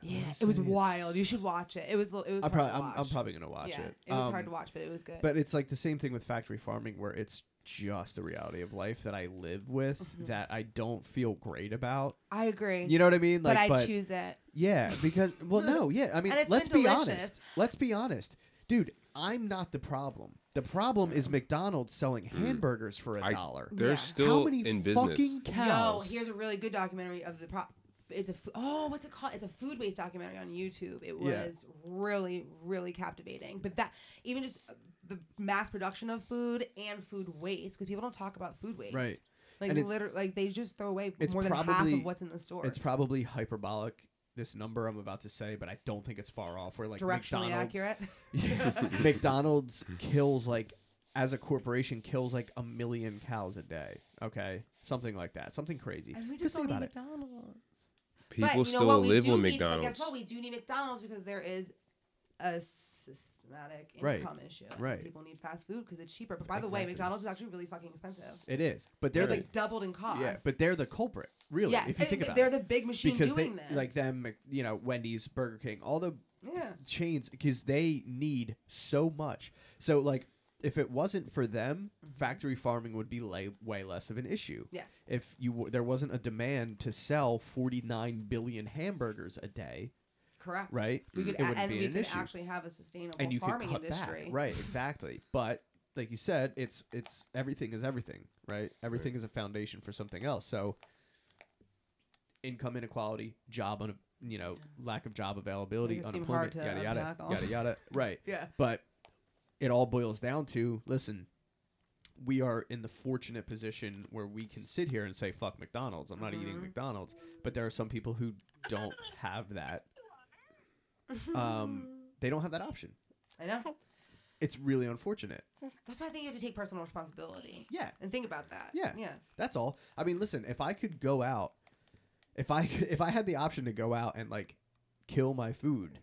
Yeah,
wanna
it was
say it's-
wild. You should watch it. It was li- it was
I
hard
probably
to
I'm,
watch.
I'm probably gonna watch
yeah,
it.
was
Um,
hard to watch, but it was good.
But it's like the same thing with factory farming where it's just the reality of life that I live with that I don't feel great about.
Mm-hmm. I agree.
You know what I mean? Like
but I
but
choose it.
yeah, because well no, yeah. I mean,
And it's
let's
been
be
delicious.
honest. Let's be honest. Dude, I'm not the problem. The problem is McDonald's selling hamburgers for a
Mm. I-
dollar.
They're
Yeah.
still
How many
in business.
fucking cows?
No, here's a really good documentary of the pro. It's a fu- oh, what's it called? It's a food waste documentary on YouTube. It was
Yeah.
really, really captivating. But that even just uh, the mass production of food and food waste because people don't talk about food waste,
Right.
Like
And it's-
literally, like they just throw away
it's
more than half
probably-
of what's in the store.
It's probably hyperbolic this number I'm about to say, but I don't think it's far off. Where like
directionally
McDonald's,
accurate.
McDonald's kills like as a corporation kills like a million cows a day. Okay, something like that, something crazy.
And we
Just
just
think
don't need
about it.
McDonald's.
People
but, you know
still
what, we
live
do
on
need-
McDonald's.
But guess what? We do need McDonald's because there is a systematic
Right.
income issue. and
Right.
People need fast food because it's cheaper. But by the way,
Exactly.
McDonald's is actually really fucking expensive.
It is, but they're
It's
the
like doubled in cost.
yeah, but they're the culprit, really.
yeah,
if you think
and th-
about
they're
it,
the big machine
because
doing
they
this.
like them, Mc- you know, Wendy's, Burger King, all the
Yeah.
chains because they need so much. So like, if it wasn't for them,
Mm-hmm.
factory farming would be lay, way less of an issue.
Yes.
if you w- there wasn't a demand to sell 49 billion hamburgers a day,
Correct.
right?
We could
it
a-
wouldn't
and
be
we
an
could
issue.
actually have a sustainable
and you could
farming
cut
industry.
back, right? Exactly. But like you said, it's it's everything is everything, right? Everything is a foundation for something else. So income inequality, job un- you know, lack of job availability,
Doesn't seem
unemployment,
hard to
yada yada,
unpack all.
yada yada, right?
Yeah.
But it all boils down to listen, we are in the fortunate position where we can sit here and say, fuck McDonald's. I'm not
Mm-hmm.
eating McDonald's. But there are some people who don't have that. Um, they don't have that option.
I know.
It's really unfortunate.
That's why I think you have to take personal responsibility.
Yeah.
And think about that.
Yeah.
Yeah.
That's all. I mean, listen, if I could go out, if I could, if I had the option to go out and like kill my food,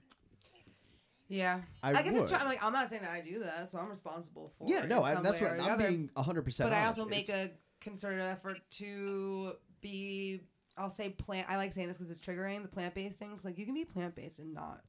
Yeah.
I
guess I'm
would.
trying. Like, I'm not saying that I do that, so I'm responsible for.
yeah,
it
no,
in
I,
some
that's
way
what
or the
I'm
other.
being 100. percent
But I also make a concerted effort to be. I'll say plant. I like saying this because it's triggering the plant based things. Like you can be plant based and not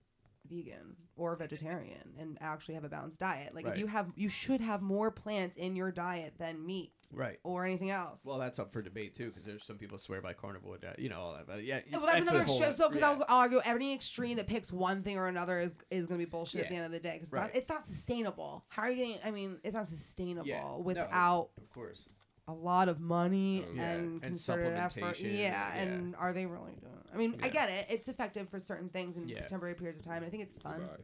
vegan or vegetarian and actually have a balanced diet. Like
Right.
if you have, you should have more plants in your diet than meat
right.
or anything else.
Well, that's up for debate too, because there's some people swear by carnivore diet, you know all that. But yeah,
Yeah, well, that's,
a
another
whole
extreme.
oth-
So, because
yeah.
I'll, I'll argue any extreme that picks one thing or another is is going to be bullshit at
Yeah.
the end of the day. Because
Right.
it's, not sustainable. How are you getting? I mean, it's not sustainable
Yeah. No.
without
of course,
a lot of money
Yeah.
and
Oh, And
concerted effort.
supplementation,
Yeah,
yeah.
and are they really doing? I mean, I
Yeah.
get it. It's effective for certain things in
Yeah.
temporary periods of time. I think it's fun.
Goodbye.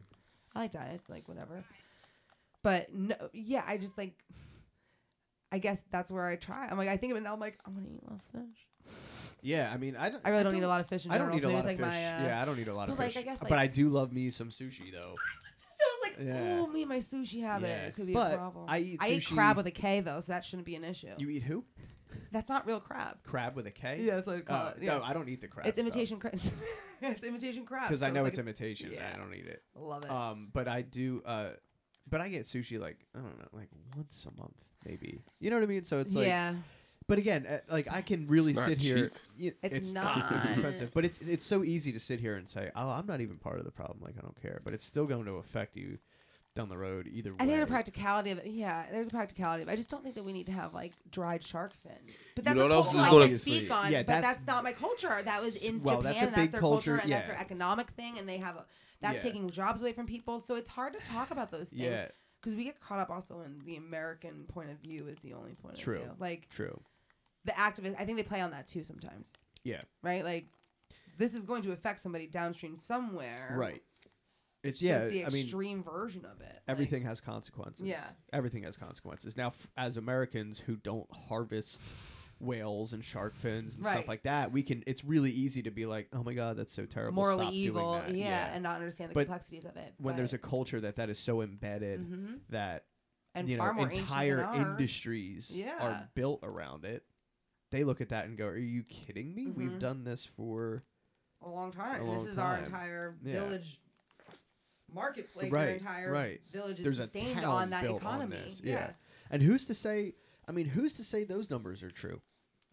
I like diets, like whatever. But no, yeah, I just like. I guess that's where I try. I'm like, I think of it now. I'm like, I'm gonna eat less fish.
yeah. I mean, I don't.
I really don't, eat a lot of fish. In
I don't
general,
need a
so
lot
it's
of
like
fish.
My, uh,
yeah, I don't eat a lot of
but, like,
fish.
I guess,
but
like-
I do love me some sushi though.
So I was like,
Yeah.
oh, me, and my sushi habit
Yeah.
It could be a
But
problem.
I eat sushi-
crab with a K though, so that shouldn't be an issue.
You eat who?
That's not real crab.
Crab with a K.
Yeah, that's what I call
Oh,
it. Yeah.
No, I don't eat the crab.
it's imitation crab. it's imitation crab.
Because I
Oh, so
know
like
it's imitation.
yeah.
I don't eat it.
Love it.
Um, but I do. Uh, but I get sushi like I don't know, like once a month maybe. You know what I mean? So it's like.
yeah,
But again, uh, like I can really
not
sit here.
cheap.
y-
It's
It's
not.
expensive, but it's it's so easy to sit here and say, "Oh, I'm not even part of the problem. Like I don't care." But it's still going to affect you down the road either way.
I think there's a practicality of it. Yeah, there's a practicality of it. I just don't think that we need to have like dried shark fins. But that's
know
a
what else
culture
is
I
gonna-
can speak on.
Yeah,
but that's,
that's-
not my culture. That was in
Well,
Japan.
that's a
That's,
big
their
culture,
and
yeah.
that's their economic thing, and they have a that's
Yeah.
taking jobs away from people. So it's hard to talk about those things.
Yeah.
because we get caught up also in the American point of view is the only point
True.
of view. Like
True.
the activist, I think they play on that too sometimes,
Yeah.
right? Like this is going to affect somebody downstream somewhere,
Right. It's
It's
yeah.
just the
I mean,
extreme version of it.
everything has consequences.
Yeah.
Everything has consequences. Now, f- as Americans who don't harvest whales and shark fins and
Right.
stuff like that, we can. It's really easy to be like, "Oh my god, that's so
like,
terrible."
morally
Stop doing
evil,
that."
yeah, and not understand the
But
complexities of it.
when
but-
there's a culture that that is so embedded
Mhm.
that
and
you know
far more ancient
entire
than ours.
industries
Yeah.
are built around it, they look at that and go, "Are you kidding me? We've
Mhm.
done this for
a long time,
a long
this is our
time.
entire
Yeah.
village marketplace. Their
right,
entire
right.
village is
There's a
sustained
town
on that
built
economy.
on this. Yeah. and who's to say? I mean, who's to say those numbers are true?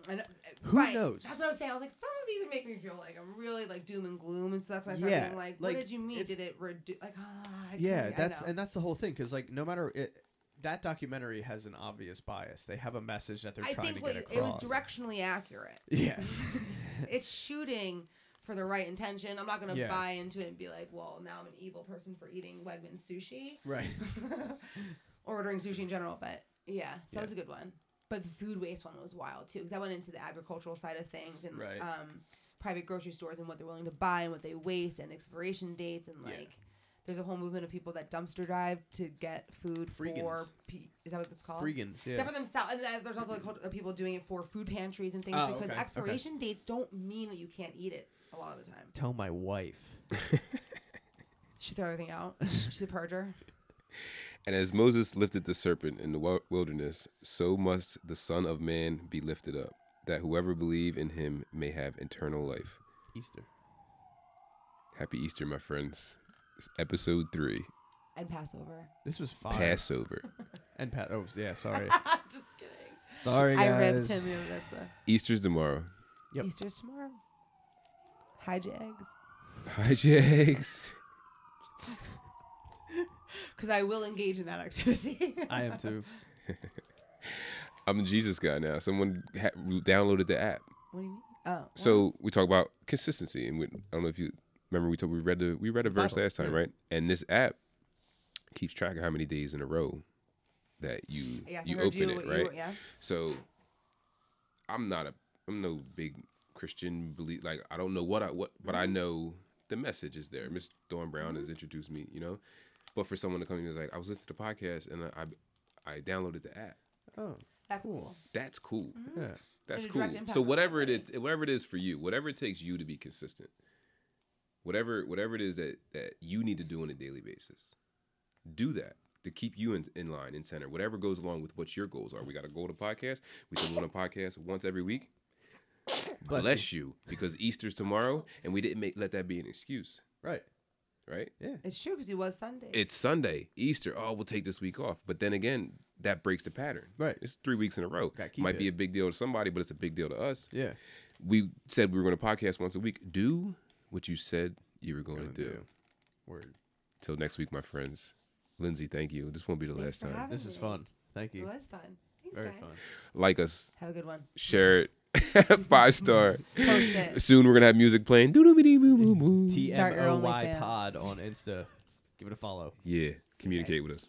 And, uh,
Who
right.
knows?
That's what I was saying. I was like, some of these are making me feel like I'm really like doom and gloom, and so that's why I started
Yeah,
being like,
like,
what did you mean?
it's-
Did it reduce? Like, ah, I
yeah,
can't- I
that's
know.
and that's the whole thing because like no matter it, that documentary has an obvious bias. They have a message that they're
I
trying
think
to
what
get
you- it was
across.
directionally accurate.
Yeah,
it's shooting for the right intention. I'm not gonna
Yeah.
buy into it and be like, well, now I'm an evil person for eating Wegman sushi,
right.
or ordering sushi in general. But yeah, so that was a good one. But the food waste one was wild too, because I went into the agricultural side of things and
Right.
um, private grocery stores and what they're willing to buy and what they waste and expiration dates and like. There's a whole movement of people that dumpster dive to get food for.
Freegans.
Pe- is that what it's called?
Freegans. Yeah.
Except for themselves. And then there's also like cult- uh, people doing it for food pantries and things
Oh,
because
okay, okay.
expiration dates don't mean that you can't eat it a lot of the time.
Tell my wife.
She threw everything out. She's a purger.
And as Moses lifted the serpent in the wil- wilderness, so must the Son of Man be lifted up, that whoever believe in him may have eternal life.
Easter.
Happy Easter, my friends. It's episode three,
And Passover.
This was fire.
Passover.
And Pat. Oh yeah. Sorry.
Just kidding.
sorry guys.
I ripped him. Yeah, That's a-
Easter's tomorrow.
Yep.
Easter's tomorrow. Hi, Jags.
Hi, Jags.
Because I will engage in that activity.
I am too.
I'm a Jesus guy now. Someone ha- downloaded the app.
what do you mean? Oh.
So we talk about consistency, and we, I don't know if you remember we told we read the we read a verse
Bible,
last time, right? And this app keeps track of how many days in a row that you
Yes, I
you
heard
open
you-
it,
you-
right?
yeah.
So I'm not a I'm no big Christian believe like I don't know what I what but I know the message is there. Miss Dawn Brown has introduced me, you know. But for someone to come to me and is like, I was listening to the podcast and I I downloaded the app.
Oh
That's cool.
That's cool.
yeah.
That's
There's a
cool.
direct impact
So
on
whatever it
somebody.
is, whatever it is for you, whatever it takes you to be consistent, whatever whatever it is that that you need to do on a daily basis, do that to keep you in, in line in center. Whatever goes along with what your goals are. We got a goal to podcast. We do a podcast once every week. Bless, you. because Easter's tomorrow, and we didn't make let that be an excuse,
Right.
right?
It's true because it was Sunday.
It's Sunday, Easter. Oh, we'll take this week off. But then again, that breaks the pattern.
Right.
It's three weeks in a row.
Gotta keep
Might
it.
be a big deal to somebody, but it's a big deal to us
Yeah.
we said we were going to podcast once a week. Do what you said you were going
Gonna
to do.
do. Word.
Till next week, my friends. Lindsay, thank you. This won't be the last
Thanks for
time.
having
This is
me.
fun. Thank
It
you.
was fun. Thanks,
Very
guys.
fun.
Like us,
Have a good one.
share it, five star.
Post it.
Soon we're gonna have music playing. Doo-doo-ba-dee-boo-boo-boo.
T
Start
M
your
O Y
OnlyFans.
Pod on Insta. Give it a follow.
Yeah, communicate with us.